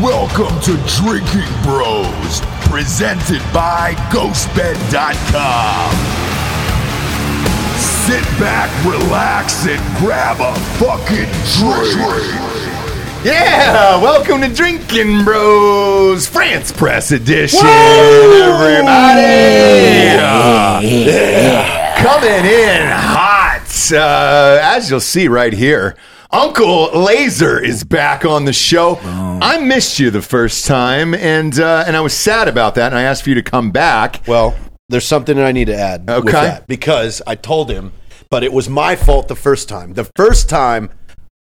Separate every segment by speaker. Speaker 1: Welcome to Drinking Bros, presented by GhostBed.com. Sit back, relax, and grab a fucking drink. Yeah, welcome to Drinking Bros France Press Edition, everybody. Yeah. Yeah. Coming in hot. Uh, as you'll see right here, Uncle Laser is back on the show. I missed you the first time, and uh, and I was sad about that, and I asked for you to come back.
Speaker 2: Well, there's something that I need to add.
Speaker 1: Okay.
Speaker 2: With that because I told him, but it was my fault the first time. The first time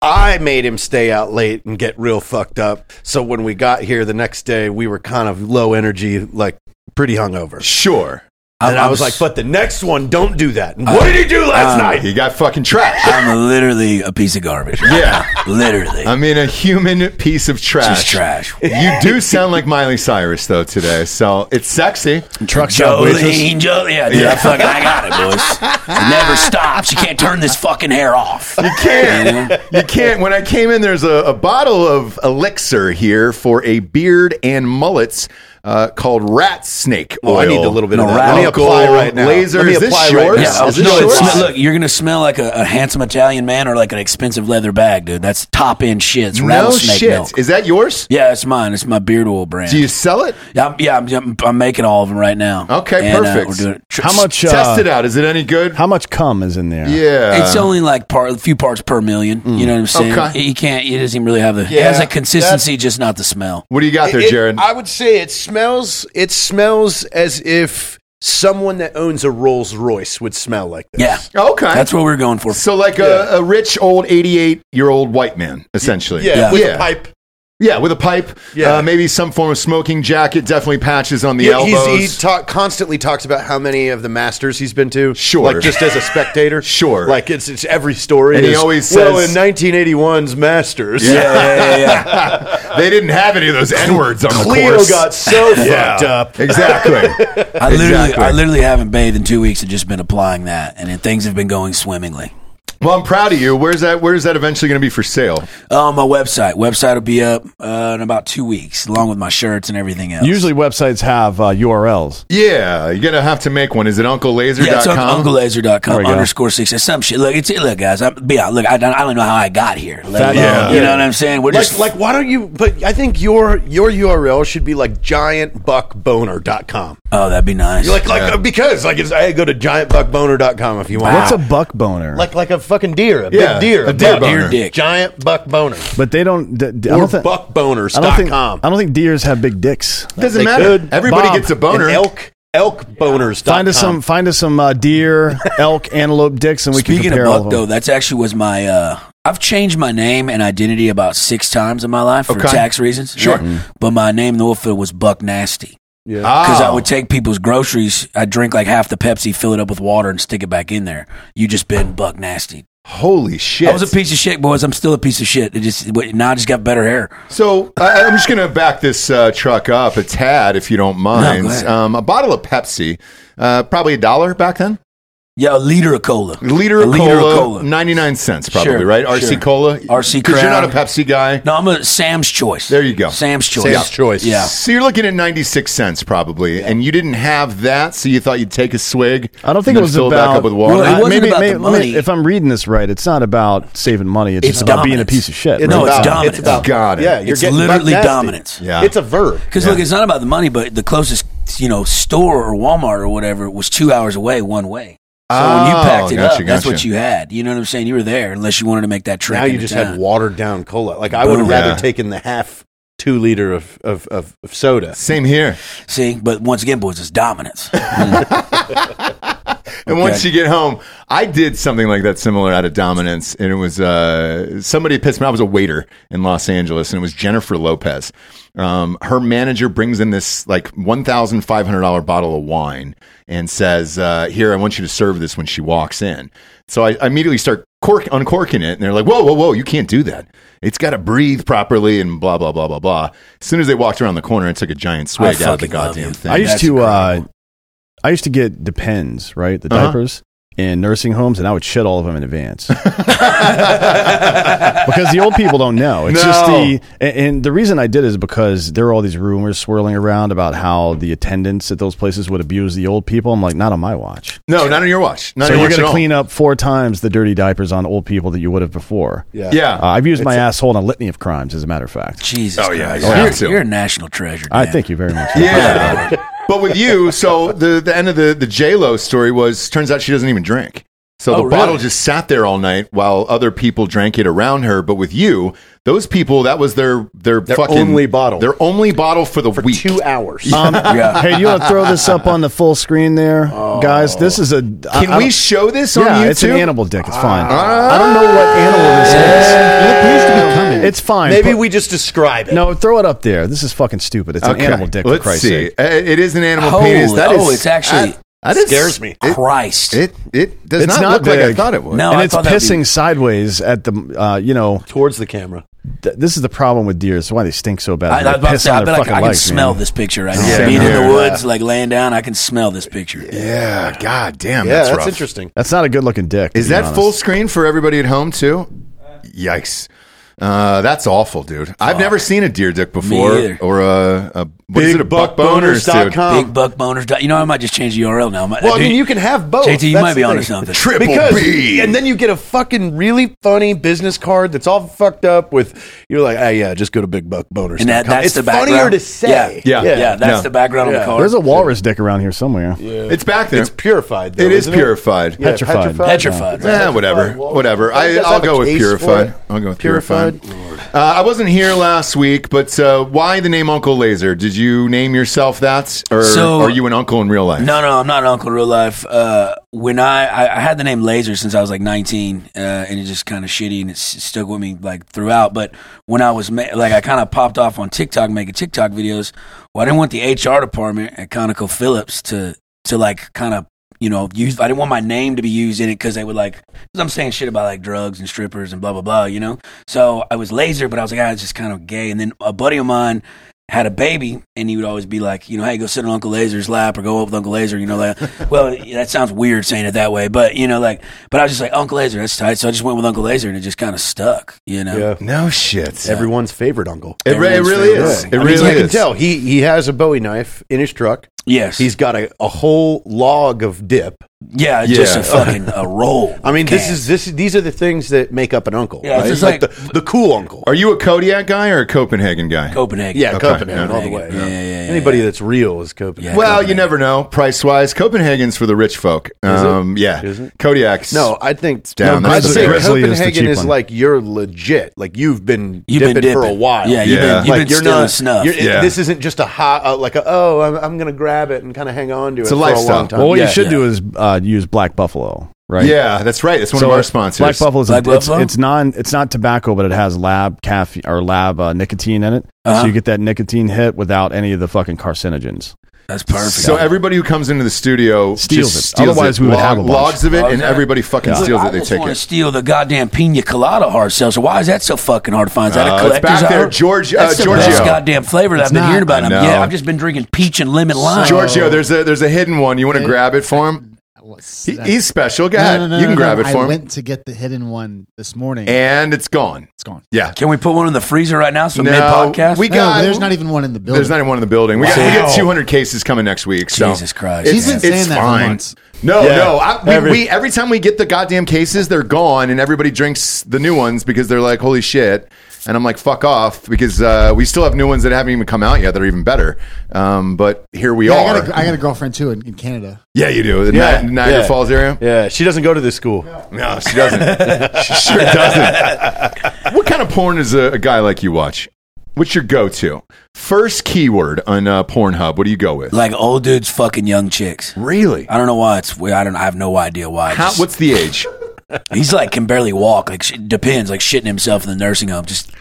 Speaker 2: I made him stay out late and get real fucked up. So when we got here the next day, we were kind of low energy, like pretty hungover.
Speaker 1: Sure.
Speaker 2: And I was like, but the next one, don't do that. And what did he do last night?
Speaker 1: Uh, He got fucking trashed.
Speaker 3: Um, I'm literally a piece of garbage.
Speaker 1: yeah.
Speaker 3: literally.
Speaker 1: I mean, a human piece of trash.
Speaker 3: Just trash.
Speaker 1: You do sound like Miley Cyrus though today, so it's sexy.
Speaker 2: Truck
Speaker 3: Jolene, Jolene. Yeah, dude, I fucking, I got it, boys. It never stops. You can't turn this fucking hair off.
Speaker 1: You can't. You can't. When I came in, there's a, a bottle of elixir here for a beard and mullets uh, called rat snake oil.
Speaker 2: Oh, I need a little bit of
Speaker 3: No,
Speaker 2: that. Let me
Speaker 1: Radical
Speaker 2: apply right now.
Speaker 1: laser.
Speaker 2: Let me
Speaker 1: Is this
Speaker 2: apply
Speaker 1: shorts?
Speaker 3: Yeah,
Speaker 1: Is
Speaker 3: oh,
Speaker 1: this
Speaker 3: no, it
Speaker 1: shorts?
Speaker 3: smell, look, you're gonna smell like a, a handsome Italian man or like an expensive leather bag, dude. That's top end shit. It's
Speaker 1: No
Speaker 3: rattlesnake
Speaker 1: shit.
Speaker 3: milk.
Speaker 1: Is that yours?
Speaker 3: yeah, it's mine. It's my beard oil brand.
Speaker 1: Do you sell it?
Speaker 3: yeah, I'm, yeah, I'm, I'm, I'm making all of them right now.
Speaker 1: Okay,
Speaker 3: And, uh,
Speaker 1: perfect.
Speaker 3: we're doing it. Tr-
Speaker 4: How much? Uh,
Speaker 1: Test it out. Is it any good?
Speaker 4: How much cum is in there?
Speaker 1: Yeah.
Speaker 3: It's only like part, a few parts per million. You know what I'm saying?
Speaker 1: Uh, Okay.
Speaker 3: He can't. He doesn't even really have the. He
Speaker 2: Yeah,
Speaker 3: has a consistency, just not the smell.
Speaker 1: what do you got there,
Speaker 2: It-
Speaker 1: Jared?
Speaker 2: I would say it smells. It smells as if someone that owns a Rolls Royce would smell like this.
Speaker 3: Yeah,
Speaker 1: Okay.
Speaker 3: that's what we're going for.
Speaker 1: So like a, a rich old 88 year old white man, essentially.
Speaker 2: yeah,
Speaker 3: Yeah.
Speaker 2: with
Speaker 1: Yeah.
Speaker 2: a pipe.
Speaker 1: Yeah, with a pipe.
Speaker 2: Yeah.
Speaker 1: Uh, maybe some form of smoking jacket. Definitely patches on the
Speaker 2: Yeah,
Speaker 1: elbows.
Speaker 2: He's, he talk, constantly talks about how many of the Masters he's been to.
Speaker 1: Sure.
Speaker 2: like just as a spectator.
Speaker 1: Sure.
Speaker 2: like it's it's every story.
Speaker 1: And he
Speaker 2: is,
Speaker 1: always
Speaker 2: "Well,
Speaker 1: says-
Speaker 2: in 1981's Masters,
Speaker 3: yeah, yeah, yeah, yeah.
Speaker 1: they didn't have any of those N words on the
Speaker 2: Cleo
Speaker 1: course.
Speaker 2: got so
Speaker 1: Yeah.
Speaker 2: fucked up."
Speaker 1: Exactly.
Speaker 3: I literally,
Speaker 1: Exactly.
Speaker 3: I literally haven't bathed in two weeks and just been applying that, and then things have been going swimmingly.
Speaker 1: well, I'm proud of you. Where's that? Where's that eventually going to be for sale?
Speaker 3: Oh, my website. Website will be up uh, in about two weeks, along with my shirts and everything else.
Speaker 4: Usually websites have uh, URLs.
Speaker 1: Yeah, you're gonna have to make one. Is it UncleLaser.com?
Speaker 3: Yeah, it's on
Speaker 4: we
Speaker 3: unculelaser.com
Speaker 4: go.
Speaker 3: underscore success. Some shit. Look, it's look, guys. I'm, yeah, look, I don't, I don't know how I got here. Let
Speaker 1: Yeah.
Speaker 3: alone- You know what I'm saying? We're
Speaker 2: Like,
Speaker 3: just
Speaker 2: like, why don't you? But I think your your URL should be like giantbuckboner.com.
Speaker 3: oh, that'd be nice.
Speaker 2: Like, like uh, because like it's, I go to giantbuckboner.com if you want.
Speaker 4: What's a buck boner?
Speaker 2: like like a fucking deer, a
Speaker 1: Yeah,
Speaker 2: big deer,
Speaker 1: a deer
Speaker 2: buck.
Speaker 1: boner.
Speaker 3: Deer dick.
Speaker 2: giant buck boner,
Speaker 4: but they don't. D- d- I
Speaker 2: or
Speaker 4: don't think. I don't think.
Speaker 2: buckboners.com.
Speaker 4: I don't think deers have big dicks.
Speaker 1: Doesn't
Speaker 2: They
Speaker 1: matter.
Speaker 2: could.
Speaker 1: Everybody
Speaker 4: Bob,
Speaker 1: gets a boner.
Speaker 2: An elk elkboners.
Speaker 4: Find us some. Find us some uh, deer, elk, antelope dicks, and we can
Speaker 3: Speaking of
Speaker 4: compare all
Speaker 3: buck,
Speaker 4: of
Speaker 3: though,
Speaker 4: them.
Speaker 3: that's actually was my. Uh, I've changed my name and identity about six times in my life for
Speaker 1: Okay.
Speaker 3: tax reasons.
Speaker 1: Sure.
Speaker 3: but my name in the outfield was Buck Nasty because
Speaker 1: Ah,
Speaker 3: I
Speaker 1: Oh.
Speaker 3: would take people's groceries. I would drink like half the Pepsi, fill it up with water, and stick it back in there. You just been Buck Nasty.
Speaker 1: Holy shit!
Speaker 3: I was a piece of shit, boys. I'm still a piece of shit. It just wait, now I just got better hair.
Speaker 1: So I, I'm just going to back this uh, truck up a tad, if you don't mind.
Speaker 3: No, go ahead.
Speaker 1: um, a bottle of Pepsi, uh, probably a dollar back then.
Speaker 3: Yeah, a liter of cola.
Speaker 1: A liter
Speaker 3: A
Speaker 1: of,
Speaker 3: liter of
Speaker 1: cola,
Speaker 3: cola.
Speaker 1: ninety nine cents, probably
Speaker 3: Sure,
Speaker 1: right. RC
Speaker 3: sure.
Speaker 1: cola,
Speaker 3: RC
Speaker 1: Because you're not a
Speaker 3: Crown.
Speaker 1: Pepsi guy.
Speaker 3: No, I'm a Sam's Choice.
Speaker 1: There you go.
Speaker 3: Sam's Choice.
Speaker 2: Sam's Choice.
Speaker 4: Oh.
Speaker 3: Yeah.
Speaker 1: So you're looking at ninety six cents probably, and you didn't have that, so you thought you'd take a swig.
Speaker 4: I don't think
Speaker 1: and then
Speaker 4: it was
Speaker 1: fill it back
Speaker 4: about-
Speaker 1: up with water.
Speaker 3: Well, it wasn't
Speaker 4: maybe,
Speaker 3: about
Speaker 4: maybe,
Speaker 3: the
Speaker 4: let me-
Speaker 3: money.
Speaker 4: if I'm reading this right, it's not about saving money. It's,
Speaker 3: It's
Speaker 4: just about being a
Speaker 3: dominance.
Speaker 4: piece of shit.
Speaker 3: It's-
Speaker 4: right?
Speaker 3: No, it's
Speaker 2: about-
Speaker 3: dominance.
Speaker 1: Got it.
Speaker 2: Yeah, you're
Speaker 3: It's
Speaker 2: getting buck
Speaker 3: literally
Speaker 2: nasty.
Speaker 3: dominance.
Speaker 1: Yeah.
Speaker 2: it's a verb.
Speaker 3: Because look, it's not about the money, but the closest you know store or Walmart or whatever was two hours away one way. So when you
Speaker 1: Oh,
Speaker 3: packed it
Speaker 1: gotcha,
Speaker 3: up, that's
Speaker 1: gotcha.
Speaker 3: what you had. You know what I'm saying? You were there unless you wanted to make that trip.
Speaker 2: Now you
Speaker 3: into
Speaker 2: just
Speaker 3: town.
Speaker 2: had watered down cola. Like I would have
Speaker 3: Boom.
Speaker 2: rather
Speaker 1: Yeah.
Speaker 2: taken the half two liter of of, of, of soda.
Speaker 1: Same here.
Speaker 3: See, but once again, boys, it's dominance.
Speaker 1: And once you get home, I did something like that similar out of dominance, and it was uh, somebody pissed me. I was a waiter in Los Angeles, and it was Jennifer Lopez. Um, her manager brings in this like one thousand five hundred dollar bottle of wine and says, uh, "Here, I want you to serve this when she walks in." So I, I immediately start cork uncorking it, and they're like, "Whoa, whoa, whoa! You can't do that. It's got to breathe properly." And blah blah blah blah blah. As soon as they walked around the corner, I took a giant swig out of the
Speaker 3: fucking love
Speaker 1: goddamn
Speaker 3: you.
Speaker 1: thing.
Speaker 4: I used
Speaker 3: That's
Speaker 4: to. Uh,
Speaker 3: incredible.
Speaker 4: I used to get Depends, right? The
Speaker 1: Uh-huh.
Speaker 4: diapers. in nursing homes, and I would shit all of them in advance because the old people don't know. It's
Speaker 1: No.
Speaker 4: just the and, and the reason I did is because there were all these rumors swirling around about how the attendants at those places would abuse the old people. I'm like, not on my watch.
Speaker 1: No, not on your watch. Not
Speaker 4: So
Speaker 1: on
Speaker 4: you're
Speaker 1: your watch at
Speaker 4: going to
Speaker 1: all.
Speaker 4: clean up four times the dirty diapers on old people that you would have before.
Speaker 2: Yeah.
Speaker 1: Yeah.
Speaker 4: Uh, I've used my asshole in a litany of crimes, as a matter of fact.
Speaker 3: Jesus.
Speaker 1: Oh, yeah,
Speaker 3: Christ.
Speaker 1: you have
Speaker 3: You're-
Speaker 1: to.
Speaker 3: you're, a national treasure.
Speaker 4: I
Speaker 3: Dan.
Speaker 4: thank you very much.
Speaker 1: yeah. but with you, so the the end of the the J Lo story was turns out she doesn't even drink. So
Speaker 3: Oh,
Speaker 1: the
Speaker 3: really?
Speaker 1: bottle just sat there all night while other people drank it around her. But with you, those people that was their their,
Speaker 2: Their
Speaker 1: fucking
Speaker 2: only bottle.
Speaker 1: Their only bottle for the week.
Speaker 2: Two hours.
Speaker 3: Yeah.
Speaker 4: Hey, do you want to throw this up on the full screen there, guys? This is a.
Speaker 1: Can we show this on
Speaker 4: Uh, yeah,
Speaker 1: YouTube?
Speaker 4: it's an animal dick. It's fine.
Speaker 1: Ah.
Speaker 4: I don't know what animal this
Speaker 2: It appears to be
Speaker 4: is.
Speaker 2: coming.
Speaker 4: It's fine.
Speaker 2: Maybe
Speaker 4: Put-
Speaker 2: we just describe it.
Speaker 4: No, throw it up there. This is fucking stupid. It's an
Speaker 1: Okay,
Speaker 4: animal dick. for
Speaker 1: Let's
Speaker 4: Christ's
Speaker 1: see.
Speaker 4: sake.
Speaker 1: Uh, It is an animal
Speaker 3: Oh,
Speaker 1: penis. That is.
Speaker 3: oh, it's actually-
Speaker 1: that is-
Speaker 2: scares me.
Speaker 1: It,
Speaker 3: Christ.
Speaker 1: it it does
Speaker 4: It's
Speaker 1: not,
Speaker 4: not
Speaker 1: look like I
Speaker 4: big.
Speaker 1: thought it would.
Speaker 3: No.
Speaker 4: and
Speaker 3: I
Speaker 4: it's
Speaker 3: thought that'd be-
Speaker 4: pissing sideways at the. Uh, you know,
Speaker 2: Towards the camera.
Speaker 4: th- this is the problem with deer. It's why they stink so bad.
Speaker 3: I, I,
Speaker 4: They
Speaker 3: was about to
Speaker 4: piss
Speaker 3: say,
Speaker 4: on
Speaker 3: I, bet
Speaker 4: their
Speaker 3: I,
Speaker 4: fucking
Speaker 3: I can
Speaker 4: legs,
Speaker 3: smell
Speaker 4: man.
Speaker 3: this picture right
Speaker 1: Yeah.
Speaker 3: now. Being in
Speaker 1: Yeah.
Speaker 3: the woods, like laying down, I can smell this picture.
Speaker 1: Yeah. God damn.
Speaker 2: Yeah,
Speaker 1: that's,
Speaker 2: that's,
Speaker 1: rough.
Speaker 2: interesting.
Speaker 4: That's not a good looking dick. to
Speaker 1: Is
Speaker 4: be
Speaker 1: that
Speaker 4: honest.
Speaker 1: full screen for everybody at home too? Yikes. Uh, that's awful, dude. I've never seen a deer dick before,
Speaker 3: either.
Speaker 1: or a, a what is it? A buck boners, dude.
Speaker 2: BigBuckBoners.com.
Speaker 3: Big buck boners. dot- You know, I might just change the URL now.
Speaker 2: Well, I mean, you can have both.
Speaker 3: JT, you
Speaker 2: That's
Speaker 3: might be
Speaker 2: the
Speaker 3: onto
Speaker 2: thing.
Speaker 3: something.
Speaker 1: Triple
Speaker 2: because,
Speaker 1: B.
Speaker 2: And then you get a fucking really funny business card that's all fucked up with, you're like, oh, yeah, just go to BigBuckBoners.com.
Speaker 3: And that, that's
Speaker 2: it's
Speaker 3: the background.
Speaker 2: funnier to say.
Speaker 1: Yeah.
Speaker 3: Yeah, yeah, that's
Speaker 1: No.
Speaker 3: the background
Speaker 2: Yeah.
Speaker 3: on the car.
Speaker 4: There's a walrus dick around here somewhere.
Speaker 1: It's back there.
Speaker 2: It's purified. Though,
Speaker 1: It is
Speaker 2: isn't
Speaker 1: purified.
Speaker 2: Yeah,
Speaker 4: Petrified.
Speaker 3: Petrified.
Speaker 2: Yeah,
Speaker 1: Eh, whatever, whatever. I, I'll go with purified. I'll go with purified. Uh, I wasn't here last week, but uh, why the name Uncle Laser? Did you name yourself that, or
Speaker 3: So-
Speaker 1: are you an uncle in real life?
Speaker 3: No, no, I'm not an uncle in real life. Uh, when I, I I had the name Laser since I was like 19, uh, and it's just kind of shitty, and it's it stuck with me like throughout. But when I was ma- like, I kind of popped off on TikTok making TikTok videos. Well, I didn't want the HR department at ConocoPhillips to to like kind of you know use. I didn't want my name to be used in it because they would like because I'm saying shit about like drugs and strippers and blah blah blah. You know, so I was Laser, but I was like, ah, it's just kind of gay. And then a buddy of mine had a baby and he would always be like, you know, hey, go sit on Uncle Laser's lap or go up with Uncle Laser, you know, like, well, that sounds weird saying it that way, but you know, like, but I was just like, Uncle Laser, that's tight. So I just went with Uncle Laser and it just kind of stuck, you know?
Speaker 2: Yeah.
Speaker 1: no shit.
Speaker 2: Everyone's favorite uncle.
Speaker 1: It, re- it
Speaker 3: Everyone's
Speaker 1: really
Speaker 3: favorite
Speaker 1: is.
Speaker 3: thing.
Speaker 1: It
Speaker 2: I mean,
Speaker 1: really
Speaker 2: you can
Speaker 1: is.
Speaker 2: tell he he has a Bowie knife in his truck.
Speaker 3: Yes.
Speaker 2: He's got a, a whole log of dip.
Speaker 3: yeah, just
Speaker 1: Yeah.
Speaker 3: a fucking a roll.
Speaker 2: I mean, this
Speaker 3: can.
Speaker 2: is this these are the things that make up an uncle.
Speaker 3: Yeah, it's
Speaker 2: right?
Speaker 3: just like-
Speaker 2: the, the cool uncle.
Speaker 1: Are you a Kodiak guy or a Copenhagen guy?
Speaker 3: Copenhagen.
Speaker 2: yeah,
Speaker 1: Okay,
Speaker 2: Copenhagen
Speaker 1: yeah.
Speaker 2: all the way.
Speaker 3: Yeah, yeah, yeah,
Speaker 2: Anybody that's real is Copenhagen.
Speaker 3: Yeah.
Speaker 1: well, you
Speaker 3: Copenhagen.
Speaker 1: never know. Price wise, Copenhagen's for the rich folk. Um, Yeah,
Speaker 2: Is it?
Speaker 1: Kodiak's.
Speaker 2: No, I think
Speaker 1: down.
Speaker 2: I'd
Speaker 1: That's
Speaker 2: say
Speaker 1: the-
Speaker 4: Grizzly is the
Speaker 2: Copenhagen
Speaker 4: cheap
Speaker 2: is,
Speaker 4: one.
Speaker 2: like you're legit. Like you've been
Speaker 3: You've
Speaker 2: dipping
Speaker 3: been dipping.
Speaker 2: for a while.
Speaker 3: Yeah, you've
Speaker 1: Yeah.
Speaker 3: been, you've
Speaker 2: like
Speaker 3: been stealing snuff.
Speaker 2: you're-
Speaker 1: Yeah.
Speaker 2: This isn't just a hot uh, like a, oh I'm, I'm gonna grab it and kind of hang on to it
Speaker 1: a
Speaker 2: for
Speaker 1: lifestyle.
Speaker 2: a long time.
Speaker 4: Well, what
Speaker 3: Yeah.
Speaker 4: you should
Speaker 3: Yeah.
Speaker 4: do is uh, use Black Buffalo, right?
Speaker 1: Yeah, that's right. It's one
Speaker 4: So uh,
Speaker 1: of our sponsors.
Speaker 4: Black Buffalo is
Speaker 3: Black
Speaker 4: it's,
Speaker 3: Buffalo?
Speaker 4: it's non it's not tobacco, but it has lab caffeine or lab uh, nicotine in it,
Speaker 3: Uh-huh.
Speaker 4: so you get that nicotine hit without any of the fucking carcinogens.
Speaker 3: That's perfect.
Speaker 1: So everybody who comes into the studio
Speaker 4: Steals
Speaker 1: just
Speaker 4: it. Otherwise, we would have a bunch.
Speaker 1: logs of it,
Speaker 3: Oh,
Speaker 1: and
Speaker 3: yeah.
Speaker 1: everybody fucking
Speaker 3: Look,
Speaker 1: steals
Speaker 3: I
Speaker 1: it. They
Speaker 3: just
Speaker 1: take
Speaker 3: wanna
Speaker 1: it.
Speaker 3: steal the goddamn pina colada hard seltzer. Why is that so fucking hard to find? Is that
Speaker 1: Uh,
Speaker 3: a
Speaker 1: it's
Speaker 3: collector's
Speaker 1: back there.
Speaker 3: item?
Speaker 1: George- uh,
Speaker 3: That's the best
Speaker 1: Giorgio.
Speaker 3: goddamn flavor that I've been
Speaker 1: not.
Speaker 3: hearing
Speaker 1: I
Speaker 3: about. I'm-
Speaker 1: know.
Speaker 3: Yeah, I've just been drinking peach and lemon lime.
Speaker 1: Giorgio, there's a there's a hidden one. You want to grab it for him?
Speaker 5: What's
Speaker 1: He,
Speaker 5: that?
Speaker 1: he's special. Go ahead. you can grab it for
Speaker 5: I
Speaker 1: him.
Speaker 5: went to get the hidden one this morning.
Speaker 1: and it's gone.
Speaker 5: it's gone.
Speaker 1: Yeah.
Speaker 3: Can we put one in the freezer right now? So
Speaker 1: No,
Speaker 3: mid podcast.
Speaker 1: we
Speaker 5: No,
Speaker 1: got.
Speaker 5: there's not even one in the building.
Speaker 1: There's not even one in the building. We got we
Speaker 2: Wow.
Speaker 1: get 200 cases coming next week. So.
Speaker 3: Jesus Christ!
Speaker 5: He's been
Speaker 3: man.
Speaker 1: It's
Speaker 5: saying that for
Speaker 1: fine.
Speaker 5: months.
Speaker 1: No,
Speaker 2: Yeah.
Speaker 1: no. I, we, every,
Speaker 2: Every-
Speaker 1: we, every time we get the goddamn cases, they're gone, and everybody drinks the new ones because they're like, "Holy shit!" And I'm like, "Fuck off," because uh, we still have new ones that haven't even come out yet that are even better. Um, but here we
Speaker 5: Yeah, I,
Speaker 1: are.
Speaker 5: got a, I got a girlfriend too in, in Canada.
Speaker 1: yeah, you do. The
Speaker 2: Yeah,
Speaker 1: Ni- Niagara
Speaker 2: yeah.
Speaker 1: Falls area.
Speaker 2: Yeah, she doesn't go to this school.
Speaker 1: No, she doesn't. she sure doesn't. what kind of porn does a, a guy like you watch? What's your go-to first keyword on uh, Pornhub? What do you go with?
Speaker 3: like old dudes fucking young chicks.
Speaker 1: Really?
Speaker 3: I don't know why it's. weird. I don't. I have no idea why.
Speaker 1: How,
Speaker 3: Just-
Speaker 1: what's the age?
Speaker 3: he's like can barely walk. Like sh- depends. Like shitting himself in the nursing home. Just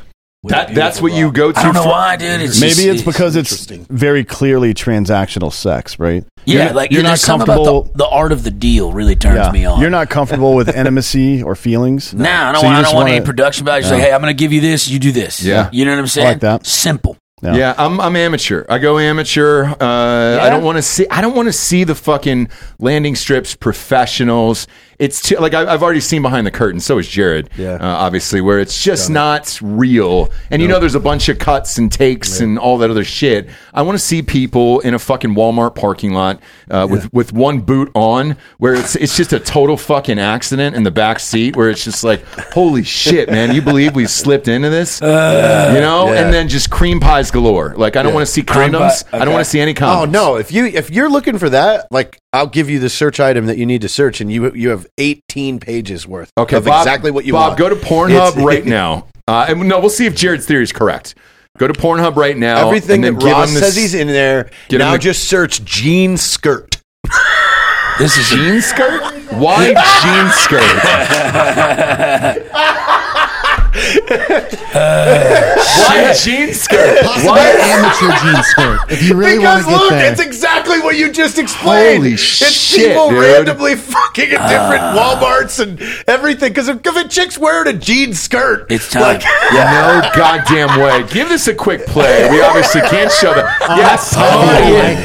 Speaker 3: with a
Speaker 1: That, that's
Speaker 3: beautiful
Speaker 1: what you
Speaker 3: bra.
Speaker 1: go to.
Speaker 3: I don't know
Speaker 1: for-
Speaker 3: why, dude. It's
Speaker 4: Maybe
Speaker 3: just-
Speaker 4: it's because it's very clearly transactional sex, right?
Speaker 3: yeah.
Speaker 4: You're-
Speaker 3: like
Speaker 4: you're not
Speaker 3: there's something about
Speaker 4: comfortable.
Speaker 3: The, the art of the deal really turns
Speaker 4: Yeah.
Speaker 3: me on.
Speaker 4: You're not comfortable with intimacy or feelings.
Speaker 3: No, I don't,
Speaker 4: So you
Speaker 3: want, I
Speaker 4: just
Speaker 3: don't want
Speaker 4: wanna-
Speaker 3: any production value. Just like, hey, I'm going to give you this, you do this.
Speaker 1: Yeah.
Speaker 3: You know what I'm saying?
Speaker 4: like that.
Speaker 3: Simple.
Speaker 4: No.
Speaker 1: Yeah, I'm, I'm amateur. I go amateur. Uh, I don't want to see. I don't want to see the fucking landing strips professionals. It's too, like I, I've already seen behind the curtain. So is Jared.
Speaker 2: Yeah.
Speaker 1: Uh, obviously, where it's just not real. And you know, there's a bunch of cuts and takes and all that other shit. I want to see people in a fucking Walmart parking lot uh, with with one boot on, where it's it's just a total fucking accident in the back seat, where it's just like, holy shit, man, you believe we slipped into this? you know,
Speaker 2: Uh, Yeah.
Speaker 1: and then just cream pies galore. Like I don't want to see
Speaker 3: Cream
Speaker 1: condoms.
Speaker 3: pie-
Speaker 1: I don't
Speaker 3: okay.
Speaker 1: want to see any condoms.
Speaker 2: Oh no! If you if you're looking for that, like I'll give you the search item that you need to search, and you you have 18 pages worth.
Speaker 1: Okay,
Speaker 2: of
Speaker 1: Bob,
Speaker 2: exactly what you
Speaker 1: Bob,
Speaker 2: want.
Speaker 1: go to Pornhub
Speaker 2: It's-
Speaker 1: right now. Uh, and no, we'll see if Jared's theory is correct. Go to Pornhub right now.
Speaker 2: Everything
Speaker 1: and then
Speaker 2: that
Speaker 1: give
Speaker 2: Ross
Speaker 1: him this
Speaker 2: says he's in there.
Speaker 1: Give him
Speaker 2: Now
Speaker 1: the-
Speaker 2: just search jean skirt.
Speaker 3: This is
Speaker 1: jean skirt. Why jean skirt? Uh, Why jean skirt?
Speaker 5: Possibly amateur jean skirt. If you really
Speaker 2: Because
Speaker 5: want to get
Speaker 2: look,
Speaker 5: there,
Speaker 2: it's exactly what you just explained.
Speaker 1: Holy
Speaker 2: it's
Speaker 1: shit,
Speaker 2: people
Speaker 1: dude.
Speaker 2: randomly fucking at different Walmarts and everything because if, if a chick's wearing a jean skirt,
Speaker 3: It's time.
Speaker 1: No goddamn way. Give this a quick play. We obviously can't shove it.
Speaker 2: Oh,
Speaker 1: Yes, I'm already
Speaker 5: I
Speaker 1: in.
Speaker 5: like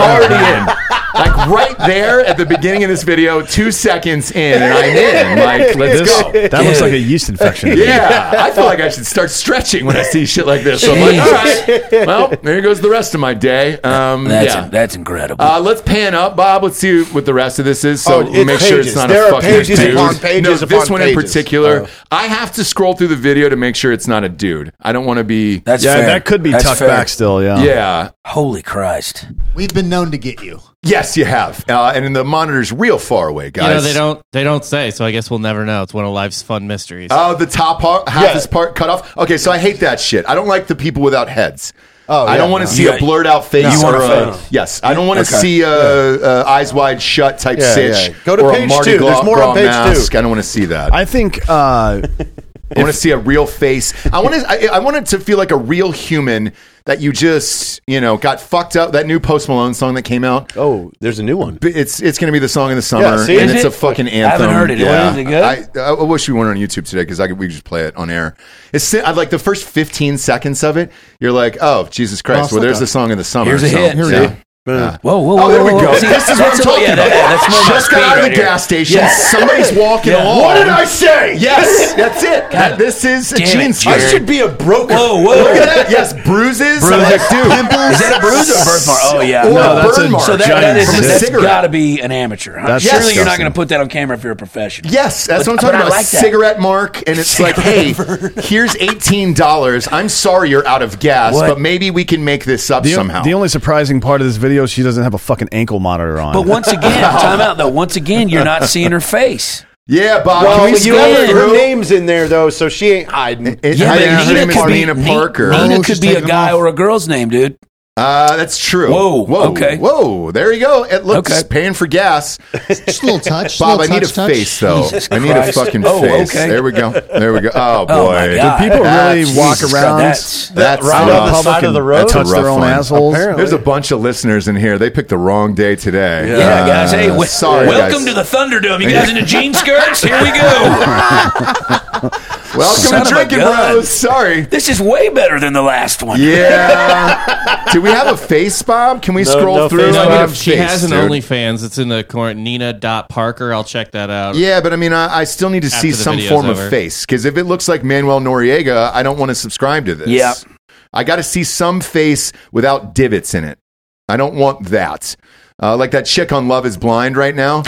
Speaker 1: I'm already in. Like right there at the beginning of this video, two seconds in, and I'm in. Like, let's
Speaker 4: This-
Speaker 1: go.
Speaker 4: That looks like a yeast infection. to me.
Speaker 1: Yeah, I feel like I should start stretching when I see shit like this. So I'm like, all right, well, there goes the rest of my day. Um,
Speaker 3: that's
Speaker 1: yeah.
Speaker 3: that's incredible.
Speaker 1: Uh, let's pan up, Bob. Let's see what the rest of this is. So
Speaker 2: Oh, it's
Speaker 1: make sure it's
Speaker 2: pages.
Speaker 1: not
Speaker 2: There
Speaker 1: a
Speaker 2: are
Speaker 1: fucking
Speaker 2: pages
Speaker 1: dude.
Speaker 2: upon pages
Speaker 1: no, this
Speaker 2: upon
Speaker 1: one in
Speaker 2: pages.
Speaker 1: particular,
Speaker 2: Oh.
Speaker 1: I have to scroll through the video to make sure it's not a dude. I don't want to be.
Speaker 3: that's
Speaker 4: Yeah,
Speaker 3: fair.
Speaker 4: that could be
Speaker 3: That's
Speaker 4: tucked
Speaker 3: fair.
Speaker 4: back still. Yeah.
Speaker 1: yeah.
Speaker 3: Holy Christ!
Speaker 5: we've been known to get you.
Speaker 1: Yes, you have. Uh, and the monitor's real far away, guys.
Speaker 6: You know they don't they don't say, so I guess we'll never know. It's one of life's fun mysteries.
Speaker 1: Oh, the top part, half is part cut off. Okay, so I hate that shit. I don't like the people without heads. Oh, I don't want to see
Speaker 3: Yeah.
Speaker 1: a blurred out face.
Speaker 3: You want
Speaker 1: or
Speaker 3: a
Speaker 1: a-
Speaker 3: photo.
Speaker 1: yes, I don't want to
Speaker 3: Okay.
Speaker 1: see a, uh eyes wide shut type
Speaker 2: Yeah,
Speaker 1: sitch.
Speaker 2: yeah. Go to
Speaker 1: or a
Speaker 2: page
Speaker 1: Mardi
Speaker 2: two. There's
Speaker 1: Gras-
Speaker 2: more
Speaker 1: Gras
Speaker 2: on page two.
Speaker 1: mask. I don't want to see that. I,
Speaker 4: I think uh,
Speaker 1: want to see a real face. I want to. I, I want it to feel like a real human that you just you know got fucked up. That new Post Malone song that came out.
Speaker 2: oh, there's a new one.
Speaker 1: B- it's it's going to be the song of the summer,
Speaker 2: Yeah, see?
Speaker 1: and
Speaker 2: Is
Speaker 1: it's
Speaker 2: it?
Speaker 1: a fucking anthem.
Speaker 3: haven't heard it. Is it good?
Speaker 1: I, I wish we weren't on YouTube today because I could, we could just play it on air. It's si- I like the first fifteen seconds of it. You're like, oh Jesus Christ!
Speaker 5: Well,
Speaker 1: Well, there's
Speaker 5: look
Speaker 1: the song of the summer.
Speaker 3: Here's a
Speaker 1: so-
Speaker 3: hit. Here we
Speaker 1: yeah.
Speaker 3: go. Whoa, whoa, whoa!
Speaker 1: Oh, there we
Speaker 3: whoa, whoa.
Speaker 1: go.
Speaker 3: See,
Speaker 1: this is what I'm
Speaker 3: that's-
Speaker 1: talking
Speaker 3: yeah,
Speaker 1: about.
Speaker 3: that- that's more my
Speaker 1: Just got
Speaker 3: speed
Speaker 1: out of the
Speaker 3: right here.
Speaker 1: gas station.
Speaker 3: Yeah.
Speaker 1: Somebody's walking
Speaker 3: Yeah.
Speaker 1: along.
Speaker 3: What did I
Speaker 1: say? Yes, that's it. That- this is a
Speaker 3: damn it,
Speaker 1: jeans.
Speaker 3: Jared.
Speaker 1: I should be a broker.
Speaker 3: Whoa, whoa.
Speaker 1: Look at that. Yes, bruises. I'm like, dude,
Speaker 3: Is that a bruise or a birthmark? Oh yeah,
Speaker 1: Or
Speaker 4: No,
Speaker 1: a
Speaker 4: that's a
Speaker 1: burn mark.
Speaker 3: So that,
Speaker 4: giant
Speaker 3: that is
Speaker 1: from a
Speaker 3: that's
Speaker 1: cigarette.
Speaker 3: got to be an amateur. Huh?
Speaker 4: That's
Speaker 3: Surely you're not
Speaker 4: disgusting.
Speaker 3: going to put that on camera if you're a professional.
Speaker 1: Yes, that's what I'm
Speaker 3: But-
Speaker 1: talking
Speaker 3: but I
Speaker 1: about.
Speaker 3: like that.
Speaker 1: Cigarette mark, and it's like, hey, here's eighteen dollars. I'm sorry you're out of gas,
Speaker 3: What?
Speaker 1: but maybe we can make this up
Speaker 4: the,
Speaker 1: somehow.
Speaker 4: the only surprising part of this video, is she doesn't have a fucking ankle monitor on.
Speaker 3: But once again, time out though. Once again, you're not seeing her face.
Speaker 1: yeah, Bob,
Speaker 2: Well,
Speaker 1: can we
Speaker 2: you have
Speaker 1: scan
Speaker 2: her, her
Speaker 1: through?
Speaker 2: name's in there though, so she ain't hiding.
Speaker 1: It-
Speaker 3: Yeah,
Speaker 1: I-
Speaker 3: but
Speaker 1: her name
Speaker 3: Nina
Speaker 1: is
Speaker 3: could be
Speaker 1: Nina
Speaker 3: Ni-
Speaker 1: Parker.
Speaker 3: Nina
Speaker 5: Oh,
Speaker 3: could
Speaker 5: she's
Speaker 3: be a
Speaker 5: taking
Speaker 3: guy
Speaker 5: them off.
Speaker 3: or a girl's name, dude.
Speaker 1: Uh, that's true.
Speaker 3: Whoa,
Speaker 1: whoa,
Speaker 3: okay.
Speaker 1: whoa! There you go. It looks
Speaker 3: Okay.
Speaker 1: paying for gas.
Speaker 5: Just a little touch.
Speaker 1: Bob, I
Speaker 5: little
Speaker 1: need a
Speaker 5: touch, touch.
Speaker 1: face though.
Speaker 3: Jesus
Speaker 1: I need a
Speaker 3: Christ.
Speaker 1: fucking
Speaker 3: Oh,
Speaker 1: face.
Speaker 3: okay.
Speaker 1: There we go. There we go. Oh boy.
Speaker 3: Oh, my God.
Speaker 4: people
Speaker 1: That's-
Speaker 4: really walk
Speaker 3: Jesus
Speaker 4: around
Speaker 3: Christ, that's-
Speaker 1: That's
Speaker 4: out
Speaker 1: rough.
Speaker 4: in public
Speaker 2: side of
Speaker 4: and
Speaker 2: the road?
Speaker 4: touch
Speaker 1: That's a
Speaker 4: their
Speaker 1: rough
Speaker 4: own
Speaker 1: one.
Speaker 4: assholes.
Speaker 2: Apparently.
Speaker 1: There's a bunch of listeners in here. They picked the wrong day today.
Speaker 3: Yeah, guys. Hey,
Speaker 1: Uh,
Speaker 3: we-
Speaker 1: sorry.
Speaker 3: welcome
Speaker 1: guys.
Speaker 3: to the Thunderdome. You guys into jean skirts? Here we go.
Speaker 1: welcome
Speaker 3: Son
Speaker 1: to
Speaker 3: of a
Speaker 1: drinking
Speaker 3: gun.
Speaker 1: bros. Sorry.
Speaker 3: This is way better than the last one.
Speaker 1: Yeah. Do we have a face, Bob? Can we scroll
Speaker 2: no
Speaker 1: through?
Speaker 2: face,
Speaker 1: I need a
Speaker 2: Bob.
Speaker 6: she
Speaker 1: face,
Speaker 6: has an
Speaker 1: dude.
Speaker 6: OnlyFans. It's in the corner. Nina dot Parker. I'll check that out.
Speaker 1: Yeah, but I mean, I, I still need to see
Speaker 6: the
Speaker 1: some
Speaker 6: video's
Speaker 1: form
Speaker 6: over.
Speaker 1: of face because if it looks like Manuel Noriega, I don't want to subscribe to this.
Speaker 3: Yep.
Speaker 1: I got to see some face without divots in it. I don't want that. Uh, like that chick on Love Is Blind right now.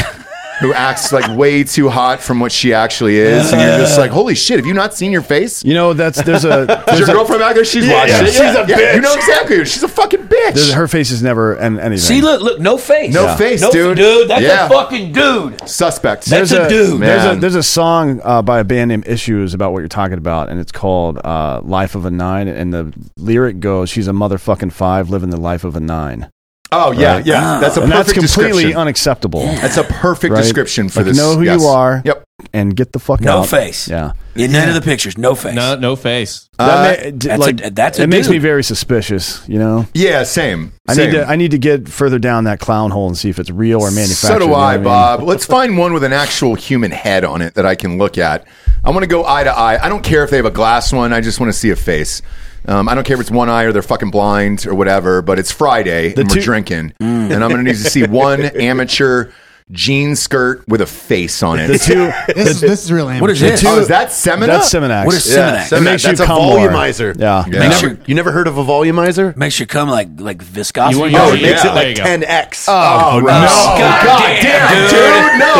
Speaker 1: Who acts like way too hot from what she actually is, and you're just like, holy shit! Have you not seen your face?
Speaker 4: You know, that's there's a
Speaker 1: Is
Speaker 4: there's
Speaker 1: your
Speaker 4: a,
Speaker 1: girlfriend out there? She's watching.
Speaker 2: yeah,
Speaker 1: it.
Speaker 2: she's a bitch.
Speaker 1: You know exactly. who- She's a fucking
Speaker 4: there's
Speaker 1: bitch.
Speaker 4: her face is never and anything.
Speaker 3: See, look, look, no face.
Speaker 1: No face,
Speaker 3: no,
Speaker 1: dude.
Speaker 3: Dude, that's
Speaker 1: Yeah.
Speaker 3: a fucking dude.
Speaker 1: Suspect.
Speaker 3: That's a
Speaker 1: Man.
Speaker 3: dude.
Speaker 4: There's a, there's a song uh, by a band named Issues about what you're talking about, and it's called uh, "Life of a Nine, and the lyric goes, "She's a motherfucking five, living the life of a nine.
Speaker 1: Oh yeah, yeah. That's a
Speaker 4: and
Speaker 1: perfect
Speaker 4: that's completely
Speaker 1: description.
Speaker 4: unacceptable.
Speaker 1: that's a perfect
Speaker 4: Right?
Speaker 1: description for
Speaker 4: Like,
Speaker 1: this.
Speaker 4: know who you
Speaker 1: yes.
Speaker 4: are.
Speaker 1: Yep.
Speaker 4: and get the fuck
Speaker 3: No
Speaker 4: out.
Speaker 3: face.
Speaker 4: Yeah.
Speaker 3: In none of the pictures, no face.
Speaker 6: No, no face.
Speaker 4: That ma- d-
Speaker 3: that's a-
Speaker 4: like
Speaker 3: that's a
Speaker 4: it makes
Speaker 3: dude.
Speaker 4: me very suspicious. You know,
Speaker 1: Yeah, same.
Speaker 4: I
Speaker 1: same.
Speaker 4: need to I need to get further down that clown hole and see if it's real or manufactured.
Speaker 1: So
Speaker 4: you
Speaker 1: do
Speaker 4: know
Speaker 1: I,
Speaker 4: what mean?
Speaker 1: Bob. Let's find one with an actual human head on it that I can look at. I want to go eye to eye. I don't care if they have a glass one. I just want to see a face. Um, I don't care if it's one eye or they're fucking blind or whatever. But it's Friday and
Speaker 4: two- Mm.
Speaker 1: we're drinking, and I'm going to need to see one amateur jean skirt with a face on it.
Speaker 4: The two.
Speaker 5: This is this is real amateur.
Speaker 3: What is this?
Speaker 1: oh, is that Semina?
Speaker 4: that's Simonax.
Speaker 3: What is
Speaker 2: Yeah,
Speaker 3: Seminac?
Speaker 2: so
Speaker 4: It
Speaker 2: that-
Speaker 4: makes you
Speaker 2: that's a
Speaker 4: come more.
Speaker 2: volumizer.
Speaker 4: Yeah.
Speaker 1: Yeah.
Speaker 2: You
Speaker 3: Makes
Speaker 2: never,
Speaker 3: your-
Speaker 2: you never heard of a volumizer?
Speaker 3: Makes you come like like viscosity.
Speaker 6: You want
Speaker 2: Oh,
Speaker 6: your-
Speaker 2: it makes
Speaker 1: yeah.
Speaker 2: it
Speaker 6: There you
Speaker 2: like
Speaker 6: go.
Speaker 2: 10x.
Speaker 1: Oh, no. God, damn, dude. No.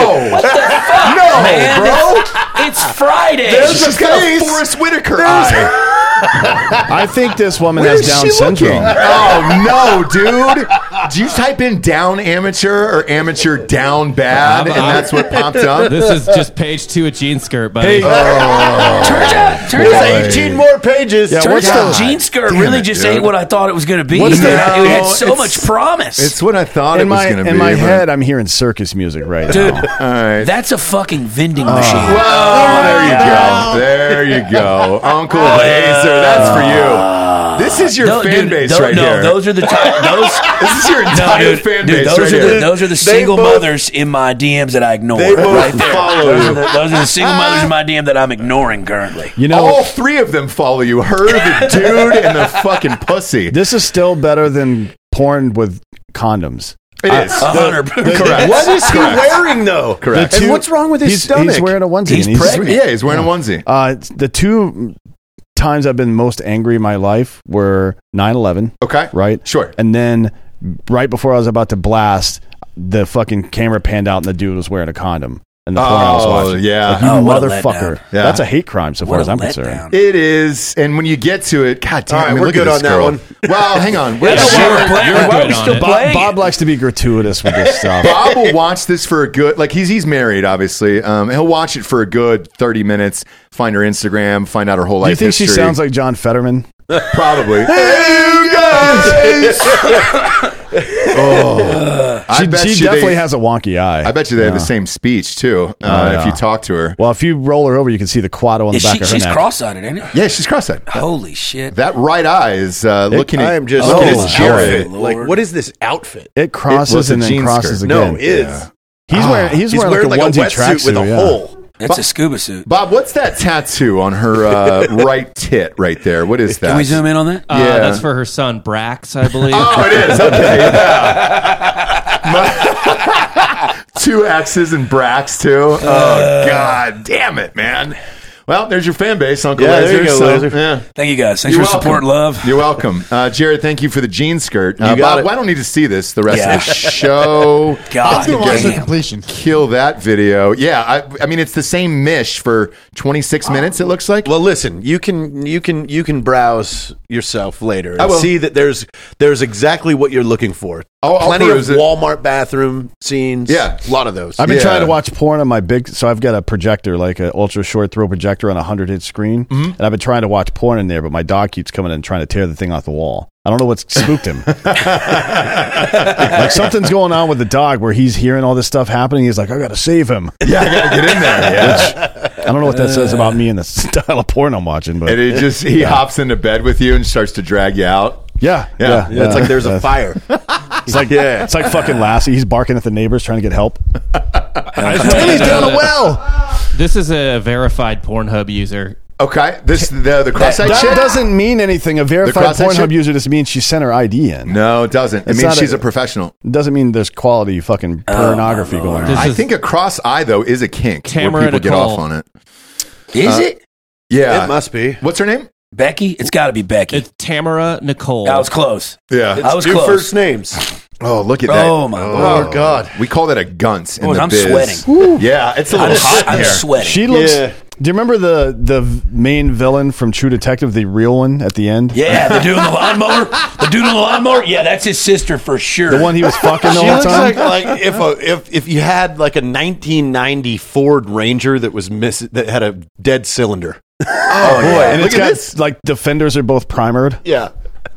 Speaker 1: No,
Speaker 3: Man,
Speaker 1: bro.
Speaker 3: It's Friday.
Speaker 1: There's a
Speaker 2: face.
Speaker 1: Forrest Whitaker eye.
Speaker 4: I think this woman
Speaker 1: Where
Speaker 4: has
Speaker 1: is
Speaker 4: Down
Speaker 1: she
Speaker 4: syndrome.
Speaker 1: looking? Oh no, dude! Do you type in "down amateur" or "amateur down bad"
Speaker 6: I'm-
Speaker 1: and
Speaker 6: I'm-
Speaker 1: that's what popped up?
Speaker 6: This is just page two of Jean Skirt, buddy.
Speaker 1: Oh,
Speaker 3: turns out, turns out,
Speaker 2: There's 18 more pages.
Speaker 4: Yeah,
Speaker 3: turns
Speaker 4: what's
Speaker 3: out
Speaker 4: the-
Speaker 3: jean skirt
Speaker 1: Damn
Speaker 3: really
Speaker 1: it,
Speaker 3: just
Speaker 1: dude.
Speaker 3: ain't what I thought it was going to be.
Speaker 1: What's
Speaker 3: it,
Speaker 1: the-
Speaker 3: had- it had
Speaker 1: No,
Speaker 3: so
Speaker 1: it's-
Speaker 3: much promise.
Speaker 1: It's what I thought
Speaker 4: In
Speaker 1: it was
Speaker 4: my
Speaker 1: going to be.
Speaker 4: in my
Speaker 1: but-
Speaker 4: head, I'm hearing circus music right
Speaker 3: Dude,
Speaker 4: now.
Speaker 1: All right.
Speaker 3: that's a fucking vending machine.
Speaker 1: Oh, there you go. There you go, Uncle Laser. That's for you. This is your
Speaker 3: Uh, No,
Speaker 1: fan
Speaker 3: dude,
Speaker 1: base
Speaker 3: tho-
Speaker 1: right
Speaker 3: no,
Speaker 1: here.
Speaker 3: those are the top, those.
Speaker 1: this is your
Speaker 3: No,
Speaker 1: entire
Speaker 3: dude,
Speaker 1: fan
Speaker 3: dude,
Speaker 1: base
Speaker 3: those,
Speaker 1: right
Speaker 3: are the,
Speaker 1: here.
Speaker 3: those are the
Speaker 2: They
Speaker 3: single
Speaker 2: both-
Speaker 3: mothers in my DMs that I ignore.
Speaker 2: They both
Speaker 3: right there.
Speaker 2: follow
Speaker 3: those,
Speaker 2: you.
Speaker 3: Are the, those are the single mothers in my DM that I'm ignoring currently.
Speaker 4: You know,
Speaker 1: All three of them follow you. Her, the dude, and the fucking pussy.
Speaker 4: this is still better than porn with condoms.
Speaker 1: It is.
Speaker 3: A hundred
Speaker 1: Uh, Correct.
Speaker 2: What is he
Speaker 1: Correct.
Speaker 2: wearing though?
Speaker 1: Correct.
Speaker 2: And what's wrong with his
Speaker 4: he's,
Speaker 2: stomach?
Speaker 4: He's wearing a onesie.
Speaker 3: He's
Speaker 4: and he's
Speaker 3: pregnant.
Speaker 1: Yeah, he's wearing a onesie.
Speaker 4: Uh, the two times I've been most angry in my life were 9/11,
Speaker 1: Okay.
Speaker 4: right?
Speaker 1: Sure.
Speaker 4: And then right before I was about to blast, the fucking camera panned out and the dude was wearing a condom. And the porn I was
Speaker 1: Oh,
Speaker 4: watching.
Speaker 1: yeah.
Speaker 4: Like, you
Speaker 3: Oh, what a
Speaker 4: motherfucker.
Speaker 3: letdown.
Speaker 1: Yeah.
Speaker 4: That's a hate crime so far
Speaker 3: What
Speaker 4: as
Speaker 3: a
Speaker 4: I'm concerned.
Speaker 3: letdown.
Speaker 1: It is, and when you get to it, God damn,
Speaker 2: All right,
Speaker 1: I mean,
Speaker 2: we're
Speaker 1: look at
Speaker 2: good on
Speaker 1: this
Speaker 2: that
Speaker 1: girl.
Speaker 2: one.
Speaker 1: Wow, hang on. Wait,
Speaker 3: That's
Speaker 1: a
Speaker 3: why
Speaker 1: minute.
Speaker 3: we're playing-
Speaker 6: you're
Speaker 3: why are
Speaker 6: good
Speaker 3: we
Speaker 6: on
Speaker 3: still
Speaker 6: it.
Speaker 4: Bob,
Speaker 3: playing?
Speaker 4: Bob likes to be gratuitous with this stuff.
Speaker 1: Bob will watch this for a good, like he's he's married, obviously. Um, he'll watch it for a good thirty minutes. Find her Instagram, find out her whole
Speaker 4: Do
Speaker 1: life.
Speaker 4: you think she
Speaker 1: history.
Speaker 4: sounds like John Fetterman?
Speaker 1: probably? hey, you guys. oh, I
Speaker 4: She,
Speaker 1: bet
Speaker 4: she
Speaker 1: you
Speaker 4: definitely
Speaker 1: they,
Speaker 4: has a wonky eye.
Speaker 1: I bet you they have the same speech too. Uh,
Speaker 4: yeah.
Speaker 1: If you talk to her,
Speaker 4: Well, if you roll her over, you can see the quad on the
Speaker 3: Is
Speaker 4: back
Speaker 3: she,
Speaker 4: of her
Speaker 3: she's
Speaker 4: neck.
Speaker 3: cross-eyed, ain't it?
Speaker 1: yeah, she's cross-eyed.
Speaker 3: Holy shit!
Speaker 1: That right eye is uh, looking at.
Speaker 2: I am just
Speaker 1: looking
Speaker 2: oh,
Speaker 1: at
Speaker 2: this
Speaker 1: Jared.
Speaker 2: outfit. Like, what is this outfit?
Speaker 4: it
Speaker 1: It
Speaker 4: crosses
Speaker 1: was a
Speaker 4: and then
Speaker 1: jean
Speaker 4: crosses
Speaker 1: skirt.
Speaker 4: again.
Speaker 2: No, is
Speaker 4: He's
Speaker 1: Ah.
Speaker 4: wearing he's,
Speaker 2: he's
Speaker 4: wearing, like a, onesie
Speaker 2: wetsuit with
Speaker 4: tracksuit,
Speaker 2: a
Speaker 4: yeah.
Speaker 2: hole.
Speaker 3: That's a scuba suit.
Speaker 1: Bob, what's that tattoo on her uh, right tit right there? What is that?
Speaker 3: Can we zoom in on that?
Speaker 6: Uh,
Speaker 1: Yeah.
Speaker 6: That's for her son, Brax, I believe.
Speaker 1: Oh, it is. Okay. Yeah. My- Two X's and Brax, too. Oh, God damn it, man. Well, there's your fan base, Uncle
Speaker 2: Yeah,
Speaker 1: Laser.
Speaker 2: there you go,
Speaker 1: so,
Speaker 2: Laser.
Speaker 1: Yeah.
Speaker 3: Thank you guys. Thanks for
Speaker 1: welcome.
Speaker 3: support, and love.
Speaker 1: You're welcome. Uh, Jared, thank you for the jean skirt. Uh,
Speaker 2: You got
Speaker 1: Bob,
Speaker 2: it.
Speaker 1: I don't need to see this the rest
Speaker 3: Yeah.
Speaker 1: of the show.
Speaker 3: God
Speaker 5: Let's go watch the
Speaker 3: damn.
Speaker 5: completion.
Speaker 1: Kill that video. Yeah, I, I mean, it's the same mish for 26 minutes, it looks like.
Speaker 2: Well, listen, you can you can you can browse yourself later and
Speaker 1: I will.
Speaker 2: see that there's there's exactly what you're looking for.
Speaker 1: I'll- I'll
Speaker 2: Plenty of
Speaker 1: peruse it.
Speaker 2: Walmart bathroom scenes.
Speaker 1: Yeah.
Speaker 2: a lot of those.
Speaker 4: I've been
Speaker 1: Yeah.
Speaker 4: trying to watch porn on my big, so I've got a projector, like an ultra short throw projector on a hundred inch screen, and I've been trying to watch porn in there, but my dog keeps coming in and trying to tear the thing off the wall. I don't know what's spooked him. like something's going on with the dog where he's hearing all this stuff happening. He's like, I gotta save him.
Speaker 1: Yeah, I got to get in there. Yeah.
Speaker 4: I don't know what that says about me and the style of porn I'm watching, but
Speaker 1: And it just he hops into bed with you and starts to drag you out.
Speaker 4: yeah,
Speaker 1: Yeah.
Speaker 4: yeah,
Speaker 2: Yeah, it's like there's a fire.
Speaker 4: It's like
Speaker 2: Yeah.
Speaker 4: it's like fucking Lassie. He's barking at the neighbors trying to get help.
Speaker 6: I just wanted
Speaker 4: Timmy's
Speaker 6: to know
Speaker 4: down a
Speaker 6: that
Speaker 4: well.
Speaker 6: This is a verified Pornhub user.
Speaker 1: Okay, this the the cross site
Speaker 4: That
Speaker 1: shit
Speaker 4: doesn't mean anything. A verified
Speaker 1: cross-section?
Speaker 4: Pornhub user just means she sent her ID in.
Speaker 1: No, it doesn't. It
Speaker 4: It's
Speaker 1: means
Speaker 4: not
Speaker 1: she's
Speaker 4: a-
Speaker 1: a, professional.
Speaker 4: doesn't mean there's quality fucking pornography going on.
Speaker 6: This
Speaker 1: I
Speaker 6: is
Speaker 1: think a cross eye though is a kink
Speaker 6: Tamara
Speaker 1: where people get
Speaker 6: Nicole.
Speaker 1: off on it.
Speaker 3: Is it
Speaker 1: Yeah,
Speaker 2: it must be.
Speaker 1: What's her name?
Speaker 3: Uh, Becky? It's got to be Becky.
Speaker 6: it's Tamara Nicole.
Speaker 3: I was close.
Speaker 1: Yeah.
Speaker 3: I was
Speaker 2: Two
Speaker 3: close.
Speaker 2: first names.
Speaker 1: Oh, look at that.
Speaker 3: Oh, my
Speaker 2: Lord. God.
Speaker 1: We call that a guns. In
Speaker 3: Oh,
Speaker 1: the
Speaker 3: I'm
Speaker 1: biz.
Speaker 3: sweating.
Speaker 1: Yeah, it's a
Speaker 3: I'm,
Speaker 1: little hot in
Speaker 3: I'm
Speaker 1: here.
Speaker 3: sweating.
Speaker 4: She looks.
Speaker 2: Yeah.
Speaker 4: Do you remember the the v- main villain from True Detective, the real one at the end?
Speaker 3: yeah, the dude on the lawnmower. The dude on the lawnmower. Yeah, that's his sister for sure.
Speaker 4: The one he was fucking the
Speaker 2: She
Speaker 4: whole
Speaker 2: looks
Speaker 4: time.
Speaker 2: like, oh, like if a if if you had like a 1990 Ford Ranger that was miss that had a dead cylinder.
Speaker 1: Oh boy,
Speaker 4: and
Speaker 1: look
Speaker 4: it's
Speaker 1: at
Speaker 4: got
Speaker 1: this.
Speaker 4: like the fenders are both primered.
Speaker 2: Yeah,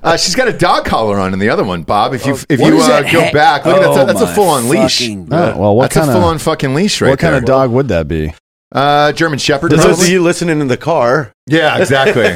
Speaker 1: Uh, she's got a dog collar on in the other one, Bob. If you if
Speaker 3: Oh, What
Speaker 1: you
Speaker 3: is
Speaker 1: uh,
Speaker 3: that
Speaker 1: go
Speaker 3: heck?
Speaker 1: back, look at
Speaker 3: Oh
Speaker 1: that. That's a
Speaker 3: my
Speaker 1: full on leash.
Speaker 3: fucking-
Speaker 4: Oh, well, what
Speaker 1: That's
Speaker 4: kind
Speaker 1: a full on
Speaker 4: of
Speaker 1: fucking leash right
Speaker 4: what kind
Speaker 1: there.
Speaker 4: of dog would that be?
Speaker 1: Uh, German Shepherd.
Speaker 2: This
Speaker 1: probably?
Speaker 2: is you listening in the car.
Speaker 1: Yeah, exactly.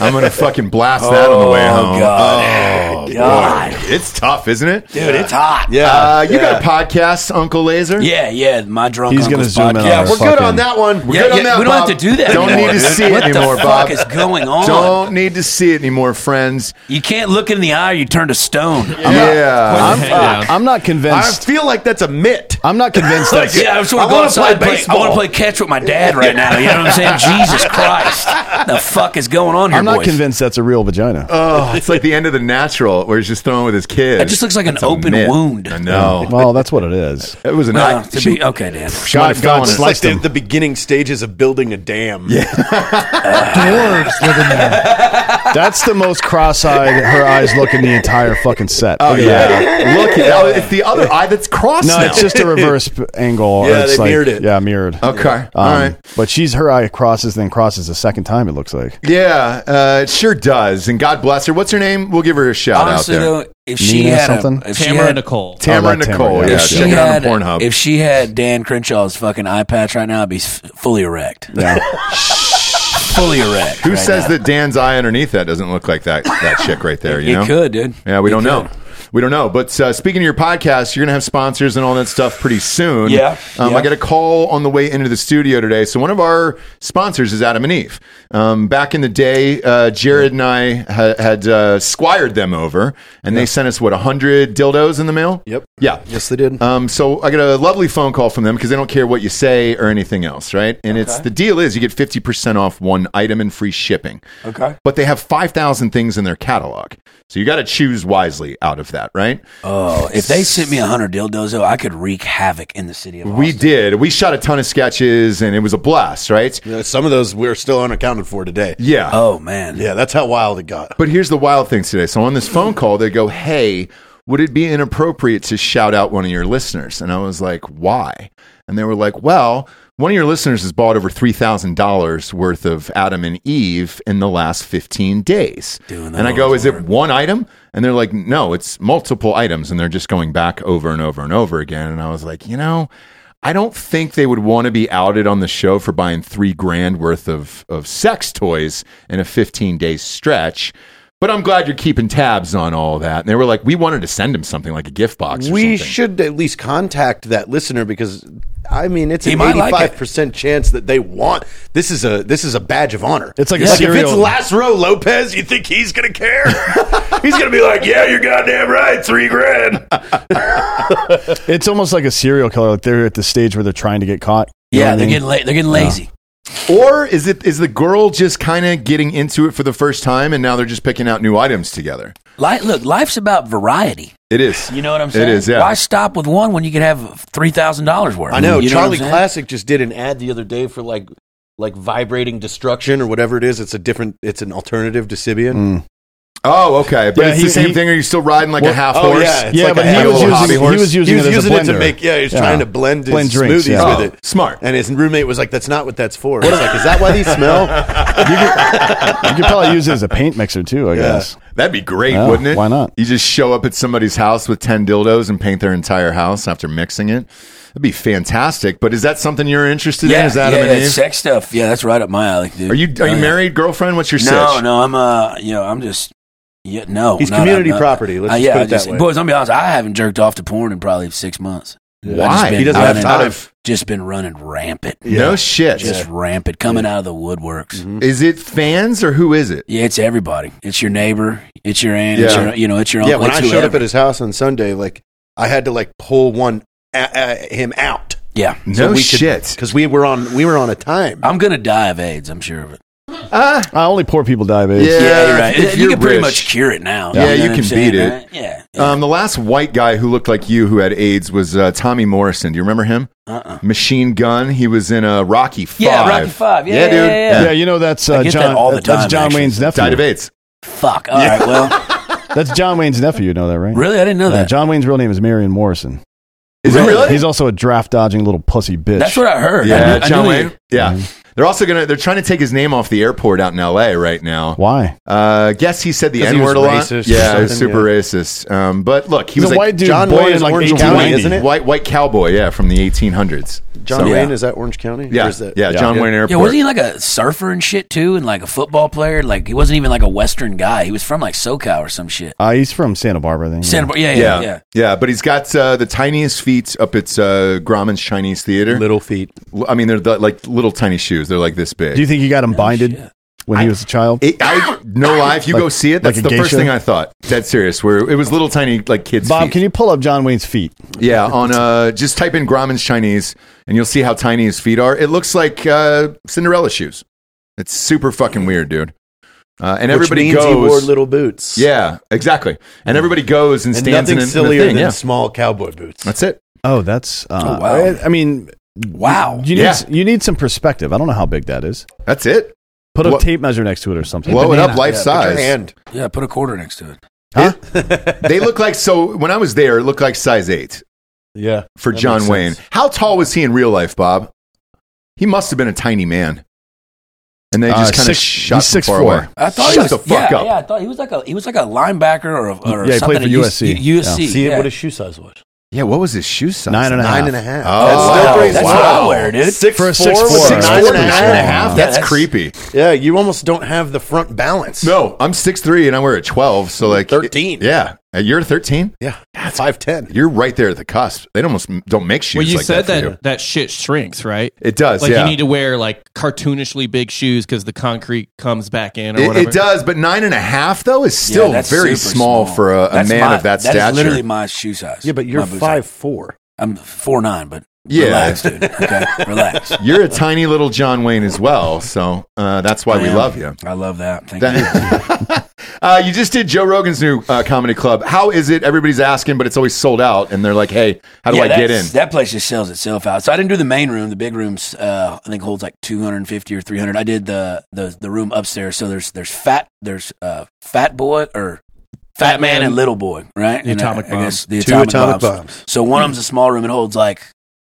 Speaker 1: I'm gonna fucking blast that on the way
Speaker 3: Oh,
Speaker 1: home.
Speaker 3: God.
Speaker 1: Oh,
Speaker 3: God.
Speaker 1: boy. it's tough, isn't it?
Speaker 3: dude. It's hot.
Speaker 2: Yeah,
Speaker 1: Uh, you got a podcast, Uncle Laser?
Speaker 3: yeah, yeah. My drunk
Speaker 4: He's gonna
Speaker 3: uncle's
Speaker 4: zoom in on
Speaker 3: podcast.
Speaker 4: Yeah,
Speaker 2: we're good
Speaker 4: fucking-
Speaker 2: on that one. We're
Speaker 3: Yeah,
Speaker 2: good on
Speaker 3: yeah,
Speaker 2: that.
Speaker 3: we don't
Speaker 2: Bob.
Speaker 3: have to do that.
Speaker 1: Don't
Speaker 3: anymore,
Speaker 1: need to
Speaker 3: dude.
Speaker 1: see it
Speaker 3: what
Speaker 1: anymore,
Speaker 3: the fuck
Speaker 1: Bob.
Speaker 3: is going on?
Speaker 1: Don't need to see it anymore, friends.
Speaker 3: You can't look in the eye. You turn to stone. Yeah,
Speaker 1: Yeah.
Speaker 6: Put your head down.
Speaker 4: I'm
Speaker 2: I
Speaker 4: not convinced.
Speaker 2: feel like that's a mitt.
Speaker 4: I'm not convinced that
Speaker 3: I just want
Speaker 2: I
Speaker 3: to go
Speaker 2: wanna
Speaker 3: outside. and
Speaker 2: play
Speaker 3: Play I want
Speaker 2: baseball.
Speaker 3: to play catch with my dad right now. You know what I'm saying? Jesus Christ, the fuck is going on here,
Speaker 4: I'm not
Speaker 3: boys?
Speaker 4: convinced that's a real vagina.
Speaker 1: Oh, it's like the end of the natural where he's just throwing with his kids.
Speaker 3: It just looks like an
Speaker 1: It's a
Speaker 3: open
Speaker 1: myth.
Speaker 3: wound.
Speaker 1: I know.
Speaker 4: well, that's what it is.
Speaker 1: It was an
Speaker 3: Well, to be, okay, Dan.
Speaker 1: might
Speaker 4: God,
Speaker 1: have
Speaker 4: God
Speaker 1: gone-
Speaker 2: It's like
Speaker 4: sliced
Speaker 2: the,
Speaker 4: him.
Speaker 2: the beginning stages of building a dam. Yeah.
Speaker 5: Dwarves live in there.
Speaker 4: That's the most cross-eyed her eyes look in the entire fucking set.
Speaker 1: Oh
Speaker 4: Look at that.
Speaker 1: yeah, look at that. It's the other eye that's crossed
Speaker 4: No,
Speaker 1: now.
Speaker 4: it's just a reverse p- angle.
Speaker 2: Yeah,
Speaker 4: it's
Speaker 2: they
Speaker 4: like-
Speaker 2: mirrored it.
Speaker 4: Yeah, mirrored.
Speaker 1: Okay,
Speaker 4: Um,
Speaker 1: all right.
Speaker 4: But she's her eye crosses, then crosses a second time. It looks like.
Speaker 1: Yeah, uh, it sure does. And God bless her. What's her name? We'll give her a shout
Speaker 3: Honestly,
Speaker 1: out there.
Speaker 3: though, if she
Speaker 4: Nina
Speaker 3: had
Speaker 4: something?
Speaker 3: a, if she
Speaker 6: Tamara
Speaker 3: had-
Speaker 6: Nicole.
Speaker 1: Tamara
Speaker 4: Oh, that
Speaker 1: Nicole.
Speaker 4: Tamara,
Speaker 1: Yeah,
Speaker 4: yeah.
Speaker 3: if
Speaker 1: check
Speaker 3: she
Speaker 1: it out on
Speaker 3: had-
Speaker 1: Pornhub.
Speaker 3: if she had Dan Crenshaw's fucking eye patch right now, I'd be s- fully erect.
Speaker 4: Yeah.
Speaker 3: fully erect.
Speaker 1: Who
Speaker 3: right
Speaker 1: says
Speaker 3: now.
Speaker 1: that Dan's eye underneath that doesn't look like that that chick right there? You
Speaker 3: It
Speaker 1: know,
Speaker 3: could, dude.
Speaker 1: Yeah, we
Speaker 3: It
Speaker 1: don't know.
Speaker 3: could.
Speaker 1: We don't know. But uh, speaking of your podcast, you're going to have sponsors and all that stuff pretty soon.
Speaker 3: Yeah,
Speaker 1: Um,
Speaker 3: yeah.
Speaker 1: I got a call on the way into the studio today. So one of our sponsors is Adam and Eve. Um, back in the day, uh, Jared and I ha- had uh, squired them over, and they sent us, what, 100 dildos in the mail?
Speaker 2: Yep.
Speaker 1: Yeah.
Speaker 2: Yes, they did.
Speaker 1: Um, so I got a lovely phone call from them because they don't care what you say or anything else, right? And it's the deal is you get fifty percent off one item and free shipping.
Speaker 3: Okay.
Speaker 1: But they have five thousand things in their catalog, so you got to choose wisely out of that, right?
Speaker 3: Oh, if they sent me a hundred dildos, though, I could wreak havoc in the city of.
Speaker 1: We did. We shot a ton of sketches, and it was a blast, right?
Speaker 2: You know, some of those we're still unaccounted for today.
Speaker 1: Yeah.
Speaker 3: Oh man.
Speaker 2: Yeah, that's how wild it got.
Speaker 1: But here's the wild thing today. So on this phone call, they go, "Hey, would it be inappropriate to shout out one of your listeners?" And I was like, "Why?" And they were like, "Well, one of your listeners has bought over three thousand dollars worth of Adam and Eve in the last fifteen days."
Speaker 3: Doing
Speaker 1: and I
Speaker 3: those
Speaker 1: go, "Is it one item?" And they're like, "No, it's multiple items." And they're just going back over and over and over again. And I was like, "You know." I don't think they would want to be outed on the show for buying three grand worth of, of sex toys in a 15 day stretch. But I'm glad you're keeping tabs on all that. And they were like, we wanted to send him something like a gift box. Or
Speaker 2: We
Speaker 1: something.
Speaker 2: should at least contact that listener because I mean it's
Speaker 3: He
Speaker 2: an
Speaker 3: might like
Speaker 2: eighty-five percent chance that they want this is a this is a badge of honor.
Speaker 4: It's like a
Speaker 2: if it's
Speaker 4: serial-
Speaker 2: Lazaro Lopez, you think he's gonna care? he's gonna be like, yeah, you're goddamn right, three grand.
Speaker 4: It's almost like a serial killer. Like they're at the stage where they're trying to get caught. You know what
Speaker 3: Yeah,
Speaker 4: I
Speaker 3: they're
Speaker 4: mean?
Speaker 3: getting la- they're getting lazy.
Speaker 1: Or is it is the girl just kind of getting into it for the first time, and now they're just picking out new items together?
Speaker 3: Li- look, life's about variety.
Speaker 1: It is.
Speaker 3: You know what I'm saying?
Speaker 1: It is. Yeah.
Speaker 3: Why stop with one when you could have three thousand dollars worth?
Speaker 2: I know.
Speaker 3: You what
Speaker 2: Charlie
Speaker 3: I'm saying?
Speaker 2: Classic just did an ad the other day for like like vibrating destruction or whatever it is. It's a different. It's an alternative to Sibian.
Speaker 1: oh, okay. But
Speaker 4: Yeah,
Speaker 1: it's
Speaker 4: he-
Speaker 1: the same
Speaker 4: he-
Speaker 1: thing. Are you still riding like a
Speaker 4: Well,
Speaker 1: half
Speaker 2: oh,
Speaker 1: horse?
Speaker 2: yeah. It's
Speaker 4: yeah,
Speaker 2: like
Speaker 4: but
Speaker 2: a
Speaker 4: he was,
Speaker 2: little hobby
Speaker 4: using, he
Speaker 2: horse.
Speaker 4: was using
Speaker 2: he was
Speaker 4: it as
Speaker 2: using
Speaker 4: a
Speaker 2: it to
Speaker 4: blender.
Speaker 2: make yeah. He's
Speaker 4: Yeah.
Speaker 2: trying to blend his
Speaker 4: Blend drinks,
Speaker 2: smoothies
Speaker 4: yeah.
Speaker 1: Oh,
Speaker 2: with it.
Speaker 1: smart.
Speaker 2: And his roommate was like, "That's not what that's for." I was like, "Is that why these smell?"
Speaker 4: You could probably use it as a paint mixer too. I guess.
Speaker 1: That'd be great,
Speaker 4: Yeah,
Speaker 1: wouldn't it?
Speaker 4: why not?
Speaker 1: You just show up at somebody's house with 10 dildos and paint their entire house after mixing it. That'd be fantastic. But is that something you're interested in?
Speaker 3: Yeah,
Speaker 1: Is Adam
Speaker 3: yeah,
Speaker 1: and
Speaker 3: yeah,
Speaker 1: Eve?
Speaker 3: sex stuff. Yeah, that's right up my alley, dude.
Speaker 1: Are you are
Speaker 3: Oh,
Speaker 1: you
Speaker 3: yeah.
Speaker 1: married, girlfriend? What's your
Speaker 3: No,
Speaker 1: sitch?
Speaker 3: no, I'm uh, you know, I'm just, yeah, no.
Speaker 2: He's
Speaker 3: not-
Speaker 2: community
Speaker 3: I'm not-
Speaker 2: property. Let's
Speaker 3: Uh,
Speaker 2: just
Speaker 3: yeah,
Speaker 2: put
Speaker 3: I
Speaker 2: it that way.
Speaker 3: Boys, I'm gonna be honest. I haven't jerked off to porn in probably six months. I've just
Speaker 1: Why?
Speaker 3: been
Speaker 2: He doesn't have
Speaker 3: running-
Speaker 2: time.
Speaker 3: I've Just been running rampant.
Speaker 1: No shit.
Speaker 3: Just rampant, coming out of the woodworks.
Speaker 2: Mm-hmm.
Speaker 1: Is it fans or who is it?
Speaker 3: Yeah, it's everybody. It's your neighbor. It's your aunt. It's
Speaker 1: Yeah.
Speaker 3: your, you know, it's your
Speaker 2: yeah.
Speaker 3: uncle.
Speaker 2: When
Speaker 3: it's
Speaker 2: I showed up
Speaker 3: whoever.
Speaker 2: at his house on Sunday, like I had to like pull one a- a- him out.
Speaker 3: yeah,
Speaker 1: No shit.
Speaker 2: Because we were on we were on a time.
Speaker 3: I'm gonna die of AIDS. I'm sure of it.
Speaker 1: Ah,
Speaker 4: Uh, only poor people die of AIDS.
Speaker 3: Yeah, you're right.
Speaker 1: if
Speaker 3: Uh, you
Speaker 1: you're
Speaker 3: can pretty
Speaker 1: rich.
Speaker 3: much cure it now.
Speaker 1: Yeah, you
Speaker 3: what I'm
Speaker 1: can
Speaker 3: saying,
Speaker 1: beat it.
Speaker 3: right? Yeah.
Speaker 1: Um, the last white guy who looked like you who had AIDS was uh, Tommy Morrison. Do you remember him?
Speaker 3: uh-uh.
Speaker 1: Machine Gun. He was in a Rocky Five.
Speaker 3: Yeah, Rocky Five. Yeah, yeah,
Speaker 1: dude.
Speaker 3: yeah,
Speaker 4: Yeah,
Speaker 3: yeah.
Speaker 4: you know that's
Speaker 3: I
Speaker 4: uh,
Speaker 3: get
Speaker 4: John.
Speaker 3: that all the
Speaker 4: that's
Speaker 3: time,
Speaker 4: John
Speaker 3: actually.
Speaker 4: Wayne's nephew.
Speaker 1: Died of AIDS.
Speaker 3: Fuck. All right. Well,
Speaker 4: That's John Wayne's nephew. You know that, right?
Speaker 3: really, I didn't know
Speaker 4: Yeah,
Speaker 3: that.
Speaker 4: John Wayne's real name is Marion Morrison.
Speaker 1: Is it really?
Speaker 4: He's also a draft dodging little pussy bitch.
Speaker 3: That's what I heard. I knew-
Speaker 1: Yeah,
Speaker 3: I knew
Speaker 1: John
Speaker 3: he-
Speaker 2: Mm-hmm.
Speaker 1: Wayne. uh, Yeah. They're also gonna. They're trying to take his name off the airport out in L.A. right now.
Speaker 4: Why?
Speaker 1: Uh, guess he said the
Speaker 2: 'Cause he
Speaker 1: N word a
Speaker 2: was
Speaker 1: lot.
Speaker 2: racist or
Speaker 1: yeah, he was
Speaker 2: something,
Speaker 1: super
Speaker 2: yeah.
Speaker 1: racist. Um, but look, he
Speaker 4: He's
Speaker 1: was
Speaker 4: a
Speaker 1: like
Speaker 4: white dude
Speaker 2: John
Speaker 4: born
Speaker 2: Wayne
Speaker 4: in like
Speaker 2: Orange
Speaker 4: 1890.
Speaker 2: County, isn't it?
Speaker 1: white white cowboy. Yeah, from the 1800s.
Speaker 2: John
Speaker 1: So-
Speaker 3: Yeah.
Speaker 2: Wayne is that Orange County?
Speaker 1: Yeah,
Speaker 2: Or is that,
Speaker 1: yeah, John Wayne Airport.
Speaker 3: Yeah, wasn't he like a surfer and shit too, and like a football player? Like he wasn't even like a Western guy. He was from like SoCal or some shit.
Speaker 4: Uh, he's from Santa Barbara. I think.
Speaker 3: Santa Barbara. Yeah,
Speaker 1: yeah,
Speaker 3: yeah,
Speaker 1: yeah, But he's got uh, the tiniest feet up at uh, Grauman's Chinese Theater.
Speaker 2: Little Feet.
Speaker 1: L- I mean, they're the, like little tiny shoes. They're like this big.
Speaker 4: Do you think he got him binded when he was a child?
Speaker 1: It, I no lie. If you
Speaker 4: Like-
Speaker 1: go see it,
Speaker 4: like
Speaker 1: that's
Speaker 4: a
Speaker 1: the first
Speaker 4: geisha?
Speaker 1: thing I thought. Dead serious. Where it was little tiny like kids.
Speaker 4: Bob,
Speaker 1: feet.
Speaker 4: can you pull up John Wayne's feet?
Speaker 1: yeah, on uh, just type in Grauman's Chinese, and you'll see how tiny his feet are. It looks like uh, Cinderella shoes. It's super fucking weird, dude. Uh, and everybody
Speaker 2: Which means
Speaker 1: goes.
Speaker 2: he wore little boots.
Speaker 1: yeah, exactly. And everybody goes and
Speaker 2: And
Speaker 1: stands
Speaker 2: nothing
Speaker 1: in, a- in
Speaker 2: sillier
Speaker 1: a thing.
Speaker 2: than
Speaker 1: yeah,
Speaker 2: small cowboy boots.
Speaker 1: that's it.
Speaker 4: Oh, that's. Uh,
Speaker 3: Oh, wow.
Speaker 4: I, I mean,
Speaker 3: Wow.
Speaker 4: you need
Speaker 1: Yeah.
Speaker 4: you need some perspective. I don't know how big that is.
Speaker 1: That's it.
Speaker 4: Put a
Speaker 1: What-
Speaker 4: tape measure next to it or something.
Speaker 1: Blow it up
Speaker 5: banana.
Speaker 1: life
Speaker 2: Yeah, put your
Speaker 1: size.
Speaker 2: hand.
Speaker 3: Yeah, put a quarter next to it.
Speaker 4: Huh?
Speaker 1: they look like so when I was there, it looked like size eight
Speaker 2: Yeah.
Speaker 1: for
Speaker 2: That
Speaker 1: John
Speaker 2: makes
Speaker 1: Wayne.
Speaker 2: sense.
Speaker 1: How tall was he in real life, Bob? He must have been a tiny man. And they just
Speaker 4: Uh,
Speaker 1: kind of
Speaker 4: six-
Speaker 1: shot
Speaker 4: he's
Speaker 1: from
Speaker 4: six
Speaker 1: far
Speaker 4: four.
Speaker 1: away.
Speaker 3: I thought
Speaker 1: Shut
Speaker 3: he was,
Speaker 1: the fuck
Speaker 3: yeah,
Speaker 1: up.
Speaker 3: Yeah, I thought he was like a he was like a linebacker or, a- or
Speaker 4: Yeah, he
Speaker 3: something.
Speaker 4: played for
Speaker 3: at
Speaker 4: USC.
Speaker 3: U- USC.
Speaker 2: See
Speaker 3: yeah.
Speaker 2: what his shoe size was.
Speaker 1: Yeah, what was his shoe size?
Speaker 4: Nine and a half.
Speaker 2: Nine and a half.
Speaker 1: Oh,
Speaker 2: That's still
Speaker 1: wow.
Speaker 2: pretty
Speaker 1: That's
Speaker 2: small.
Speaker 3: footwear, dude.
Speaker 2: Six
Speaker 4: For a
Speaker 2: four
Speaker 4: six
Speaker 2: with
Speaker 4: four.
Speaker 2: nine
Speaker 1: Six
Speaker 2: and
Speaker 1: four
Speaker 2: a
Speaker 1: to nine
Speaker 2: half.
Speaker 1: and a half?
Speaker 3: Yeah,
Speaker 1: That's,
Speaker 3: that's-
Speaker 1: creepy.
Speaker 2: Yeah, you almost don't have the front balance.
Speaker 1: No, I'm six three and I wear a twelve, so like
Speaker 2: 13.
Speaker 1: yeah. Uh, You're thirteen?
Speaker 2: Yeah. Five ten.
Speaker 1: You're right there at the cusp. They almost m- don't make shoes
Speaker 6: Well, you
Speaker 1: like
Speaker 6: said
Speaker 1: that.
Speaker 6: that
Speaker 1: for
Speaker 6: that, shit shrinks, right?
Speaker 1: you. It does,
Speaker 6: Like
Speaker 1: yeah.
Speaker 6: you need to wear like cartoonishly big shoes because the concrete comes back in or
Speaker 1: It-
Speaker 6: whatever.
Speaker 1: It, does, but nine and a half though is
Speaker 3: Yeah,
Speaker 1: still
Speaker 3: that's
Speaker 1: very
Speaker 3: super
Speaker 1: small, for a, a
Speaker 3: That's
Speaker 1: man
Speaker 3: my-
Speaker 1: of that,
Speaker 3: That
Speaker 1: stature.
Speaker 3: is literally my shoe size.
Speaker 2: Yeah, but you're
Speaker 3: My boot size.
Speaker 2: five four.
Speaker 3: I'm four nine, but
Speaker 1: Yeah.
Speaker 3: relax, dude. Okay, relax.
Speaker 1: You're a tiny little John Wayne as well, so uh, that's why
Speaker 3: I
Speaker 1: we
Speaker 3: am.
Speaker 1: love you.
Speaker 3: I love that. Thank you.
Speaker 1: That- uh, you just did Joe Rogan's new uh, comedy club. How is it? Everybody's asking, but it's always sold out, and they're like, "Hey, how do I get in?"
Speaker 3: that's- That place just sells itself out. So I didn't do the main room. The big room's uh, I think holds like 250 or 300. I did the the the room upstairs. So there's there's fat there's uh fat boy or fat,
Speaker 6: Fat
Speaker 3: man,
Speaker 6: Man.
Speaker 3: and little boy, right?
Speaker 6: The
Speaker 3: And
Speaker 6: atomic
Speaker 3: I, I guess the
Speaker 2: Two
Speaker 3: atomic,
Speaker 2: atomic
Speaker 3: bombs.
Speaker 2: bombs.
Speaker 3: So one of them's a small room. It holds like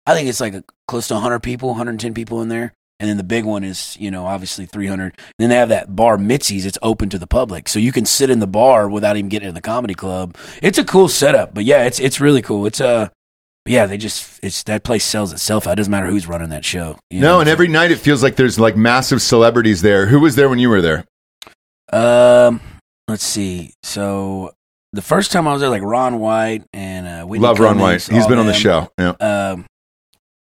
Speaker 3: I think it's like a, close to 100 people, 110 people in there. And then the big one is, you know, obviously 300. Then they have that bar Mitzi's. It's open to the public, so you can sit in the bar without even getting in the comedy club. It's a cool setup, but yeah, it's it's really cool. It's uh, yeah, they just it's that place sells itself. out. It doesn't matter who's running that show. you
Speaker 1: no,
Speaker 3: know?
Speaker 1: and every night it feels like there's like massive celebrities there. Who was there when you were there?
Speaker 3: um, let's see. So the first time I was there, like Ron White and uh, Whitney
Speaker 1: Love Ron White.
Speaker 3: Cummings,
Speaker 1: He's
Speaker 3: all
Speaker 1: been on the
Speaker 3: them.
Speaker 1: show. Yeah.
Speaker 3: um,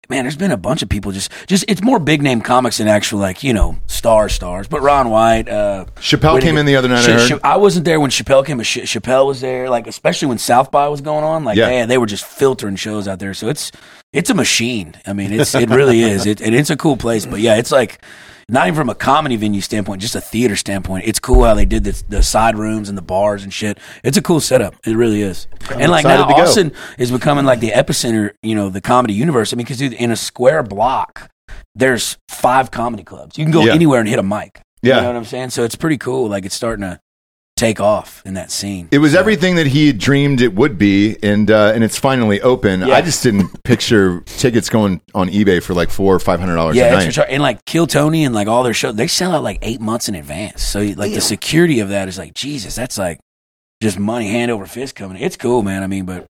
Speaker 3: man, there's been a bunch of people just just it's more big name comics than actual like you know star stars. But Ron White, uh,
Speaker 1: Chappelle
Speaker 3: Whitney-
Speaker 1: came in the other night. I heard.
Speaker 3: Ch- Ch- I wasn't there when Chappelle came, but Ch- Chappelle was there. Like especially when South by was going on, like
Speaker 1: Yeah.
Speaker 3: man, they were just filtering shows out there. So it's it's a machine. I mean, it's it really is. It, and it's a cool place. But yeah, it's like. Not even from a comedy venue standpoint, just a theater standpoint. It's cool how they did the, the side rooms and the bars and shit. It's a cool setup. It really is. and like
Speaker 2: excited
Speaker 3: now,
Speaker 2: to go.
Speaker 3: Austin is becoming like the epicenter, you know, the comedy universe. I mean, because dude, in a square block, there's five comedy clubs. You can go
Speaker 1: Yeah.
Speaker 3: anywhere and hit a mic.
Speaker 1: Yeah.
Speaker 3: You know what I'm saying? So it's pretty cool. Like it's starting to take off in that scene.
Speaker 1: It was
Speaker 3: So-
Speaker 1: everything that he had dreamed it would be, and uh, and it's finally open.
Speaker 3: Yeah.
Speaker 1: I just didn't picture tickets going on eBay for like four or five hundred dollars
Speaker 3: Yeah,
Speaker 1: a night.
Speaker 3: extra char- and like Kill Tony and like all their shows, they sell out like eight months in advance. So like the security of that is like Jesus. That's like just money hand over fist coming. It's cool, man. I mean, but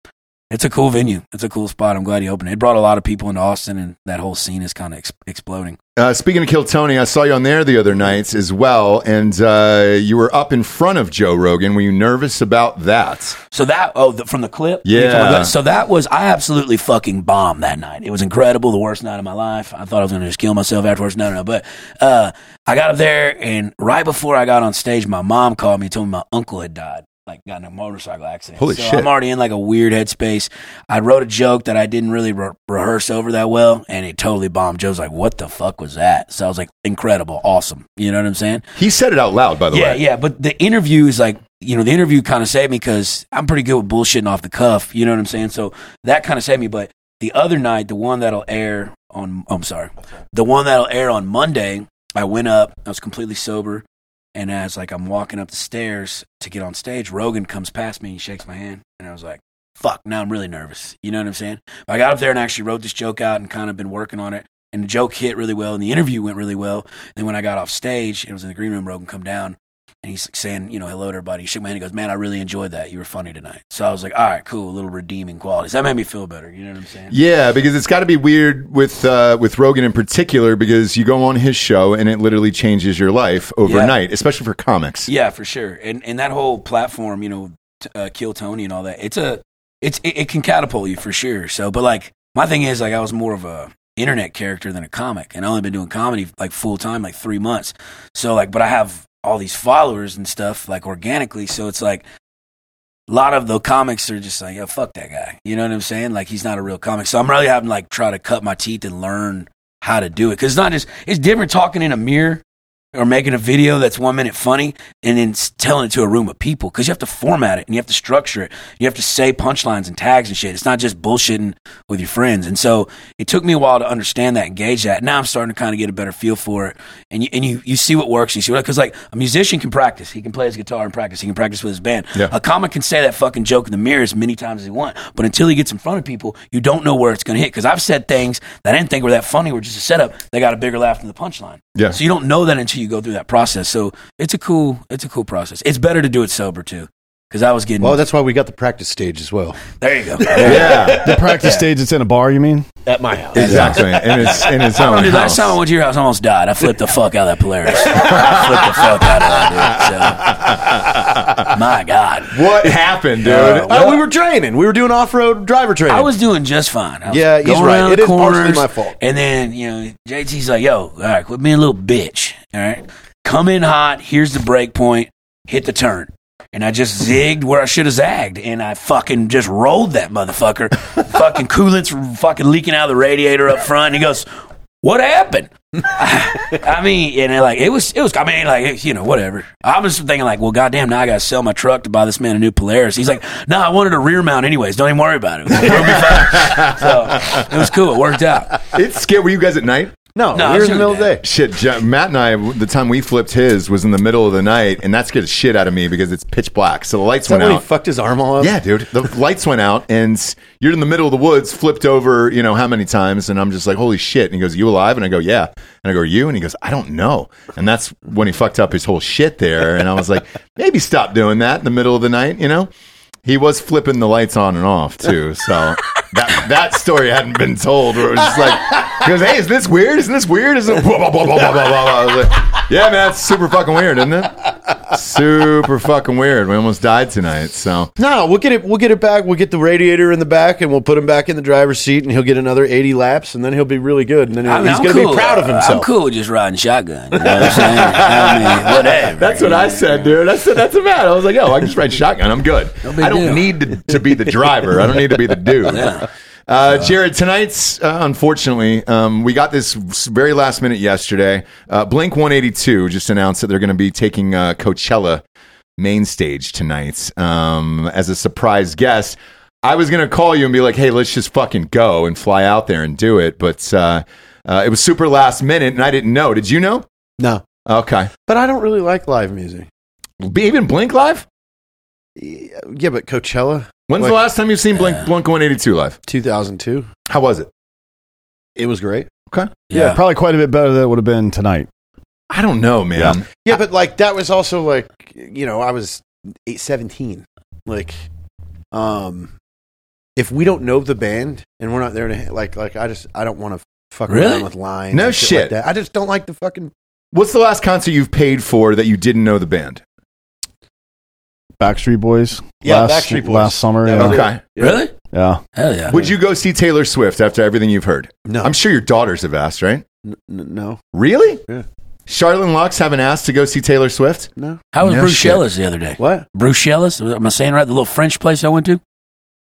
Speaker 3: it's a cool venue. It's a cool spot. I'm glad he opened it. It brought a lot of people into Austin, and that whole scene is kind of ex- exploding.
Speaker 1: Uh, speaking of Kill Tony, I saw you on there the other night as well, and uh, you were up in front of Joe Rogan. Were you nervous about that?
Speaker 3: So that oh the, from the clip
Speaker 1: Yeah.
Speaker 3: You're talking about that? So that was I absolutely fucking bombed that night. It was incredible, the worst night of my life. I thought I was gonna just kill myself afterwards. No, no, no. But uh, I got up there and right before I got on stage, my mom called me and told me my uncle had died. Like got in a motorcycle accident.
Speaker 1: Holy
Speaker 3: so
Speaker 1: shit.
Speaker 3: I'm already in like a weird headspace. I wrote a joke that I didn't really re- rehearse over that well, and it totally bombed. Joe's like, "What the fuck was that?" So I was like, "Incredible, awesome." You know what I'm saying?
Speaker 1: He said it out loud, by the
Speaker 3: yeah,
Speaker 1: way.
Speaker 3: yeah. But the interview is like, you know, the interview kind of saved me because I'm pretty good with bullshitting off the cuff. You know what I'm saying? So that kind of saved me. But the other night, the one that'll air on, I'm sorry, the one that'll air on Monday, I went up, I was completely sober. And as like I'm walking up the stairs to get on stage, Rogan comes past me and shakes my hand. And I was like, fuck, now I'm really nervous. You know what I'm saying? I got up there and actually wrote this joke out and kind of been working on it. and the joke hit really well, and the interview went really well. And then when I got off stage, it was in the green room. Rogan come down, and he's like saying, you know, hello to everybody. He shook my hand. He goes, man, I really enjoyed that. You were funny tonight. So I was like, all right, cool, a little redeeming qualities. That made me feel better. You know what I'm saying?
Speaker 1: Yeah, because it's got to be weird with uh, with Rogan in particular because you go on his show and it literally changes your life overnight, especially for comics.
Speaker 3: Yeah, for sure. And and that whole platform, you know, t- uh, Kill Tony and all that. It's a it's it, it can catapult you for sure. So, but like my thing is like I was more of a internet character than a comic, and I only been doing comedy like full time like three months. So like, but I have all these followers and stuff like organically. So it's like a lot of the comics are just like, yo, fuck that guy. You know what I'm saying? Like he's not a real comic. So I'm really having to, like try to cut my teeth and learn how to do it because it's not just it's different talking in a mirror or making a video that's one minute funny and then s- telling it to a room of people because you have to format it and you have to structure it. You have to say punchlines and tags and shit. It's not just bullshitting with your friends. And so it took me a while to understand that and gauge that. Now I'm starting to kind of get a better feel for it. And you, and you, you see what works. You see what, because like a musician can practice. He can play his guitar and practice. He can practice with his band.
Speaker 1: Yeah.
Speaker 3: A comic can say that fucking joke in the mirror as many times as he wants. But until he gets in front of people, you don't know where it's going to hit. Because I've said things that I didn't think were that funny were just a setup. They got a bigger laugh than the punchline.
Speaker 1: Yeah.
Speaker 3: So you don't know that until you go through that process. So it's a cool, it's a cool process. It's better to do it sober too, because I was getting.
Speaker 2: Well, that's why we got the practice stage as well.
Speaker 3: there you go.
Speaker 1: Yeah,
Speaker 4: The practice stage that's in a bar, you mean?
Speaker 2: At my house.
Speaker 1: exactly. And it's and it's own
Speaker 3: Dude,
Speaker 1: house.
Speaker 3: last time I went to your house, I almost died. I flipped the fuck out of that Polaris. I flipped the fuck out of that dude. So. My God.
Speaker 1: What happened, dude?
Speaker 2: Uh, we were training. We were doing off road driver training.
Speaker 3: I was doing just fine. I was
Speaker 2: Yeah, he's
Speaker 3: going
Speaker 2: right.
Speaker 3: around
Speaker 2: It is partially
Speaker 3: corners,
Speaker 2: my fault.
Speaker 3: And then you know, JT's like, "Yo, all right, quit being a little bitch. All right, come in hot. Here's the break point. Hit the turn." And I just zigged where I should have zagged, and I fucking just rolled that motherfucker. fucking coolant's fucking leaking out of the radiator up front. And he goes, "What happened?" I mean, and it, like it was, it was. I mean, like it, you know, whatever. I'm just thinking, like, well, goddamn, now I gotta sell my truck to buy this man a new Polaris. He's like, no, I wanted a rear mount, anyways. Don't even worry about it. We'll be fine. so it was cool. It worked out.
Speaker 1: it's scary. Were you guys at night?
Speaker 2: no,
Speaker 3: No, I
Speaker 2: we were
Speaker 3: was
Speaker 2: in the
Speaker 3: doing
Speaker 2: middle of the day.
Speaker 1: Shit, Jo- Matt and I, the time we flipped his was in the middle of the night, and that scared the shit out of me because it's pitch black. So the lights
Speaker 2: Is that
Speaker 1: went
Speaker 2: when
Speaker 1: out.
Speaker 2: he fucked his arm all up?
Speaker 1: Yeah, dude. The lights went out, and s- you're in the middle of the woods, flipped over, you know, how many times? And I'm just like, holy shit. And he goes, You alive? And I go, Yeah. And I go, You? And he goes, I don't know. And that's when he fucked up his whole shit there. And I was like, Maybe stop doing that in the middle of the night, you know? He was flipping the lights on and off, too. So. That, that story hadn't been told. Where it was just like, he goes, "Hey, is this weird? Isn't this weird? Is it?" Blah, blah, blah, blah, blah, blah, blah. I was like, yeah, man, it's super fucking weird, isn't it? Super fucking weird. We almost died tonight. So
Speaker 2: No, we'll get it. We'll get it back. We'll get the radiator in the back, and we'll put him back in the driver's seat, and he'll get another eighty laps, and then he'll be really good, and then
Speaker 3: I mean,
Speaker 2: he's
Speaker 3: I'm
Speaker 2: going to
Speaker 3: cool.
Speaker 2: be proud of
Speaker 3: I'm
Speaker 2: himself.
Speaker 3: cool with just riding shotgun. You know what I'm saying? I mean, whatever.
Speaker 1: That's what I said, dude. I said that's a bad. I was like, oh, I can just ride shotgun. I'm good.
Speaker 3: big
Speaker 1: I don't
Speaker 3: deal.
Speaker 1: need to, to be the driver. I don't need to be the dude.
Speaker 3: Yeah.
Speaker 1: Uh, Jared, tonight's uh, unfortunately, um, we got this very last minute yesterday. Uh, Blink 182 just announced that they're going to be taking uh, Coachella main stage tonight um, as a surprise guest. I was going to call you and be like, hey, let's just fucking go and fly out there and do it. But uh, uh, it was super last minute and I didn't know. Did you know?
Speaker 2: No,
Speaker 1: Okay.
Speaker 2: but I don't really like live music.
Speaker 1: Be even Blink live?
Speaker 2: Yeah, but Coachella,
Speaker 1: When's
Speaker 2: Like-
Speaker 1: the last time you've seen Blink Blink 182 live?
Speaker 2: two thousand two,
Speaker 1: How was it?
Speaker 2: it was great.
Speaker 4: Yeah. probably quite a bit better than it would have been tonight.
Speaker 1: I don't know, man.
Speaker 4: Yeah.
Speaker 2: Yeah, but like that was also like you know I was eight, 17. Like, um, if we don't know the band and we're not there to like like I just I don't want to fuck
Speaker 3: Really?
Speaker 2: around with lines.
Speaker 1: No
Speaker 2: and
Speaker 1: shit.
Speaker 2: like that. I just don't like the fucking
Speaker 1: What's the last concert you've paid for that you didn't know the band?
Speaker 4: Backstreet Boys.
Speaker 2: Yeah,
Speaker 4: last,
Speaker 2: Backstreet Boys.
Speaker 4: Last summer.
Speaker 2: That
Speaker 4: Yeah.
Speaker 2: was it.
Speaker 1: Okay.
Speaker 3: Really?
Speaker 4: yeah.
Speaker 3: Hell yeah.
Speaker 1: Would you go see Taylor Swift after everything you've heard?
Speaker 2: no
Speaker 1: I'm sure your daughters have asked, right?
Speaker 2: n- n- no
Speaker 1: Really?
Speaker 2: Yeah.
Speaker 1: Charlotte and Lux haven't asked to go see Taylor Swift?
Speaker 2: no
Speaker 3: How was
Speaker 1: No
Speaker 3: Bruce
Speaker 1: shit.
Speaker 3: Shellis the other day?
Speaker 2: what
Speaker 3: Bruce Shellis? Am I saying right? The little French place I went to?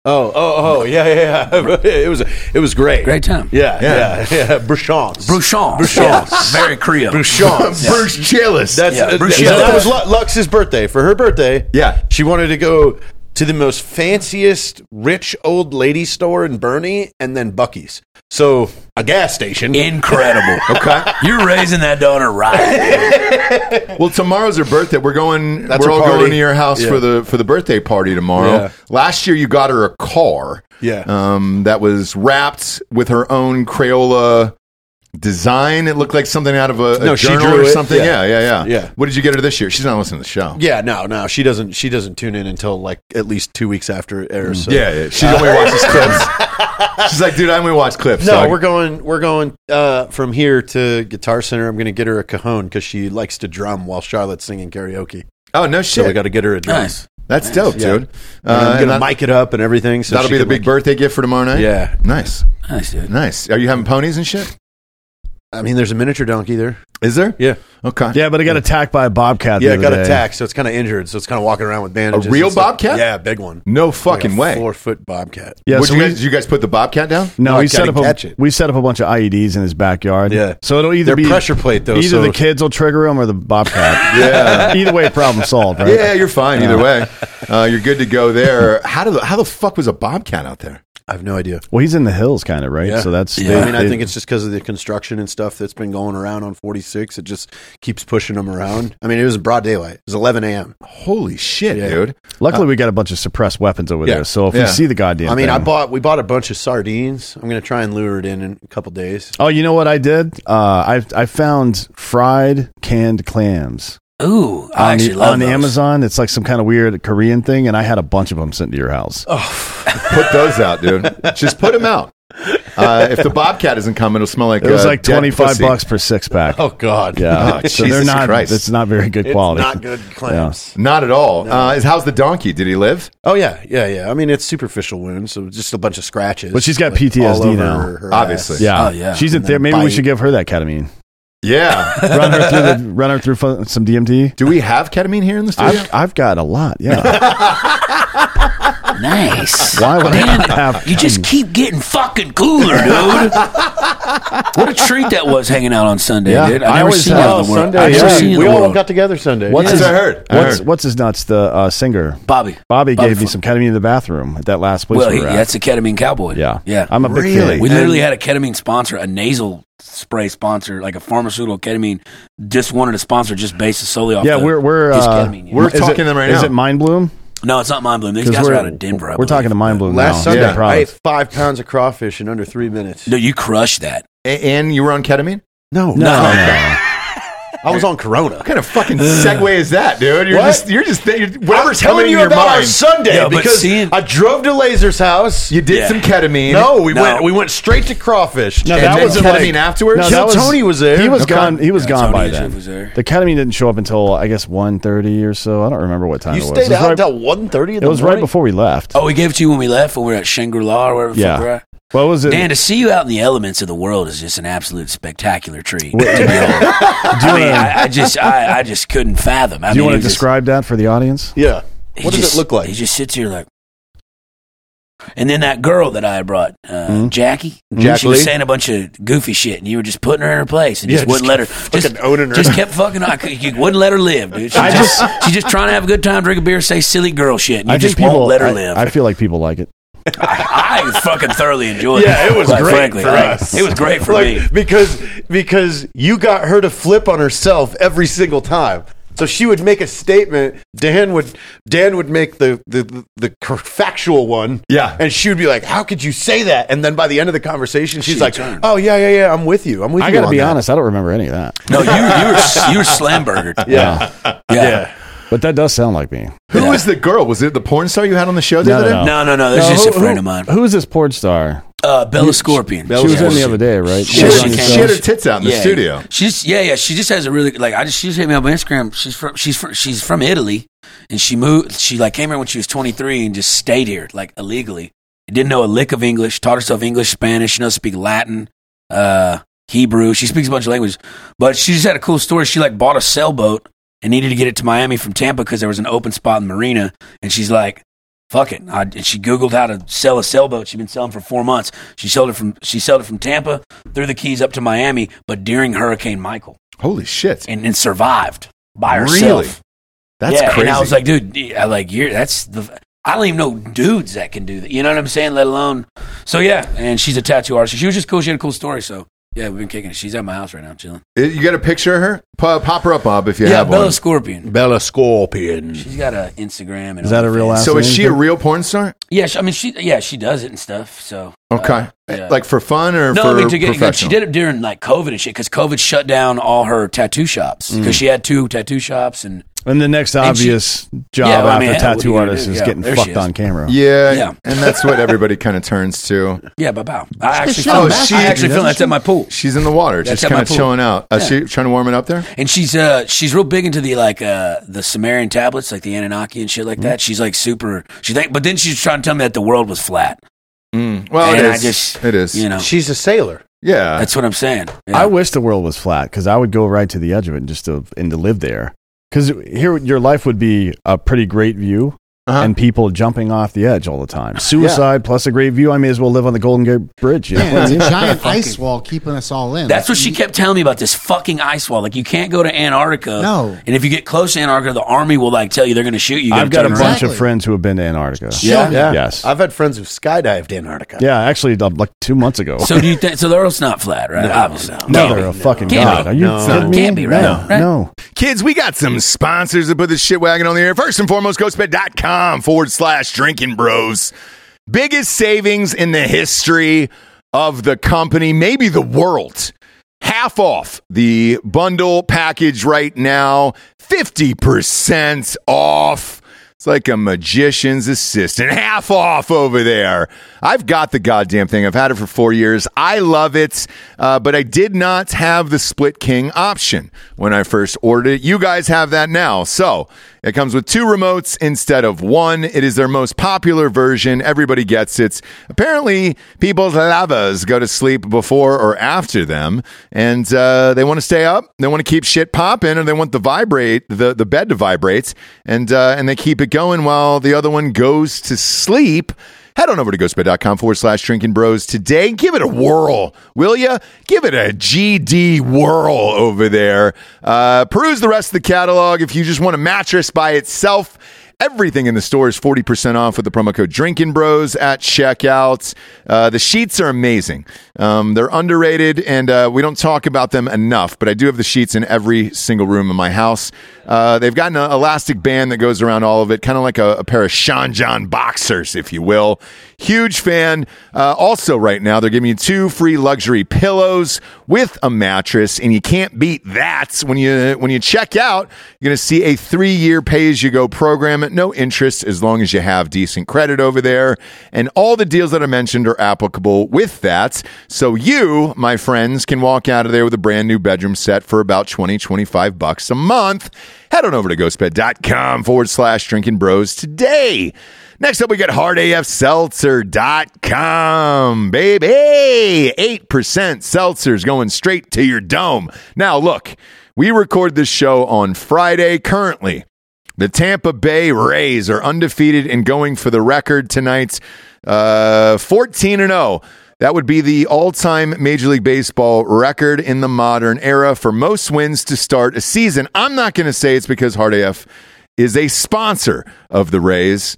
Speaker 2: oh oh oh yeah yeah, yeah. it was it was great
Speaker 3: Great time.
Speaker 2: yeah
Speaker 1: Yeah.
Speaker 2: yeah yeah, Bruchons
Speaker 3: Bruchon.
Speaker 2: Bruchons.
Speaker 3: Very Creole.
Speaker 2: Bruchons
Speaker 1: Bruce Chillis.
Speaker 2: that's
Speaker 3: Yeah,
Speaker 2: uh,
Speaker 3: Bruchons.
Speaker 2: that, that was Lu- Lux's birthday for her birthday
Speaker 1: yeah.
Speaker 2: She wanted to go to the most fanciest rich old lady store in Bernie and then Bucky's. So a gas station.
Speaker 3: Incredible.
Speaker 1: Okay.
Speaker 3: You're raising that daughter right.
Speaker 1: well, tomorrow's her birthday. We're going.
Speaker 2: That's
Speaker 1: we're
Speaker 2: a
Speaker 1: all
Speaker 2: party.
Speaker 1: going to your house
Speaker 2: Yeah.
Speaker 1: for the for the birthday party tomorrow.
Speaker 2: Yeah.
Speaker 1: Last year, you got her a car.
Speaker 2: Yeah.
Speaker 1: Oh. um, that was wrapped with her own Crayola design. It looked like something out of a, a
Speaker 2: No, she
Speaker 1: journal
Speaker 2: drew
Speaker 1: or
Speaker 2: it.
Speaker 1: something.
Speaker 2: Yeah.
Speaker 1: Yeah. yeah, yeah,
Speaker 2: Yeah.
Speaker 1: What did you get her this year? She's not listening to the show.
Speaker 2: Yeah, no, no, she doesn't. She doesn't tune in until like at least two weeks after it airs. So.
Speaker 1: yeah, yeah. She only watches clips. She's like, dude, I only watch clips.
Speaker 2: No,
Speaker 1: dog."
Speaker 2: we're going. We're going uh, from here to Guitar Center. I'm going to get her a cajon because she likes to drum while Charlotte's singing karaoke.
Speaker 1: oh no
Speaker 2: So we
Speaker 1: shit.
Speaker 2: got to get her a drum.
Speaker 3: Nice.
Speaker 1: That's dope,
Speaker 2: Yeah.
Speaker 1: dude.
Speaker 2: And I'm
Speaker 1: Uh,
Speaker 2: going
Speaker 1: and
Speaker 2: to
Speaker 1: that,
Speaker 2: mic it up and everything. So
Speaker 1: that'll
Speaker 2: she
Speaker 1: be the
Speaker 2: can,
Speaker 1: big
Speaker 2: like-
Speaker 1: birthday gift for tomorrow night.
Speaker 2: Yeah,
Speaker 1: nice,
Speaker 3: Nice, dude.
Speaker 1: nice. Are you having ponies and shit?
Speaker 2: I mean, there's a miniature donkey there.
Speaker 1: Is there?
Speaker 2: Yeah,
Speaker 1: Okay.
Speaker 4: Yeah, but it got attacked by a bobcat.
Speaker 2: yeah,
Speaker 4: the
Speaker 2: it
Speaker 4: other
Speaker 2: got
Speaker 4: day.
Speaker 2: attacked, so it's kind of injured. So it's kind of walking around with bandages.
Speaker 1: real
Speaker 2: and stuff.
Speaker 1: bobcat?
Speaker 2: Yeah, big one.
Speaker 1: No fucking
Speaker 2: Like a
Speaker 1: way.
Speaker 2: Four foot bobcat.
Speaker 4: Yeah,
Speaker 1: Would
Speaker 4: so
Speaker 1: you
Speaker 4: we-
Speaker 1: guys, did you guys put the bobcat down?
Speaker 4: No,
Speaker 2: No, I
Speaker 4: we set
Speaker 2: gotta
Speaker 4: up a
Speaker 2: catch it.
Speaker 4: we set up a bunch of IEDs in his backyard.
Speaker 2: Yeah.
Speaker 4: so it'll either
Speaker 2: They're
Speaker 4: be
Speaker 2: pressure plate, though,
Speaker 4: Either
Speaker 2: so-
Speaker 4: the kids will trigger him or the bobcat.
Speaker 1: Yeah.
Speaker 4: either way, problem solved. Right?
Speaker 1: Yeah, you're fine either way. Uh, you're good to go there. How do the, how the fuck was a bobcat out there?
Speaker 2: I have no idea.
Speaker 4: Well, he's in the hills, kind of right.
Speaker 2: Yeah.
Speaker 4: So that's.
Speaker 3: Yeah.
Speaker 2: I mean, I think it's just because of the construction and stuff that's been going around on 46. It just keeps pushing them around. I mean, it was broad daylight. It was 11 a.m.
Speaker 1: Holy shit, dude!
Speaker 4: Luckily, we got a bunch of suppressed weapons over
Speaker 1: Yeah.
Speaker 4: there. So if
Speaker 1: Yeah.
Speaker 4: you see the goddamn,
Speaker 2: uh, I mean, I
Speaker 4: thing-
Speaker 2: bought we bought a bunch of sardines. I'm gonna try and lure it in in a couple days.
Speaker 4: Oh, you know what I did? Uh, I I found fried canned clams
Speaker 3: Ooh, I
Speaker 4: on,
Speaker 3: actually
Speaker 4: the,
Speaker 3: love
Speaker 4: on the
Speaker 3: those.
Speaker 4: Amazon. It's like some kind of weird Korean thing, and I had a bunch of them sent to your house.
Speaker 2: Oh,
Speaker 1: Put those out, dude. Just put them out. Uh, if the bobcat isn't coming, it'll smell like
Speaker 4: it was
Speaker 1: uh,
Speaker 4: like
Speaker 1: dead
Speaker 4: twenty five
Speaker 1: pussy.
Speaker 4: bucks per six pack.
Speaker 2: Oh God,
Speaker 4: Yeah,
Speaker 1: Oh,
Speaker 4: so
Speaker 1: Jesus
Speaker 4: they're not.
Speaker 1: Christ.
Speaker 4: It's not very good quality.
Speaker 2: It's not good clams.
Speaker 1: Not at all. Uh, is how's the donkey? Did he live?
Speaker 2: Oh yeah, yeah, yeah. I mean, it's superficial wounds, so just a bunch of scratches.
Speaker 4: But she's got
Speaker 2: like,
Speaker 4: PTSD
Speaker 2: all over
Speaker 4: now.
Speaker 2: her- her
Speaker 1: Obviously.
Speaker 2: ass.
Speaker 4: Yeah,
Speaker 3: Oh, yeah.
Speaker 4: She's in
Speaker 2: And then
Speaker 4: there. Maybe we
Speaker 2: bite.
Speaker 4: should give her that ketamine.
Speaker 1: Yeah.
Speaker 4: Run her through. The, run her through fu- some DMT.
Speaker 1: Do we have ketamine here in the studio?
Speaker 4: I've, I've got a lot. Yeah.
Speaker 3: Nice.
Speaker 4: Why would
Speaker 3: Man,
Speaker 4: I have?
Speaker 3: You just keep getting fucking cooler, dude. what a treat that was hanging out on Sunday,
Speaker 4: Yeah,
Speaker 3: dude.
Speaker 4: I
Speaker 3: I never
Speaker 4: always
Speaker 3: seen
Speaker 4: have-
Speaker 3: that in the
Speaker 4: Oh,
Speaker 3: world.
Speaker 4: Sunday,
Speaker 3: I never
Speaker 4: yeah.
Speaker 3: seen it in
Speaker 2: we
Speaker 3: the
Speaker 2: all
Speaker 3: world.
Speaker 2: got together Sunday.
Speaker 4: What's
Speaker 2: yeah.
Speaker 1: That's
Speaker 4: his,
Speaker 1: what I heard. I
Speaker 4: What's
Speaker 1: heard.
Speaker 4: what's his nuts? The uh, singer
Speaker 3: Bobby.
Speaker 4: Bobby
Speaker 3: Bobby
Speaker 4: gave me
Speaker 3: Fo-
Speaker 4: some ketamine in the bathroom at that last place
Speaker 3: Well,
Speaker 4: we
Speaker 3: he,
Speaker 4: were at.
Speaker 3: that's a ketamine cowboy.
Speaker 4: yeah,
Speaker 3: yeah.
Speaker 4: I'm a big
Speaker 2: Really?
Speaker 4: fan.
Speaker 3: we literally had a ketamine sponsor, a nasal spray sponsor, like a pharmaceutical ketamine. Just wanted a sponsor just based solely off.
Speaker 4: yeah,
Speaker 3: the-
Speaker 4: we're we're
Speaker 3: his
Speaker 4: uh,
Speaker 3: ketamine, yeah.
Speaker 1: We're
Speaker 4: is it-
Speaker 1: talking to them right
Speaker 4: Is
Speaker 1: now.
Speaker 4: it Mind Bloom?
Speaker 3: no, it's not mind bloom. These
Speaker 4: 'Cause
Speaker 3: guys are
Speaker 4: we're-
Speaker 3: out of Denver. I
Speaker 4: We're talking to
Speaker 3: believe.
Speaker 4: Mind Bloom
Speaker 2: Last
Speaker 4: now.
Speaker 2: Sunday,
Speaker 1: Yeah.
Speaker 2: I
Speaker 4: Probably.
Speaker 2: ate five pounds of crawfish in under three minutes.
Speaker 3: No, you crushed that.
Speaker 1: A- and you were on ketamine.
Speaker 2: No,
Speaker 4: no, no.
Speaker 2: I was on Corona.
Speaker 1: What kind of fucking segue is that, dude? You're
Speaker 2: What?
Speaker 1: just you're just th- you're, whatever's
Speaker 2: I'm
Speaker 1: coming
Speaker 2: telling
Speaker 1: in
Speaker 2: you
Speaker 1: your
Speaker 2: about our
Speaker 1: mind.
Speaker 2: Sunday
Speaker 3: Yeah, but
Speaker 2: because
Speaker 3: seeing-
Speaker 2: I drove to Laser's house.
Speaker 1: you did
Speaker 3: Yeah.
Speaker 1: some ketamine.
Speaker 2: no, we
Speaker 3: No.
Speaker 2: went we went straight to crawfish.
Speaker 4: No,
Speaker 1: and
Speaker 4: that
Speaker 1: then
Speaker 4: wasn't
Speaker 1: ketamine
Speaker 4: like-
Speaker 1: afterwards.
Speaker 4: No,
Speaker 2: Kill
Speaker 4: that was-
Speaker 2: Tony was there.
Speaker 4: He was
Speaker 1: Okay.
Speaker 4: gone. He was
Speaker 3: Yeah,
Speaker 4: gone
Speaker 3: Tony
Speaker 4: by
Speaker 3: Isham
Speaker 4: then.
Speaker 3: was there.
Speaker 4: The ketamine didn't show up until I guess 1.30 or so. I don't remember what time
Speaker 2: You
Speaker 4: it was.
Speaker 2: stayed
Speaker 4: it was
Speaker 2: out
Speaker 4: right,
Speaker 2: until one thirty.
Speaker 4: it was right before we left.
Speaker 3: Oh, we gave it to you when we left when we were at Shangri La or whatever. the fuck
Speaker 4: Yeah.
Speaker 3: we're at.
Speaker 4: What was it?
Speaker 3: Dan, to see you out in the elements of the world is just an absolute spectacular treat.
Speaker 4: Wait,
Speaker 3: to be honest. I mean,
Speaker 4: wanna-
Speaker 3: I, I just, I, I just couldn't fathom. I
Speaker 4: Do you
Speaker 3: mean,
Speaker 4: want
Speaker 3: it
Speaker 4: to
Speaker 3: was-
Speaker 4: describe that for the audience?
Speaker 2: Yeah.
Speaker 3: he
Speaker 2: What does
Speaker 3: just-
Speaker 2: it look like?
Speaker 3: He just sits here like. And then that girl that I had brought, uh, Jackie,
Speaker 2: Jack
Speaker 3: she was
Speaker 2: Lee?
Speaker 3: saying a bunch of goofy shit, and you were just putting her in her place and
Speaker 2: Yeah,
Speaker 3: just wouldn't let her. Just,
Speaker 2: Fucking owning her.
Speaker 3: just kept fucking. I, could- you wouldn't let her live, dude. She
Speaker 4: I
Speaker 3: just, she's just trying to have a good time, drink a beer, say silly girl shit, and you
Speaker 4: I
Speaker 3: just
Speaker 4: think people
Speaker 3: won't let her
Speaker 4: I,
Speaker 3: live.
Speaker 4: I feel like people like it.
Speaker 3: I, I fucking thoroughly enjoyed
Speaker 2: Yeah,
Speaker 3: it.
Speaker 2: it was
Speaker 3: quite
Speaker 2: great
Speaker 3: frankly.
Speaker 2: for
Speaker 3: Like,
Speaker 2: us.
Speaker 3: It was great for
Speaker 2: Like,
Speaker 3: me.
Speaker 2: because because you got her to flip on herself every single time. So she would make a statement. Dan would Dan would make the the, the cor- factual one.
Speaker 1: Yeah.
Speaker 2: and she would be like, "How could you say that?" And then by the end of the conversation, she's
Speaker 3: She
Speaker 2: like,
Speaker 3: turned.
Speaker 2: "Oh yeah, yeah, yeah, I'm with you. I'm with
Speaker 4: I
Speaker 2: you."
Speaker 4: got to
Speaker 2: on
Speaker 4: be
Speaker 2: that."
Speaker 4: honest. I don't remember any of that.
Speaker 3: No, you you were you were slam burgered.
Speaker 2: Yeah.
Speaker 3: Yeah.
Speaker 4: But that does sound like me.
Speaker 1: Who was the girl? Was it the porn star you had on the show the
Speaker 4: No,
Speaker 1: other
Speaker 4: no,
Speaker 1: day?
Speaker 3: No, no, no. That's
Speaker 4: No,
Speaker 3: just a
Speaker 4: who-
Speaker 3: friend
Speaker 4: who-
Speaker 3: of mine.
Speaker 4: Who is this porn star?
Speaker 3: Uh, Bella Scorpion.
Speaker 4: She was in the other day, right?
Speaker 1: She,
Speaker 3: Yeah,
Speaker 1: had-
Speaker 3: she
Speaker 1: she
Speaker 3: came
Speaker 1: had
Speaker 3: on.
Speaker 1: her tits out in the
Speaker 3: Yeah,
Speaker 1: studio.
Speaker 3: She's yeah, yeah. She just has a really like. I just she just hit me up on Instagram. She's from she's from she's from Italy, and she moved. She like came here when she was 23 and just stayed here like illegally. Didn't know a lick of English. Taught herself English, Spanish. She knows speak Latin, uh, Hebrew. She speaks a bunch of languages. But she just had a cool story. She like bought a sailboat and needed to get it to Miami from Tampa because there was an open spot in the marina. And she's like, fuck it. I, and she Googled how to sell a sailboat. She'd been selling for four months. She sold it from, she sold it from Tampa through the Keys up to Miami, but during Hurricane Michael
Speaker 1: Holy shit.
Speaker 3: and, and survived by herself.
Speaker 1: Really? That's
Speaker 3: yeah,
Speaker 1: crazy.
Speaker 3: And I was like, dude, I like you're that's the I don't even know dudes that can do that. You know what I'm saying? Let alone so yeah. And she's a tattoo artist. She was just cool. She had a cool story. So Yeah, we've been kicking it. She's at my house right now, chilling.
Speaker 1: Uh, You got a picture of her? Pop, pop her up, Bob, if you
Speaker 3: Yeah,
Speaker 1: have
Speaker 3: Bella
Speaker 1: one.
Speaker 3: Scorpion.
Speaker 2: Bella Scorpion.
Speaker 3: She's got an Instagram. And
Speaker 4: Is that a real
Speaker 3: OnlyFans.
Speaker 4: ass?
Speaker 1: So is she a
Speaker 4: Fascinating.
Speaker 1: real porn star?
Speaker 3: Yeah, she, I mean, she yeah she does it and stuff. So uh,
Speaker 1: Okay,
Speaker 3: yeah.
Speaker 1: like for fun or
Speaker 3: no,
Speaker 1: for
Speaker 3: I mean to get
Speaker 1: professional?
Speaker 3: like, she did it during like COVID and shit because COVID shut down all her tattoo shops because
Speaker 1: Mm.
Speaker 3: she had two tattoo shops and
Speaker 4: And the next
Speaker 3: she-
Speaker 4: obvious job
Speaker 3: Yeah, well, I
Speaker 4: after
Speaker 3: mean, hell, what are you
Speaker 4: tattoo
Speaker 3: gonna
Speaker 4: artist
Speaker 3: do?
Speaker 4: is
Speaker 3: Yeah,
Speaker 4: getting
Speaker 3: there she
Speaker 4: fucked
Speaker 3: is.
Speaker 4: on camera.
Speaker 1: Yeah,
Speaker 3: Yeah.
Speaker 1: and that's what everybody kind of turns to.
Speaker 3: yeah, but bow. I actually
Speaker 1: shot a
Speaker 3: filmed that.
Speaker 1: master,
Speaker 3: I
Speaker 1: dude,
Speaker 3: actually
Speaker 1: doesn't
Speaker 3: filmed that's
Speaker 1: she?
Speaker 3: at my pool.
Speaker 1: She's in the water,
Speaker 3: That's
Speaker 1: just
Speaker 3: at
Speaker 1: kind
Speaker 3: my
Speaker 1: of
Speaker 3: pool.
Speaker 1: chilling out. Uh,
Speaker 3: Yeah.
Speaker 1: She trying to warm it up there.
Speaker 3: And she's uh she's real big into the like uh the Sumerian tablets, like the Anunnaki and shit like that.
Speaker 1: Mm.
Speaker 3: She's like super. She think, but then she's trying to tell me that the world was flat.
Speaker 1: Mm. Well,
Speaker 3: and
Speaker 1: it
Speaker 3: I
Speaker 1: is.
Speaker 3: just
Speaker 1: it is.
Speaker 3: you know
Speaker 2: She's a sailor.
Speaker 1: yeah,
Speaker 3: that's what I'm saying. Yeah.
Speaker 4: I wish the world was flat because I would go right to the edge of it and just to and to live there. Because here, your life would be a pretty great view
Speaker 1: Uh-huh.
Speaker 4: and people jumping off the edge all the time. Suicide plus a great view. I may as well live on the Golden Gate Bridge. You know what I
Speaker 5: Yeah, it's
Speaker 4: mean?
Speaker 5: a giant ice wall keeping us all in.
Speaker 3: That's what she kept telling me about this fucking ice wall. Like you can't go to Antarctica.
Speaker 5: No.
Speaker 3: And if you get close to Antarctica, the army will like tell you they're going to shoot you. You
Speaker 4: I've got
Speaker 3: gotta
Speaker 4: a
Speaker 3: turn
Speaker 4: bunch
Speaker 3: around.
Speaker 5: Exactly.
Speaker 4: of friends who have been to Antarctica.
Speaker 5: Yeah.
Speaker 4: Yes.
Speaker 2: I've had friends who skydived Antarctica.
Speaker 4: Yeah, actually, uh, like two months ago.
Speaker 3: So do you think? So the Earth's not flat, right? Obviously.
Speaker 4: no, they're a fucking
Speaker 3: Can't
Speaker 4: god.
Speaker 3: be.
Speaker 4: Are you
Speaker 2: No.
Speaker 4: kidding me?
Speaker 3: Can't be, right?
Speaker 4: No,
Speaker 3: Right?
Speaker 4: no.
Speaker 1: Kids, we got some sponsors to put this shit wagon on the air. First and foremost, ghostbed.com forward slash drinking bros. Biggest savings in the history of the company, maybe the world. Half off the bundle package right now, 50% off. It's like a magician's assistant. Half off over there. I've got the goddamn thing. I've had it for four years. I love it, uh, but I did not have the Split King option when I first ordered it. You guys have that now. So it comes with two remotes instead of one. It is their most popular version. Everybody gets it. Apparently, people's lavas go to sleep before or after them, and uh, they want to stay up. They want to keep shit popping, or they want the vibrate the, the bed to vibrate, and uh, and they keep it going while the other one goes to sleep. Head on over to ghostbed.com forward slash drinking bros today. Give it a whirl, will you? Give it a GD whirl over there. Uh, peruse the rest of the catalog if you just want a mattress by itself. Everything in the store is 40% off with the promo code Drinking Bros at checkout. Uh, the sheets are amazing. Um, they're underrated, and uh, we don't talk about them enough, but I do have the sheets in every single room in my house. Uh, they've got an elastic band that goes around all of it, kind of like a, a pair of Sean John boxers, if you will. Huge fan. Uh, also, right now, they're giving you two free luxury pillows with a mattress, and you can't beat that. When you when you check out, you're going to see a three year pay as you go program at no interest as long as you have decent credit over there, and all the deals that I mentioned are applicable with that. So you, my friends, can walk out of there with a brand new bedroom set for about 20, 25 bucks a month. Head on over to ghostbed.com forward slash drinking bros today. Next up, we got hardafseltzer.com, baby. 8% seltzers going straight to your dome. Now, look, we record this show on Friday currently. The Tampa Bay Rays are undefeated and going for the record tonight, uh, 14 and 0. That would be the all time Major League Baseball record in the modern era for most wins to start a season. I'm not going to say it's because Hard AF is a sponsor of the Rays.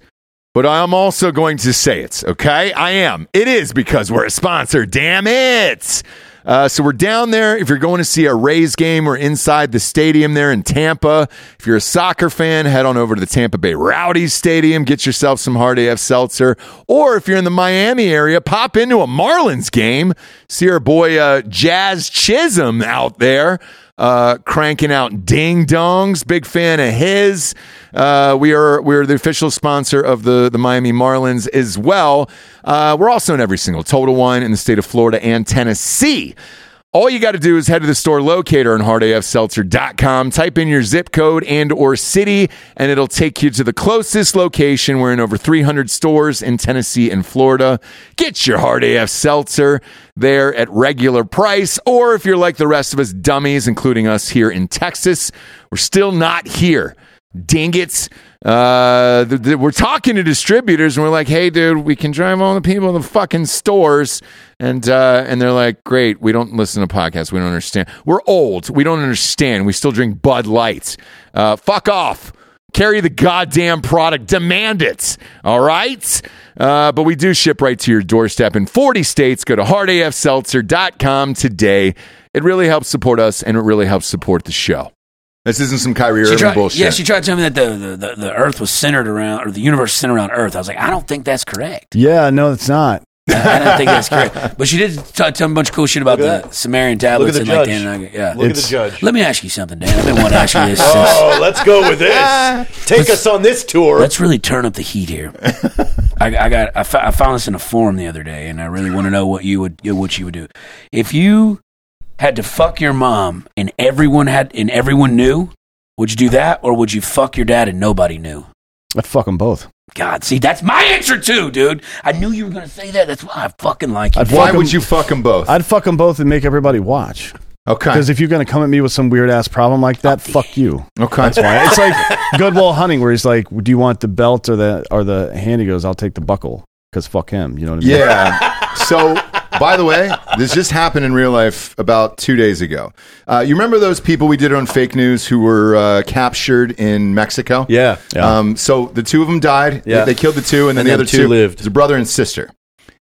Speaker 1: But I'm also going to say it, okay? I am. It is because we're a sponsor, damn it. Uh, so we're down there. If you're going to see a Rays game, we're inside the stadium there in Tampa. If you're a soccer fan, head on over to the Tampa Bay Rowdies Stadium, get yourself some hard AF seltzer. Or if you're in the Miami area, pop into a Marlins game. See our boy uh, Jazz Chisholm out there uh, cranking out ding dongs. Big fan of his. Uh, we are we are the official sponsor of the the Miami Marlins as well. Uh, we're also in every single Total Wine in the state of Florida and Tennessee. All you got to do is head to the store locator on hardafseltzer.com, type in your zip code and or city, and it'll take you to the closest location. We're in over 300 stores in Tennessee and Florida. Get your Hard AF Seltzer there at regular price, or if you're like the rest of us dummies, including us here in Texas, we're still not here ding it. Uh, th- th- we're talking to distributors and we're like, hey, dude, we can drive all the people to the fucking stores. And, uh, and they're like, great, we don't listen to podcasts. We don't understand. We're old. We don't understand. We still drink Bud Lights. Uh, fuck off.
Speaker 7: Carry the goddamn product. Demand it. All right? Uh, but we do ship right to your doorstep in 40 states. Go to hardafseltzer.com today. It really helps support us and it really helps support the show.
Speaker 1: This isn't some Kyrie
Speaker 3: She
Speaker 1: Irving
Speaker 3: tried,
Speaker 1: bullshit.
Speaker 3: yeah, she tried to tell me that the, the, the, the Earth was centered around, or the universe was centered around Earth. I was like, I don't think that's correct.
Speaker 4: Yeah, no, it's not.
Speaker 3: I, I don't think that's correct. But she did t- tell me a bunch of cool shit about
Speaker 2: Look at
Speaker 3: the
Speaker 2: that.
Speaker 3: Sumerian tablets
Speaker 2: the
Speaker 3: and like
Speaker 2: judge.
Speaker 3: Dan and I, yeah.
Speaker 2: Look at the
Speaker 4: It's-
Speaker 2: judge.
Speaker 3: Let me ask you something, Dan. I've been wanting to ask you this. Since,
Speaker 2: Oh, let's go with this. Take us on this tour.
Speaker 3: let's really turn up the heat here. I, I got I, fo- I found this in a forum the other day, and I really want to know what you would what you would do if you had to fuck your mom and everyone had and everyone knew. Would you do that, or would you fuck your dad and nobody knew?
Speaker 4: I fuck them both.
Speaker 3: God, see, that's my answer too, dude. I knew you were gonna say that. That's why I fucking like you.
Speaker 4: I'd
Speaker 1: Why
Speaker 4: fuck 'em-
Speaker 1: would you fuck them both?
Speaker 4: I'd fuck them both and make everybody watch.
Speaker 1: okay.
Speaker 4: Because if you're going to come at me with some weird ass problem like that, fuck you.
Speaker 1: Okay.
Speaker 4: That's why. It's like Goodwill Hunting, where he's like, "Do you want the belt or the or the hand?" He goes, "I'll take the buckle." Because fuck him. You know what I mean?
Speaker 1: Yeah. so, by the way, this just happened in real life about two days ago. Uh, you remember those people we did on fake news who were uh, captured in Mexico?
Speaker 2: Yeah.
Speaker 4: Yeah.
Speaker 1: Um, so the two of them died.
Speaker 2: Yeah.
Speaker 1: They, they killed the two, and then
Speaker 2: And
Speaker 1: the
Speaker 2: then
Speaker 1: other
Speaker 2: two lived.
Speaker 1: It's a brother and sister.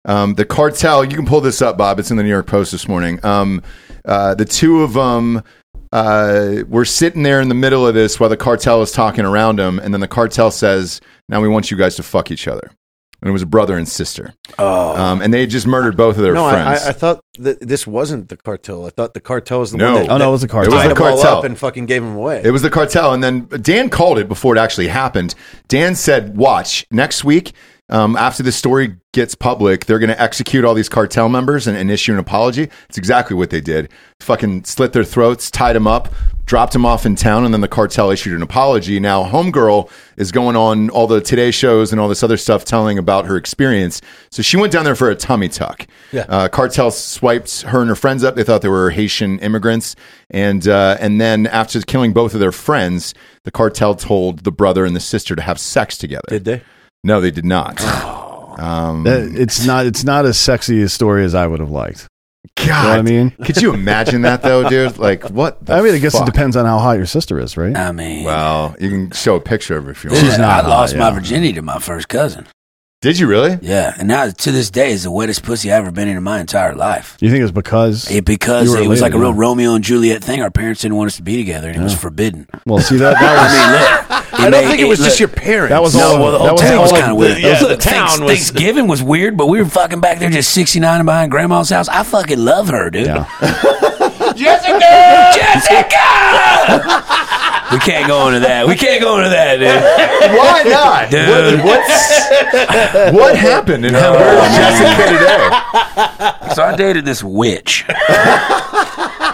Speaker 1: Um, the cartel. You can pull this up, Bob. It's in the New York Post this morning. Um, uh, the two of them uh, were sitting there in the middle of this while the cartel is talking around them, and then the cartel says, "Now we want you guys to fuck each other." And it was a brother and sister. Oh. Um, and they just murdered both of their
Speaker 2: No, I, I,
Speaker 1: friends.
Speaker 2: I thought that this wasn't the cartel. I thought the cartel was the
Speaker 1: No.
Speaker 2: one that,
Speaker 4: Oh no, it was a
Speaker 1: It
Speaker 4: card.
Speaker 1: was
Speaker 2: tied
Speaker 1: the
Speaker 2: them all
Speaker 1: cartel.
Speaker 2: up and fucking gave him away.
Speaker 1: It was the cartel, and then Dan called it before it actually happened. Dan said, "Watch next week." Um, after this story gets public, they're going to execute all these cartel members and, and issue an apology. It's exactly what they did. Fucking slit their throats, tied them up, dropped them off in town, and then the cartel issued an apology. Now, Homegirl is going on all the Today shows and all this other stuff telling about her experience. So she went down there for a tummy tuck. Yeah. Uh, cartel swiped her and her friends up. They thought they were Haitian immigrants, and uh, and then after killing both of their friends, the cartel told the brother and the sister to have sex together.
Speaker 2: Did they?
Speaker 1: no, they did not. um,
Speaker 4: That- Uh, It's not. It's not as sexy a story as I would have liked.
Speaker 1: God,
Speaker 4: You know what I mean?
Speaker 1: could you imagine that though, dude? Like what? The
Speaker 4: I mean, I guess
Speaker 1: fuck?
Speaker 4: it depends on how hot your sister is, right?
Speaker 3: I mean,
Speaker 1: Well, you can show a picture of her if you
Speaker 3: this
Speaker 1: want.
Speaker 3: is-
Speaker 4: not
Speaker 3: I lost
Speaker 4: hot,
Speaker 3: my
Speaker 4: yeah.
Speaker 3: virginity to my first cousin.
Speaker 1: Did you really?
Speaker 3: Yeah, and now to this day is the wettest pussy I've ever been in in my entire life.
Speaker 4: You think it's because?
Speaker 3: It, because
Speaker 4: You
Speaker 3: it
Speaker 4: were
Speaker 3: was
Speaker 4: related,
Speaker 3: like a real
Speaker 4: yeah.
Speaker 3: Romeo and Juliet thing. Our parents didn't want us to be together, and it was forbidden.
Speaker 4: Well, see that. That
Speaker 2: I
Speaker 4: was.
Speaker 2: don't think it was just your parents.
Speaker 4: That was all.
Speaker 3: No, well, the
Speaker 4: that
Speaker 3: whole
Speaker 4: was
Speaker 3: town
Speaker 4: all-
Speaker 3: was kind of weird.
Speaker 2: the- yeah, the
Speaker 3: Thanks-
Speaker 2: town was-
Speaker 3: Thanksgiving was weird, but we were fucking back there just 69 behind grandma's house. I fucking love her, dude.
Speaker 4: Yeah.
Speaker 3: Jessica! Jessica! we can't go into that. We can't go into that, dude.
Speaker 1: Why not?
Speaker 3: Dude.
Speaker 1: What, what's- what happened? And how where's Jessica today?
Speaker 3: So I dated this witch.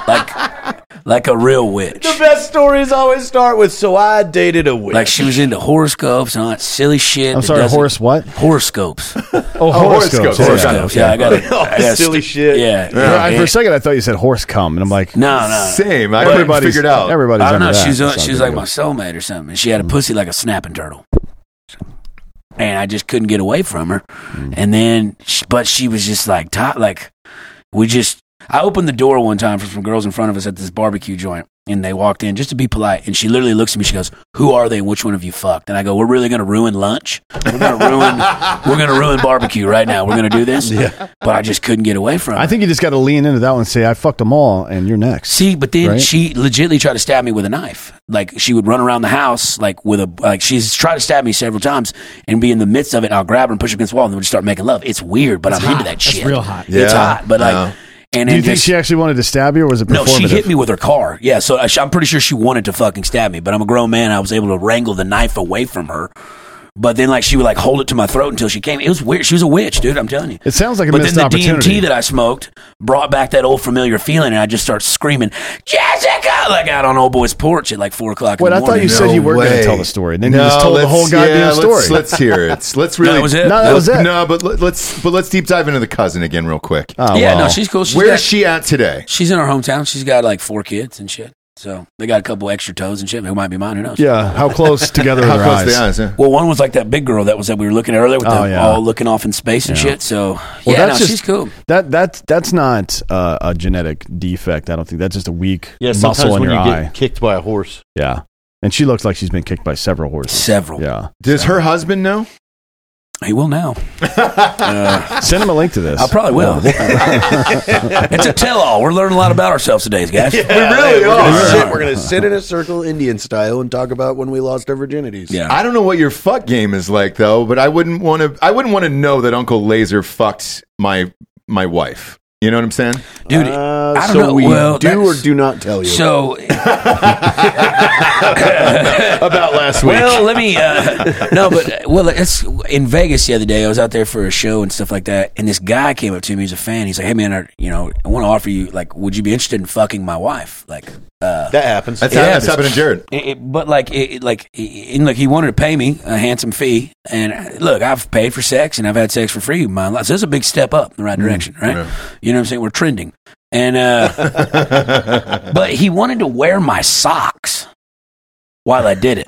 Speaker 3: like, like a real witch.
Speaker 2: the best stories always start with so I dated a witch.
Speaker 3: Like she was into horoscopes and all that silly shit.
Speaker 4: I'm
Speaker 3: that
Speaker 4: sorry.
Speaker 3: doesn't-
Speaker 4: Horse what?
Speaker 3: Horoscopes.
Speaker 4: Oh, horoscopes.
Speaker 1: horoscopes.
Speaker 4: Yeah.
Speaker 3: Horoscopes. Yeah, I got it.
Speaker 2: All
Speaker 3: I
Speaker 2: the
Speaker 3: got
Speaker 2: silly shit.
Speaker 3: Yeah.
Speaker 4: I- for a second, I thought you said horse cum, and I'm like,
Speaker 3: No, no.
Speaker 1: Same. I couldn't
Speaker 4: everybody's
Speaker 1: figure it out.
Speaker 4: Everybody's.
Speaker 3: I don't know.
Speaker 4: under that.
Speaker 3: She was,
Speaker 4: It's not Mm.
Speaker 3: she was
Speaker 4: a
Speaker 3: like
Speaker 4: big
Speaker 3: my soulmate or something. And she had a pussy like a snapping turtle. And I just couldn't get away from her.
Speaker 4: Mm.
Speaker 3: And then, sh but she was just like, top, like, we just, I opened the door one time for some girls in front of us at this barbecue joint. And they walked in just to be polite. And she literally looks at me. She goes, Who are they? and Which one of you fucked? And I go, We're really going to ruin lunch. We're going to ruin, we're going to ruin barbecue right now. We're going to do this. Yeah. But I just couldn't get away from
Speaker 4: I
Speaker 3: her.
Speaker 4: think you just got to lean into that one and say, I fucked them all, and you're next.
Speaker 3: See, but then
Speaker 4: Right?
Speaker 3: she legitly tried to stab me with a knife. Like she would run around the house, like with a like she's tried to stab me several times, and be in the midst of it. And I'll grab her and push her against the wall, and then we just start making love. It's weird, but I'm into that shit.
Speaker 6: real hot.
Speaker 1: Yeah.
Speaker 3: It's hot, but like,
Speaker 1: Yeah.
Speaker 3: and
Speaker 4: Do
Speaker 3: then
Speaker 4: you think
Speaker 3: just-
Speaker 4: she actually wanted to stab you, or was it
Speaker 3: no,
Speaker 4: performative?
Speaker 3: she hit me with her car. Yeah, so I, I'm pretty sure she wanted to fucking stab me, but I'm a grown man. I was able to wrangle the knife away from her. But then, like, she would like hold it to my throat until she came. It was weird. She was a witch, dude. I'm telling you.
Speaker 4: It sounds like a
Speaker 3: But
Speaker 4: missed
Speaker 3: then the
Speaker 4: opportunity.
Speaker 3: DMT that I smoked brought back that old familiar feeling, and I just start screaming, Jessica! Like out on old boy's porch at like four o'clock.
Speaker 4: Wait,
Speaker 3: in
Speaker 4: I
Speaker 3: the
Speaker 4: thought
Speaker 3: morning.
Speaker 4: you said you were going to
Speaker 1: way.
Speaker 4: tell the story, and then you just told the
Speaker 1: let's-
Speaker 4: whole goddamn
Speaker 1: yeah,
Speaker 4: story.
Speaker 1: Let's, let's hear it. Let's- Let's really.
Speaker 3: that was it.
Speaker 4: no, that was it.
Speaker 1: No, but let, us but let's deep dive into the cousin again real quick.
Speaker 4: Oh,
Speaker 3: yeah,
Speaker 4: wow.
Speaker 3: no, she's cool. She's
Speaker 1: Where
Speaker 3: got-
Speaker 1: is she at today?
Speaker 3: She's in her hometown. She's got like four kids and shit. So they got a couple extra toes and shit. Who might be mine? Who knows?
Speaker 4: Yeah, how close together
Speaker 1: How
Speaker 4: are their
Speaker 1: close
Speaker 4: eyes?
Speaker 1: the eyes? huh?
Speaker 3: Well, one was like that big girl that was that we were looking at earlier with
Speaker 4: Oh,
Speaker 3: them
Speaker 4: yeah.
Speaker 3: all looking off in space and shit. So
Speaker 4: Well,
Speaker 3: yeah, no,
Speaker 4: that's just-
Speaker 3: she's cool.
Speaker 4: That that's that's not uh, a genetic defect. I don't think that's just a weak
Speaker 2: Yeah,
Speaker 4: muscle
Speaker 2: sometimes
Speaker 4: in
Speaker 2: when
Speaker 4: your
Speaker 2: you
Speaker 4: eye.
Speaker 2: get kicked by a horse.
Speaker 4: yeah, And she looks like she's been kicked by several horses.
Speaker 3: Several.
Speaker 4: Yeah.
Speaker 1: Does her husband know?
Speaker 3: He will now.
Speaker 4: Send him a link to this.
Speaker 3: I probably will. it's a tell-all. We're learning a lot about ourselves today, guys.
Speaker 2: really we're
Speaker 1: are.
Speaker 2: Gonna sit, Oh, we're gonna sit in a circle, Indian style, and talk about when we lost our virginities.
Speaker 3: Yeah.
Speaker 1: I don't know what your fuck game is like though, but I wouldn't want to. I wouldn't want to know that Uncle Laser fucked my my wife. You know what I'm saying?
Speaker 3: Dude,
Speaker 2: Uh,
Speaker 3: I don't
Speaker 2: so
Speaker 3: know.
Speaker 2: we
Speaker 3: Well,
Speaker 2: do or
Speaker 3: that's-
Speaker 2: do not tell you.
Speaker 3: so
Speaker 1: About last week.
Speaker 3: Well, let me. Uh, no, but uh, well, it's in Vegas the other day. I was out there for a show and stuff like that, and this guy came up to me. He's a fan. He's like, "Hey, man, I, you know, I want to offer you. Like, would you be interested in fucking my wife? Like, uh,
Speaker 2: that happens.
Speaker 1: that's,
Speaker 3: Yeah,
Speaker 1: that's
Speaker 3: but-
Speaker 1: happened to Jared.
Speaker 3: it, it- but like, it, it- like, it, and look, he wanted to pay me a handsome fee, and uh, look, I've paid for sex and I've had sex for free my life. So this is a big step up in the right direction, right? You know what I'm saying? We're trending, and uh, but he wanted to wear my socks while I did it.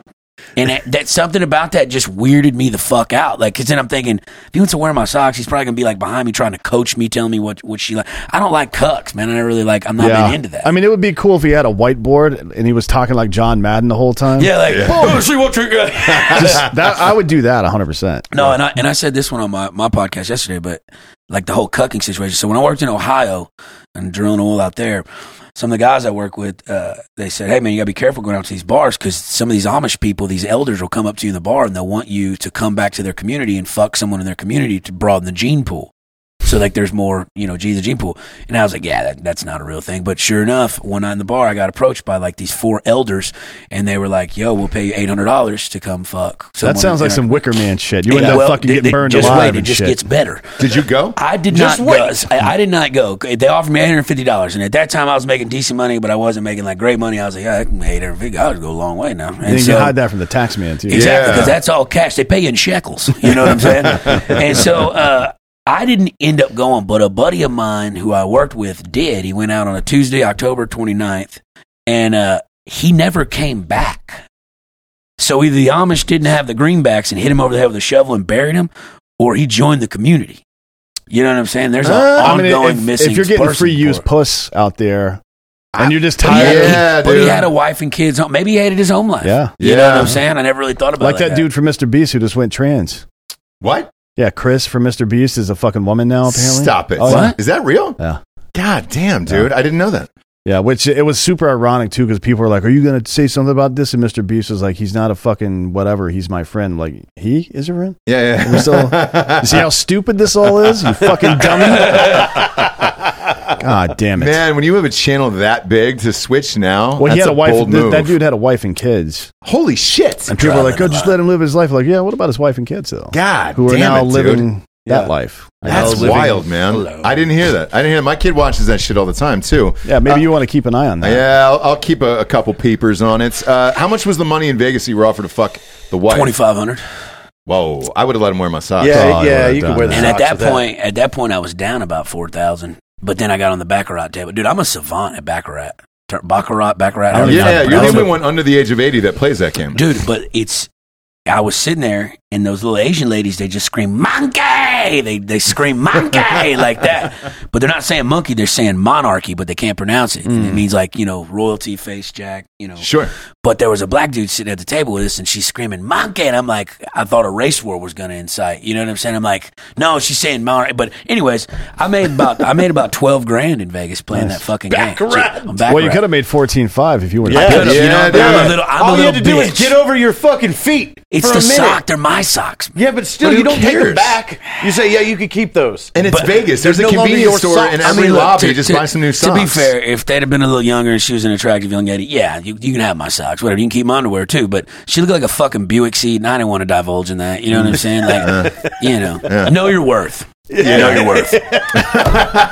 Speaker 3: And that, that something about that just weirded me the fuck out. Like, cause then I'm thinking, if he wants to wear my socks, he's probably gonna be like behind me trying to coach me, telling me what, what she like. I don't like cucks, man. I don't really like. I'm not really into that.
Speaker 4: I mean, it would be cool if he had a whiteboard and he was talking like John Madden the whole time.
Speaker 3: yeah, like, oh, she wants to.
Speaker 4: Just- that, I would do that 100%.
Speaker 3: No, and I and I said this one on my, my podcast yesterday, but like the whole cucking situation. So when I worked in Ohio and drilling oil out there, some of the guys I work with, uh, they said, "Hey man, you gotta be careful going out to these bars because some of these Amish people, these elders, will come up to you in the bar and they'll want you to come back to their community and fuck someone in their community to broaden the gene pool." So like, there's more, you know, G the gene pool. And I was like, yeah, that, that's not a real thing. But sure enough, one night in the bar, I got approached by like these four elders, and they were like, "Yo, we'll pay you eight hundred dollars to come fuck." someone
Speaker 4: That sounds
Speaker 3: in
Speaker 4: like
Speaker 3: our-
Speaker 4: some Wicker Man shit. You end up
Speaker 3: well,
Speaker 4: fucking
Speaker 3: they-
Speaker 4: getting
Speaker 3: they-
Speaker 4: burned
Speaker 3: just
Speaker 4: alive
Speaker 3: Wait, it
Speaker 4: and
Speaker 3: just
Speaker 4: shit.
Speaker 3: gets better.
Speaker 1: Did you go?
Speaker 3: I did
Speaker 1: Just
Speaker 3: not
Speaker 1: wait.
Speaker 3: go. I, I did not go. They offered me eight hundred fifty dollars, and at that time I was making decent money, but I wasn't making like great money. I was like, yeah, I can eight hundred fifty dollars go a long way now. And
Speaker 4: And
Speaker 3: so-
Speaker 4: you hide that from the tax man, too.
Speaker 3: Exactly,
Speaker 1: Yeah.
Speaker 3: because that's all cash. They pay you in shekels. You know what I'm saying? and so uh, I didn't end up going, but a buddy of mine who I worked with did. He went out on a Tuesday, October 29th, and uh, he never came back. So either the Amish didn't have the greenbacks and hit him over the head with a shovel and buried him, or he joined the community. You know what I'm saying? There's an
Speaker 4: Uh, I mean,
Speaker 3: ongoing
Speaker 4: if,
Speaker 3: missing.
Speaker 4: if you're getting
Speaker 3: person
Speaker 4: free use
Speaker 3: report.
Speaker 4: puss out there and you're just
Speaker 3: But he, had,
Speaker 4: tired,
Speaker 3: he-
Speaker 1: Yeah,
Speaker 3: but he
Speaker 1: dude.
Speaker 3: had a wife and kids. home- Maybe he hated his home life.
Speaker 4: Yeah.
Speaker 3: You know what
Speaker 1: Yeah.
Speaker 3: I'm saying? I never really thought about it
Speaker 4: like that dude from Mr. Beast who just went trans.
Speaker 1: What?
Speaker 4: Yeah, Chris from Mr. Beast is a fucking woman now. Apparently,
Speaker 1: Stop it.
Speaker 4: Oh, yeah.
Speaker 3: What?
Speaker 1: Is that real?
Speaker 4: Yeah.
Speaker 1: God damn, dude. I didn't know that.
Speaker 4: Yeah, which it was super ironic too, because people were like, "Are you gonna say something about this?" And Mr. Beast was like, "He's not a fucking whatever. He's my friend. Like he is your friend."
Speaker 1: Yeah, yeah.
Speaker 4: We're still. You see how stupid this all is? You fucking dummy. God damn it!
Speaker 1: Man, when you have a channel that big to switch now,
Speaker 4: well,
Speaker 1: that's
Speaker 4: he had a, wife.
Speaker 1: bold
Speaker 4: th-
Speaker 1: move.
Speaker 4: That dude had a wife and kids,
Speaker 1: Holy shit.
Speaker 4: and people were like, "Oh,
Speaker 3: Driving a
Speaker 4: just
Speaker 3: lot.
Speaker 4: let him live his life." Like, yeah, what about his wife and kids though?
Speaker 1: God,
Speaker 4: Who are
Speaker 1: damn
Speaker 4: now
Speaker 1: it, dude.
Speaker 4: living that life?
Speaker 1: That's
Speaker 6: living-
Speaker 1: wild, man.
Speaker 3: Hello.
Speaker 1: I didn't hear that. I didn't hear. My kid watches that shit all the time too.
Speaker 4: Yeah, maybe you want to keep an eye on that.
Speaker 1: Uh, Yeah, I'll, I'll keep a, a couple peepers on it. Uh, how much was the money in Vegas you were offered to fuck the wife?
Speaker 3: Twenty five hundred.
Speaker 1: Whoa, I would have let him wear my socks.
Speaker 2: yeah,
Speaker 4: Oh,
Speaker 2: yeah,
Speaker 4: I
Speaker 2: you
Speaker 4: would've
Speaker 2: can wear
Speaker 4: done
Speaker 2: the
Speaker 3: And at
Speaker 2: socks
Speaker 3: that
Speaker 2: with that
Speaker 3: point, at that point, I was down about four thousand. But then I got on the baccarat table, dude. I'm a savant at baccarat, Tur- baccarat, baccarat. I don't even know how
Speaker 1: Oh, yeah, you're
Speaker 3: to
Speaker 1: the
Speaker 3: pronounce
Speaker 1: only
Speaker 3: it.
Speaker 1: one under the age of eighty that plays that game.
Speaker 3: dude. But it's. I was sitting there, and those little Asian ladies, they just scream "monkey." They they scream "monkey" like that, but they're not saying monkey. They're saying monarchy, but they can't pronounce it.
Speaker 1: Mm.
Speaker 3: And it means like you know royalty, face jack, you know.
Speaker 1: Sure.
Speaker 3: But there was a black dude sitting at the table with us, and she's screaming "monkey," and I'm like, I thought a race war was going to incite. You know what I'm saying? I'm like, no, she's saying monkey. But anyways, I made about I made about twelve grand in Vegas playing that fucking game. So,
Speaker 4: Well, you could have made fourteen five if you were.
Speaker 2: Yeah.
Speaker 3: Could have, you
Speaker 1: Yeah,
Speaker 3: know, but I'm
Speaker 1: dude.
Speaker 3: a little, I'm
Speaker 2: All
Speaker 3: a
Speaker 2: you
Speaker 3: little
Speaker 2: had to do is
Speaker 3: bitch.
Speaker 2: get over your fucking feet.
Speaker 3: It's
Speaker 2: for
Speaker 3: the
Speaker 2: a minute.
Speaker 3: sock. They're my socks. man.
Speaker 2: Yeah, but still,
Speaker 1: But who
Speaker 2: you don't take
Speaker 1: cares?
Speaker 2: them back. You say, yeah, you can keep those.
Speaker 1: And it's
Speaker 3: But
Speaker 1: Vegas. There's a
Speaker 2: they're no longer
Speaker 1: convenience
Speaker 2: your
Speaker 1: store
Speaker 2: socks.
Speaker 1: in
Speaker 2: I
Speaker 1: every
Speaker 2: mean, look,
Speaker 1: lobby.
Speaker 3: to-
Speaker 1: just
Speaker 3: to-
Speaker 1: buy some new socks.
Speaker 3: To be fair, if they'd have been a little younger and she was an attractive young lady, yeah, you, you can have my socks, whatever. You can keep my underwear too. But she looked like a fucking Buick seat, and I didn't want to divulge in that. You know what I'm saying? Like, you know, know your worth. You know your worth.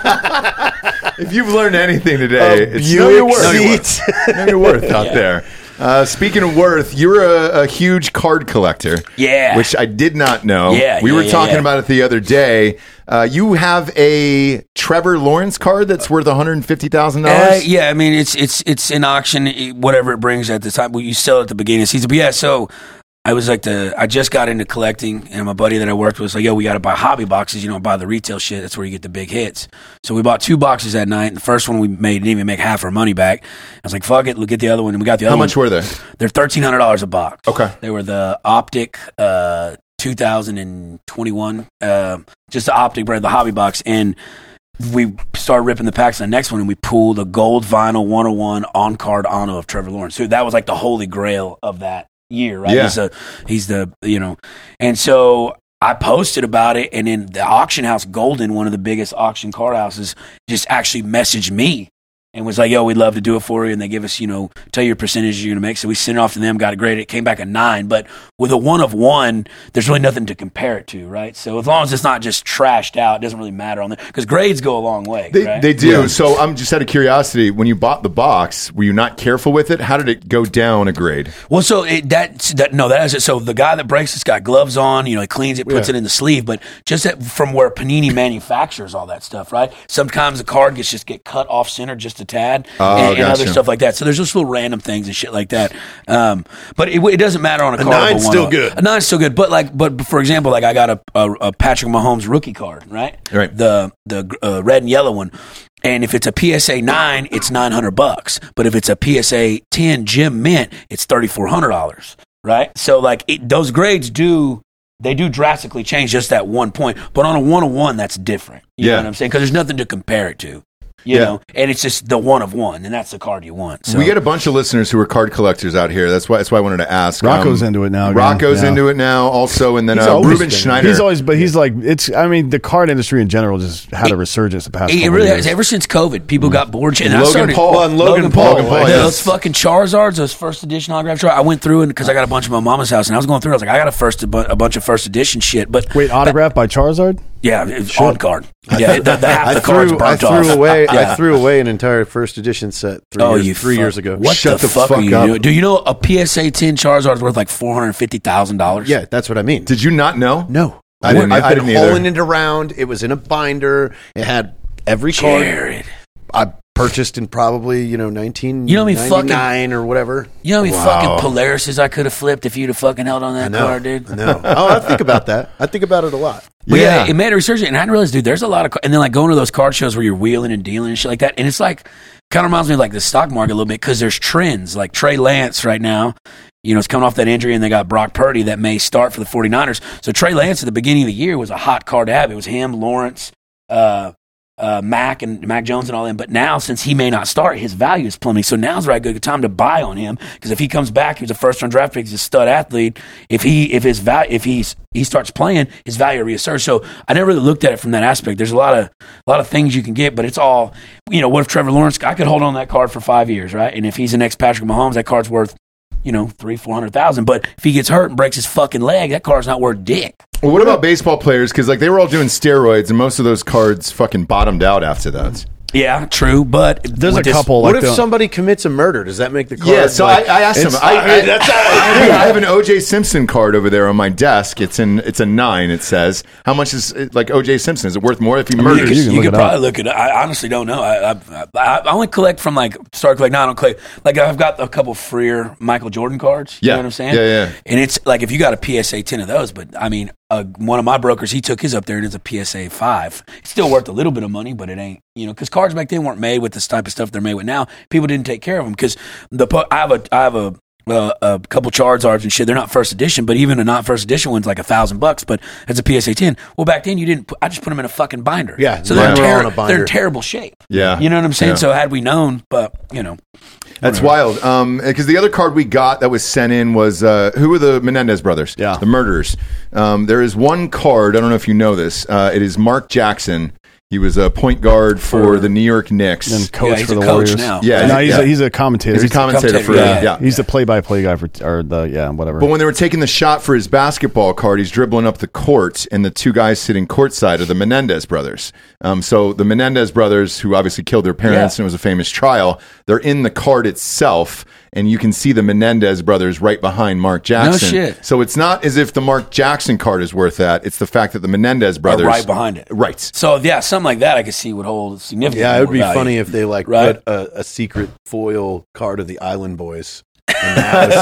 Speaker 1: if you've learned anything today, it's know
Speaker 2: Buick
Speaker 1: your worth. Know your worth.
Speaker 2: seat.
Speaker 1: Know your worth out there. Uh, speaking of worth, you're a, a huge card collector.
Speaker 3: Yeah.
Speaker 1: Which I did not know.
Speaker 3: Yeah,
Speaker 1: We
Speaker 3: yeah,
Speaker 1: were
Speaker 3: yeah,
Speaker 1: talking
Speaker 3: yeah.
Speaker 1: about it the other day. Uh, you have a Trevor Lawrence card that's worth $150,000?
Speaker 3: Uh, yeah, I mean it's it's it's an auction, it- whatever it brings at the time. Well, you sell it at the beginning of the season. But yeah, so I was like the I just got into collecting, and my buddy that I worked with was like, "Yo, we got to buy hobby boxes. You know, buy the retail shit. That's where you get the big hits." So we bought two boxes that night. And the first one we made didn't even make half our money back. I was like, "Fuck it, look at the other one." And we got the other.
Speaker 1: How much
Speaker 3: one.
Speaker 1: were they?
Speaker 3: They're thirteen hundred dollars a box.
Speaker 1: Okay.
Speaker 3: They were the Optic uh, 2021, uh, just the Optic brand, the hobby box, and we started ripping the packs on the next one, and we pulled a gold vinyl 101 on card Ano of Trevor Lawrence. So that was like the holy grail of that year, right?
Speaker 1: Yeah.
Speaker 3: He's, a, he's the you know, and so. I posted about it, and then the auction house Golden, one of the biggest auction card houses, just actually messaged me and was like, "Yo, we'd love to do it for you." And they give us, you know, tell your percentage you're gonna make. So we sent it off to them, got it graded, it came back a nine. But with a one of one, there's really nothing to compare it to, right? So as long as it's not just trashed out, it doesn't really matter on there because grades go a long way.
Speaker 1: They,
Speaker 3: right?
Speaker 1: they do. So I'm just out of curiosity. When you bought the box, were you not careful with it? How did it go down a grade?
Speaker 3: Well, so it, that that no, that is it. So the guy that breaks it's got gloves on. You know, he cleans it, puts it in the sleeve. But just that, from where Panini manufactures all that stuff, right? Sometimes the card gets just get cut off center just a tad,
Speaker 1: Oh,
Speaker 3: and, and other
Speaker 1: gotcha.
Speaker 3: stuff like that. So there's just little random things and shit like that. Um, but it, it doesn't matter on a, card. of
Speaker 2: nine's
Speaker 3: one
Speaker 2: still
Speaker 3: of-
Speaker 2: good.
Speaker 3: A nine's still good. But like, but for example, like I got a, a, a Patrick Mahomes rookie card, right?
Speaker 1: Right.
Speaker 3: The the uh, red and yellow one. And if it's a PSA nine, it's nine hundred bucks. But if it's a PSA ten Jim Mint, it's thirty four hundred dollars. Right. So like it, those grades do they do drastically change just that one point. But on a one on one, that's different. You
Speaker 1: Yeah.
Speaker 3: know what I'm saying? Because there's nothing to compare it to. You
Speaker 1: Yeah.
Speaker 3: know, and it's just the one of one, and that's the card you want. So
Speaker 1: We get a bunch of listeners who are card collectors out here. That's why. That's why I wanted to ask. um,
Speaker 4: Rocco's into it now again.
Speaker 1: Rocco's
Speaker 4: Yeah.
Speaker 1: into it now. Also, and then
Speaker 4: He's
Speaker 1: uh,
Speaker 4: always
Speaker 1: Ruben
Speaker 4: been-
Speaker 1: Schneider.
Speaker 4: He's always, but he's like, it's. I mean, the card industry in general just had a resurgence the past.
Speaker 3: It, it
Speaker 4: couple
Speaker 3: really
Speaker 4: years.
Speaker 3: has. Ever since COVID, people got bored. And I
Speaker 1: Logan
Speaker 3: started-
Speaker 1: Paul.
Speaker 2: Well, and Logan Paul.
Speaker 1: Logan Paul,
Speaker 2: Yeah,
Speaker 3: Yeah,
Speaker 1: yes.
Speaker 3: those fucking Charizards, those first edition autograph char I went through and because I got a bunch of my mama's house, and I was going through. I was like, I got a first a, bu- a bunch of first edition shit, but
Speaker 4: Wait, autograph by Charizard?
Speaker 3: yeah, it's on card. Yeah, the, the, half
Speaker 2: I
Speaker 3: the cards
Speaker 2: threw, I
Speaker 3: burnt
Speaker 2: threw
Speaker 3: off.
Speaker 2: away. I threw away an entire first edition set three,
Speaker 3: Oh,
Speaker 2: years,
Speaker 3: you
Speaker 2: three
Speaker 3: fuck.
Speaker 2: years ago.
Speaker 3: What
Speaker 1: Shut
Speaker 3: the,
Speaker 1: the
Speaker 3: fuck,
Speaker 1: fuck
Speaker 3: are you
Speaker 1: up.
Speaker 3: doing? Do you know a PSA ten Charizard is worth like four hundred fifty thousand dollars?
Speaker 2: Yeah, that's what I mean.
Speaker 1: Did you not know?
Speaker 2: no,
Speaker 1: I didn't-
Speaker 2: I've
Speaker 1: I
Speaker 2: been
Speaker 1: didn't either.
Speaker 2: hauling it around. It was in a binder. It had every card
Speaker 3: Jared.
Speaker 2: I purchased in probably you know nineteen
Speaker 3: You know how many fucking-
Speaker 2: nine or whatever.
Speaker 3: You know how many
Speaker 1: Wow.
Speaker 3: fucking Polaris's I could have flipped if you'd have fucking held on that
Speaker 2: No,
Speaker 3: card, dude.
Speaker 2: no. Oh, I think about that. I think about it a lot.
Speaker 3: But
Speaker 1: Yeah.
Speaker 3: yeah. it made a resurgence, and I didn't realize, dude, there's a lot of, and then like going to those card shows where you're wheeling and dealing and shit like that, and it's like kind of reminds me of like the stock market a little bit because there's trends. Like Trey Lance right now, you know, it's coming off that injury, and they got Brock Purdy that may start for the 49ers. So Trey Lance at the beginning of the year was a hot card to have. It was him, Lawrence, uh, uh, Mac and Mac Jones and all them. But now, since he may not start, his value is plummeting. So now's the right good time to buy on him because if he comes back, he's a first round draft pick, he's a stud athlete. If he if his value if he's he starts playing, his value reasserts. So I never really looked at it from that aspect. There's a lot of a lot of things you can get, but it's all you know. What if Trevor Lawrence? I could hold on that card for five years, right? And if he's the next Patrick Mahomes, that card's worth. You know, three, four hundred thousand. But if he gets hurt and breaks his fucking leg, that card's not worth dick.
Speaker 1: Well, what about baseball players? Because like they were all doing steroids, and most of those cards fucking bottomed out after that.
Speaker 3: Yeah, true. But
Speaker 4: There's
Speaker 3: with
Speaker 4: a
Speaker 3: this-
Speaker 4: couple.
Speaker 2: what
Speaker 4: like
Speaker 2: if
Speaker 4: the-
Speaker 2: somebody commits a murder? Does that make the card?
Speaker 1: Yeah, so
Speaker 2: like-
Speaker 1: I, I asked him.
Speaker 2: It's-
Speaker 1: I, I,
Speaker 2: that's
Speaker 1: Dude, I have an OJ Simpson card over there on my desk. It's in. It's a nine. It says how much is it, like OJ Simpson? Is it worth more if he
Speaker 4: mean,
Speaker 3: You
Speaker 1: murders?
Speaker 3: could,
Speaker 4: You can
Speaker 3: you
Speaker 4: look
Speaker 3: could
Speaker 4: it up.
Speaker 3: probably look it up. I honestly don't know. I, I, I, I only collect from like start collect. No, I don't collect. Like I've got a couple Freer Michael Jordan cards. You
Speaker 1: Yeah.
Speaker 3: know what I'm saying?
Speaker 1: Yeah, yeah.
Speaker 3: And it's like if you got a PSA 10 of those, but I mean, uh, one of my brokers, he took his up there and it's a PSA 5. It's still worth a little bit of money, but it ain't, you know, because cards back then weren't made with this type of stuff they're made with now. People didn't take care of them because the, po- I have a, I have a, uh, a couple Charizards and shit. They're not first edition, but even a not first edition one's like a thousand bucks. But that's a PSA ten. Well, back then you didn't. Put, I just put them in a fucking binder.
Speaker 2: Yeah,
Speaker 3: so they're,
Speaker 1: they
Speaker 2: were all
Speaker 3: ter-
Speaker 2: in a binder.
Speaker 3: they're in terrible shape.
Speaker 1: Yeah.
Speaker 3: you know what I'm saying.
Speaker 1: Yeah.
Speaker 3: So had we known, but you know,
Speaker 1: That's wild. Um, because the other card we got that was sent in was uh, who were the Menendez brothers?
Speaker 4: Yeah.
Speaker 1: the murderers. Um, there is one card. I don't know if you know this. Uh, it is Mark Jackson. He was a point guard for the New York Knicks.
Speaker 4: And coach
Speaker 3: Yeah, he's
Speaker 4: for
Speaker 3: a
Speaker 4: the
Speaker 3: coach
Speaker 4: Warriors.
Speaker 3: now.
Speaker 1: Yeah,
Speaker 4: no, he's,
Speaker 1: yeah.
Speaker 4: A, he's a commentator.
Speaker 1: He's a
Speaker 4: He's-
Speaker 1: commentator for
Speaker 3: commentator,
Speaker 1: yeah.
Speaker 4: He's the play-by-play guy for, or the yeah, whatever.
Speaker 1: But when they were taking the shot for his basketball card, he's dribbling up the court, and the two guys sitting courtside are the Menendez brothers. Um, so the Menendez brothers, who obviously killed their parents, and it was a famous trial, they're in the card itself, and you can see the Menendez brothers right behind Mark Jackson.
Speaker 3: shit.
Speaker 1: So it's not as if the Mark Jackson card is worth that; it's the fact that the Menendez brothers
Speaker 3: right behind it.
Speaker 1: Right.
Speaker 3: So yeah, something like that I could see would hold significant.
Speaker 2: yeah, it would
Speaker 3: more
Speaker 2: be
Speaker 3: value.
Speaker 2: funny if they like put
Speaker 3: Right.
Speaker 2: a, a secret foil card of the Island Boys And that was,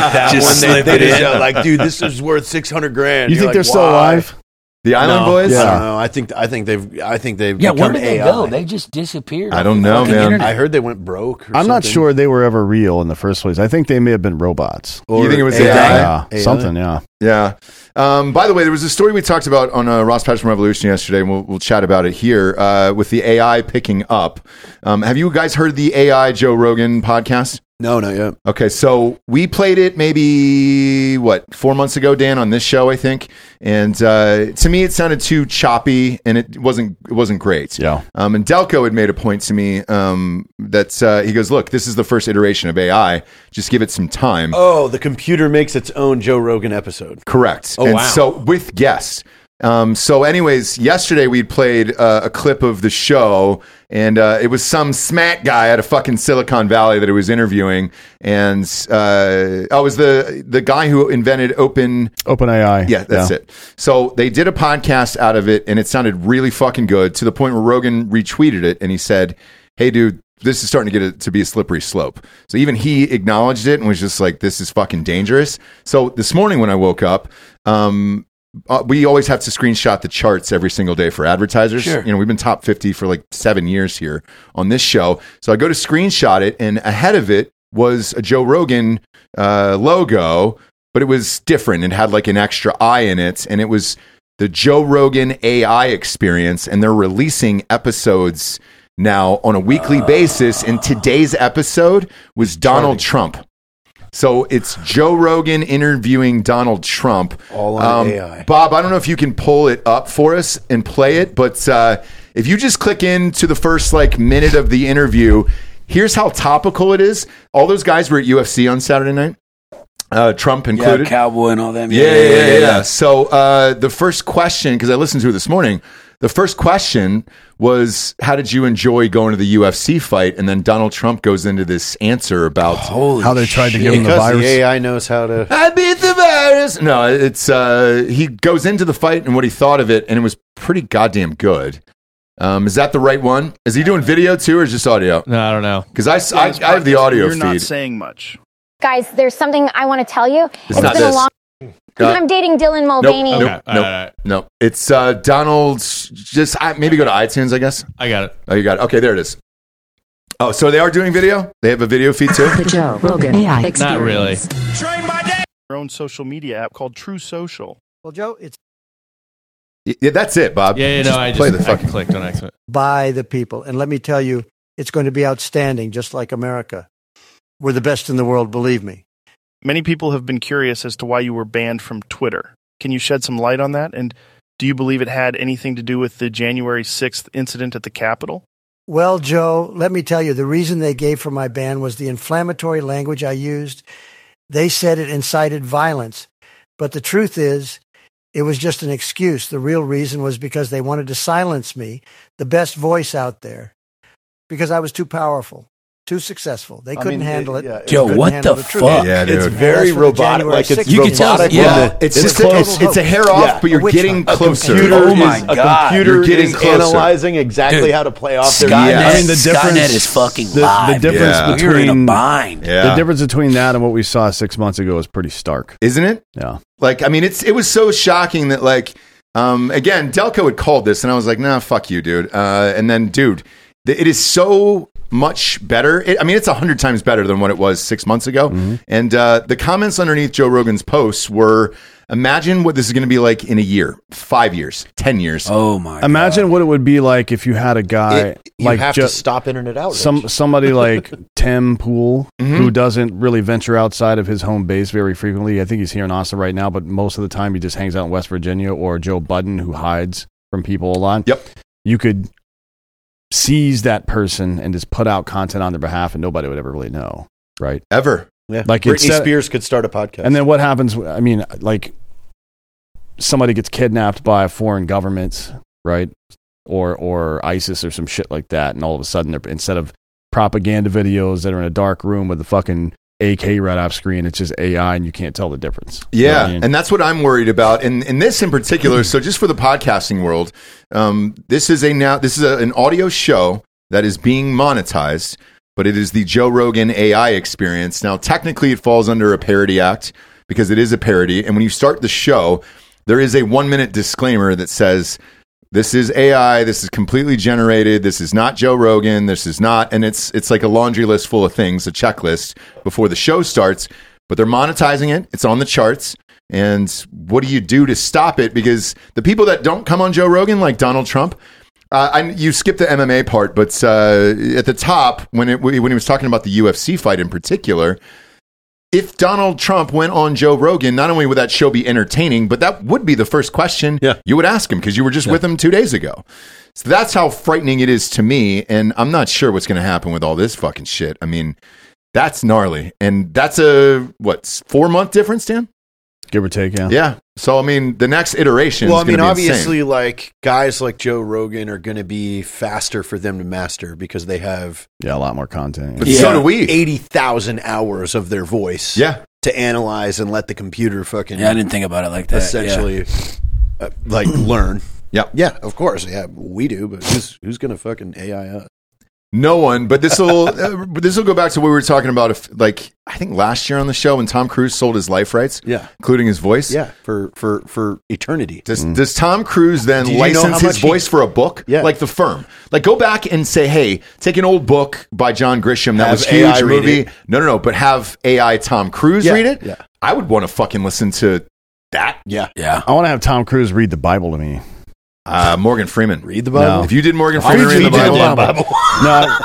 Speaker 2: like that
Speaker 3: Just
Speaker 2: one, they
Speaker 3: slip it
Speaker 2: did it,
Speaker 3: in.
Speaker 2: uh, like, dude, this is worth six hundred grand.
Speaker 4: You
Speaker 2: You're
Speaker 4: think
Speaker 2: like,
Speaker 4: they're still
Speaker 2: why?
Speaker 4: alive?
Speaker 8: The Island
Speaker 5: No.
Speaker 8: Boys?
Speaker 2: I don't
Speaker 4: Yeah.
Speaker 2: know. I think I think they've I think they've
Speaker 3: Yeah,
Speaker 2: become
Speaker 3: where did they
Speaker 2: AI.
Speaker 3: go? They just disappeared.
Speaker 1: I
Speaker 3: off
Speaker 1: don't
Speaker 3: the
Speaker 1: know,
Speaker 3: fucking
Speaker 1: man.
Speaker 3: internet.
Speaker 2: I heard they went broke. Or
Speaker 4: I'm not
Speaker 2: something.
Speaker 4: sure they were ever real in the first place. I think they may have been robots.
Speaker 2: Or
Speaker 1: You think it was AI?
Speaker 4: Yeah,
Speaker 2: AI?
Speaker 4: something. Yeah,
Speaker 1: Yeah. Um, by the way, there was a story we talked about on uh, Ross Patchman Revolution yesterday, and we'll, we'll chat about it here uh, with the AI picking up. Um, have you guys heard the AI Joe Rogan podcast?
Speaker 2: No, not yet.
Speaker 1: Okay, so we played it maybe what four months ago, Dan, on this show, I think. And uh, to me, it sounded too choppy, and it wasn't it wasn't great.
Speaker 4: Yeah.
Speaker 1: Um, and Delco had made a point to me um, that uh, he goes, "Look, this is the first iteration of AI. Just give it some time."
Speaker 2: Oh, the computer makes its own Joe Rogan episode.
Speaker 1: Correct.
Speaker 2: Oh,
Speaker 1: and
Speaker 2: wow.
Speaker 1: so with guests. Um, so, anyways, yesterday we played uh, a clip of the show, and uh, it was some smack guy out of fucking Silicon Valley that I was interviewing, and uh, oh, it was the the guy who invented open.
Speaker 4: open AI.
Speaker 1: Yeah, that's it. So they did a podcast out of it, and it sounded really fucking good to the point where Rogan retweeted it, and he said, "Hey, dude." This is starting to get a, to be a slippery slope. So even he acknowledged it and was just like, "This is fucking dangerous." So this morning when I woke up, um, uh, we always have to screenshot the charts every single day for advertisers. You know, we've been top 50 for like seven years here on this show. So I go to screenshot it, and ahead of it was a Joe Rogan uh, logo, but it was different. It had like an extra eye in it, and it was the Joe Rogan AI experience. And they're releasing episodes now on a weekly basis. And today's episode was Donald Trump. So it's Joe Rogan interviewing Donald Trump. Um,
Speaker 2: All on AI.
Speaker 1: Bob, I don't know if you can pull it up for us and play it, but uh, if you just click into the first like minute of the interview, here's how topical it is. All those guys were at UFC on Saturday night, uh, Trump
Speaker 3: Yeah,
Speaker 1: included.
Speaker 3: cowboy and all that.
Speaker 1: Yeah, yeah, yeah, yeah, yeah. So uh, the first question, because I listened to it this morning, the first question was, "How did you enjoy going to the UFC fight?" And then Donald Trump goes into this answer about
Speaker 3: Holy
Speaker 4: How they tried to give him the
Speaker 2: Because the,
Speaker 4: virus.
Speaker 2: AI knows how to.
Speaker 1: I beat the virus. No, it's uh, he goes into the fight and what he thought of it, and it was pretty goddamn good. Um, is that the right one? Is he doing video too, or is just audio?
Speaker 5: No, I don't know.
Speaker 1: Because I, I, I have the audio
Speaker 9: You're not
Speaker 1: feed.
Speaker 9: saying much.
Speaker 10: Guys, there's something I want to tell you.
Speaker 1: It's not this.
Speaker 10: a long
Speaker 1: Uh,
Speaker 10: I'm dating Dylan Mulvaney.
Speaker 1: Nope,
Speaker 5: Okay,
Speaker 1: nope,
Speaker 5: alright, alright.
Speaker 1: nope. It's uh, Donald's. Just I, maybe go to iTunes, I guess.
Speaker 5: I got it.
Speaker 1: Oh, you got it. Okay, there it is. Oh, so they are doing video. They have a video feed too.
Speaker 11: The Joe Rogan AI Experience.
Speaker 5: Not really.
Speaker 9: Your own social media app called True Social.
Speaker 6: Well, Joe, it's
Speaker 1: Y- yeah, that's it, Bob.
Speaker 5: Yeah, yeah, no, I just
Speaker 1: play the
Speaker 5: I
Speaker 1: fucking.
Speaker 5: clicked on accident.
Speaker 6: by the people. And let me tell you, it's going to be outstanding, just like America. We're the best in the world, believe me.
Speaker 9: Many people have been curious as to why you were banned from Twitter. Can you shed some light on that? And do you believe it had anything to do with the January 6th incident at the Capitol?
Speaker 6: Well, Joe, let me tell you, the reason they gave for my ban was the inflammatory language I used. They said it incited violence. But the truth is, it was just an excuse. The real reason was because they wanted to silence me, the best voice out there, because I was too powerful, too successful. They couldn't handle it.
Speaker 2: yeah, it's
Speaker 6: They
Speaker 3: Yo,
Speaker 6: couldn't
Speaker 3: what
Speaker 6: handle
Speaker 3: the
Speaker 6: truth.
Speaker 3: fuck?
Speaker 1: Yeah,
Speaker 2: It's
Speaker 1: dude.
Speaker 2: very
Speaker 6: That's for the
Speaker 2: robotic.
Speaker 6: January
Speaker 2: Like it's
Speaker 6: 6th. You can tell-
Speaker 2: robotic.
Speaker 3: yeah.
Speaker 2: when the-
Speaker 1: It's just a, it's, it's a hair off,
Speaker 2: Yeah.
Speaker 1: but you're
Speaker 6: A witch
Speaker 1: getting
Speaker 6: hunt.
Speaker 2: a
Speaker 1: closer.
Speaker 2: computer
Speaker 3: Oh
Speaker 2: is,
Speaker 3: my
Speaker 2: a
Speaker 3: God.
Speaker 2: computer
Speaker 1: You're getting
Speaker 2: is
Speaker 1: closer.
Speaker 2: analyzing exactly
Speaker 3: Dude,
Speaker 2: how to play off their.
Speaker 3: Skynet,
Speaker 1: Yeah. I mean,
Speaker 4: the
Speaker 3: Skynet
Speaker 4: difference-
Speaker 3: is fucking
Speaker 4: the- the
Speaker 3: live.
Speaker 4: difference
Speaker 3: dude.
Speaker 4: between-
Speaker 3: We're in a bind.
Speaker 1: yeah.
Speaker 4: The difference between that and what we saw six months ago is pretty stark.
Speaker 1: isn't it?
Speaker 4: Yeah.
Speaker 1: Like, I mean, it's it was so shocking that like, um, again, Delco had called this, and I was like, nah, fuck you, dude. Uh, and then, dude, th- it is so much better. It, I mean, it's a hundred times better than what it was six months ago. And uh, the comments underneath Joe Rogan's posts were, imagine what this is going to be like in a year, five years, ten years.
Speaker 3: Oh my!
Speaker 4: Imagine what it would be like if you had a guy
Speaker 2: It, you
Speaker 4: like
Speaker 2: have
Speaker 4: ju-
Speaker 2: to stop internet outrage.
Speaker 4: some somebody like Tim Pool, who doesn't really venture outside of his home base very frequently. I think he's here in Austin right now, but most of the time he just hangs out in West Virginia. Or Joe Budden, who hides from people a lot.
Speaker 1: Yep.
Speaker 4: you could seize that person and just put out content on their behalf, and nobody would ever really know, right?
Speaker 1: Ever.
Speaker 2: yeah.
Speaker 4: like
Speaker 2: Britney
Speaker 4: instead-
Speaker 2: Spears could start a podcast.
Speaker 4: And then what happens? I mean, like somebody gets kidnapped by a foreign government, right? Or or ISIS or some shit like that, and all of a sudden, they're, instead of propaganda videos that are in a dark room with the fucking AK right off screen, it's just AI, and you can't tell the difference. You know what
Speaker 1: Yeah,
Speaker 4: I mean?
Speaker 1: and that's what I'm worried about. And and this in particular, so just for the podcasting world, um, this is a now this is a, an audio show that is being monetized. but it is the Joe Rogan AI experience. Now, technically, it falls under a parody act because it is a parody. And when you start the show, there is a one minute disclaimer that says, this is AI. This is completely generated. This is not Joe Rogan. This is not, and it's it's like a laundry list full of things, a checklist before the show starts. But they're monetizing it. It's on the charts. And what do you do to stop it? Because the people that don't come on Joe Rogan, like Donald Trump, uh, I, you skipped the MMA part, but uh, at the top when it, when he was talking about the UFC fight in particular, if Donald Trump went on Joe Rogan, not only would that show be entertaining, but that would be the first question you would ask him because you were just with him two days ago. So that's how frightening it is to me, and I'm not sure what's going to happen with all this fucking shit. I mean, that's gnarly, and that's a what four month difference, Dan?
Speaker 4: Give or take, yeah.
Speaker 1: Yeah. So I mean, the next iteration.
Speaker 2: Well,
Speaker 1: is
Speaker 2: I mean,
Speaker 1: gonna be insane.
Speaker 2: obviously, like guys like Joe Rogan are going to be faster for them to master because they have
Speaker 4: Yeah, a lot more content.
Speaker 2: But so do we. Eighty thousand hours of their voice.
Speaker 1: Yeah.
Speaker 2: To analyze and let the computer fucking.
Speaker 3: Yeah, I didn't think about it like that,
Speaker 2: Essentially, uh, like learn.
Speaker 1: Yeah.
Speaker 2: Yeah. Of course. Yeah. We do, but who's who's gonna fucking AI us?
Speaker 1: No one, but this will uh, but this will go back to what we were talking about. If like I think last year on the show when Tom Cruise sold his life rights,
Speaker 2: Yeah.
Speaker 1: including his voice,
Speaker 2: Yeah. For for for eternity.
Speaker 1: Does does Tom Cruise then
Speaker 2: Mm. Do you know how
Speaker 1: license his
Speaker 2: much he-
Speaker 1: voice for a book?
Speaker 2: Yeah.
Speaker 1: like The Firm. Like go back and say, hey, take an old book by John Grisham that
Speaker 2: Have
Speaker 1: was huge
Speaker 2: AI read
Speaker 1: movie.
Speaker 2: it.
Speaker 1: No, no, no, but have AI Tom Cruise
Speaker 2: Yeah,
Speaker 1: read it.
Speaker 2: yeah.
Speaker 1: I would want to fucking listen to that.
Speaker 2: Yeah.
Speaker 3: Yeah.
Speaker 4: I want to have Tom Cruise read the Bible to me.
Speaker 1: Uh, Morgan Freeman.
Speaker 2: Read the
Speaker 4: Bible?
Speaker 2: Bible.
Speaker 4: No.
Speaker 1: If you did Morgan
Speaker 2: I
Speaker 1: Freeman
Speaker 2: did
Speaker 1: read the
Speaker 2: read the
Speaker 1: Bible,
Speaker 2: damn
Speaker 1: Bible.
Speaker 2: Bible.
Speaker 4: No,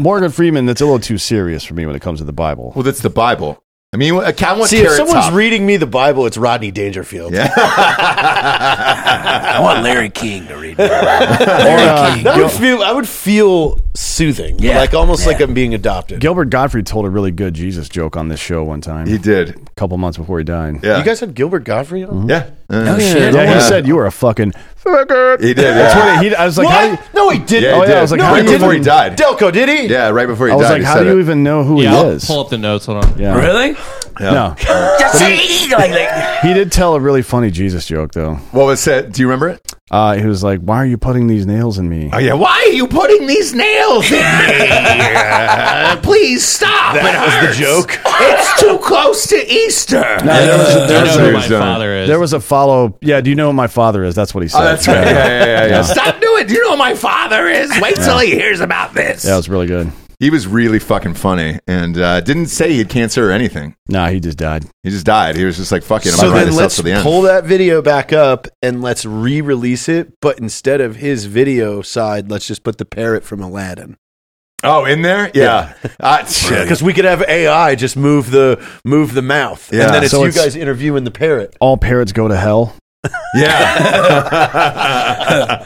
Speaker 4: Morgan Freeman, that's a little too serious for me when it comes to the Bible.
Speaker 1: well, that's the Bible. I mean, I want
Speaker 2: See, if
Speaker 1: Carrot
Speaker 2: someone's
Speaker 1: Top.
Speaker 2: reading me the Bible, it's Rodney Dangerfield.
Speaker 3: I want Larry King to read. it. Larry
Speaker 4: uh,
Speaker 3: King.
Speaker 2: That would feel. I would feel soothing.
Speaker 3: Yeah.
Speaker 2: Like almost like
Speaker 3: Yeah.
Speaker 2: I'm being adopted.
Speaker 4: Gilbert Godfrey told a really good Jesus joke on this show one time,
Speaker 1: He
Speaker 4: a
Speaker 1: did.
Speaker 4: couple months before he died.
Speaker 1: Yeah.
Speaker 2: You guys had Gilbert Godfrey on.
Speaker 1: yeah. Uh,
Speaker 3: No shit.
Speaker 4: Yeah, he said you were a fucking.
Speaker 1: He did.
Speaker 4: That's
Speaker 1: yeah.
Speaker 4: what he. I was like, how,
Speaker 2: What? No, he didn't.
Speaker 1: Yeah, he
Speaker 4: Oh, yeah, I
Speaker 1: did.
Speaker 4: was like,
Speaker 1: No,
Speaker 4: how
Speaker 1: right
Speaker 4: do you
Speaker 1: before he
Speaker 4: even-
Speaker 1: died.
Speaker 2: Delco, did he?
Speaker 1: yeah, right before he
Speaker 4: I was
Speaker 1: died.
Speaker 4: like,
Speaker 1: he
Speaker 4: how
Speaker 1: said
Speaker 4: do you
Speaker 1: it.
Speaker 4: even know who
Speaker 6: Yeah,
Speaker 4: he
Speaker 6: I'll
Speaker 4: is?
Speaker 6: pull up the notes. Hold on.
Speaker 4: Yeah.
Speaker 3: Really?
Speaker 4: No,
Speaker 3: Just say like, like
Speaker 4: he did tell a really funny Jesus joke though.
Speaker 1: What was said? Do you remember it?
Speaker 4: Uh, he was like, "Why are you putting these nails in me?"
Speaker 1: Oh, yeah. Why are you putting these nails in me? Uh, please stop.
Speaker 2: That was the joke.
Speaker 1: It's too close to Easter.
Speaker 4: No, there was a- there
Speaker 6: I
Speaker 4: was
Speaker 6: know
Speaker 4: a-
Speaker 6: who my father is.
Speaker 4: There was a follow. Yeah, do you know who my father is? That's what he said.
Speaker 1: Oh, that's right. Yeah, yeah, yeah. yeah.
Speaker 4: Yeah.
Speaker 1: Stop doing. Do you know who my father is? Wait till he hears about this.
Speaker 4: Yeah, it was really good.
Speaker 1: He was really fucking funny, and uh, didn't say he had cancer or anything.
Speaker 4: Nah, he just died.
Speaker 1: He just died. He was just like, "Fuck it, I'm
Speaker 2: so
Speaker 1: gonna ride
Speaker 2: then
Speaker 1: this up
Speaker 2: let's
Speaker 1: to the end."
Speaker 2: pull that video back up and let's re-release it. But instead of his video side, let's just put the parrot from Aladdin.
Speaker 1: oh, in there? Yeah. Ah, shit.
Speaker 2: Because we could have AI just move the move the mouth,
Speaker 1: Yeah.
Speaker 2: and then it's
Speaker 4: So
Speaker 2: you
Speaker 4: it's-
Speaker 2: guys interviewing the parrot.
Speaker 4: All parrots go to hell.
Speaker 1: Yeah.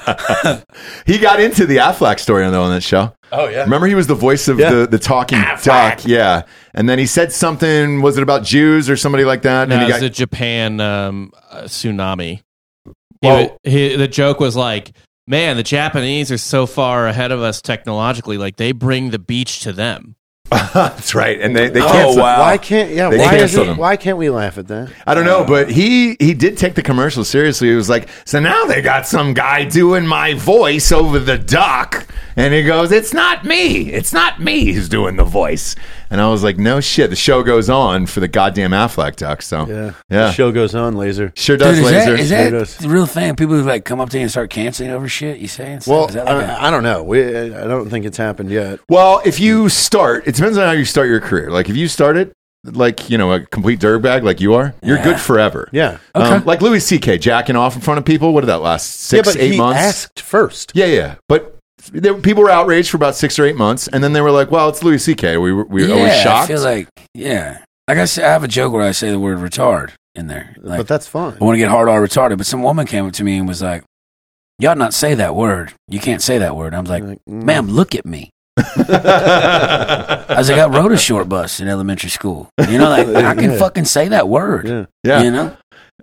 Speaker 1: he got into the Affleck story on, though, on that show.
Speaker 2: Oh yeah.
Speaker 1: Remember, he was the voice of
Speaker 2: Yeah.
Speaker 1: the, the talking duck. Yeah. And then he said something, was it about Jews or somebody like that?
Speaker 6: No,
Speaker 1: and
Speaker 6: it
Speaker 1: he
Speaker 6: was a Japan um, uh, tsunami. He
Speaker 1: Well-
Speaker 6: wa- he- the joke was like, man, the Japanese are so far ahead of us technologically. Like they bring the beach to them.
Speaker 1: That's right. And they, they
Speaker 3: Oh,
Speaker 1: canceled.
Speaker 3: wow.
Speaker 2: Why can't yeah?
Speaker 1: They
Speaker 2: Why is
Speaker 1: canceled
Speaker 2: it,
Speaker 1: him.
Speaker 2: Why can't we laugh at that?
Speaker 1: I don't know, but he he did take the commercial seriously. He was like, "So now they got some guy doing my voice over the duck," and he goes, "It's not me. It's not me who's doing the voice." And I was like, "No shit." The show goes on for the goddamn Affleck duck. So
Speaker 2: Yeah.
Speaker 1: yeah,
Speaker 2: The show goes on, laser.
Speaker 1: sure does.
Speaker 3: dude, is
Speaker 1: laser.
Speaker 3: that, is
Speaker 2: It
Speaker 3: that
Speaker 2: is.
Speaker 3: the real thing? People who like come up to you and start canceling over shit. You say? and stuff?
Speaker 2: Well, uh,
Speaker 3: Is that like a-
Speaker 2: I, I don't know. We, I don't think it's happened yet.
Speaker 1: Well, if you start, it depends on how you start your career. Like if you start it like you know a complete dirtbag like you are, you're
Speaker 3: Yeah.
Speaker 1: good forever.
Speaker 2: Yeah.
Speaker 1: Um, like Louis C.K. jacking off in front of people. What did that last six,
Speaker 2: yeah, but
Speaker 1: eight
Speaker 2: he
Speaker 1: months?
Speaker 2: asked first.
Speaker 1: Yeah, yeah. But there, people were outraged for about six or eight months, and then they were like, "Well, it's Louis C.K." We were, we were always
Speaker 3: I
Speaker 1: shocked.
Speaker 3: feel like yeah. Like I said, I have a joke where I say the word retard in there. Like,
Speaker 2: but that's fine.
Speaker 3: I want to get hard R retarded. But some woman came up to me and was like, "Y'all not say that word. You can't say that word." I was like,
Speaker 2: Like, mm.
Speaker 3: "Ma'am, look at me." I was like, "I rode a short bus in elementary school. You know, like I can
Speaker 2: Yeah.
Speaker 3: fucking say that word.
Speaker 2: Yeah.
Speaker 1: yeah.
Speaker 3: You know."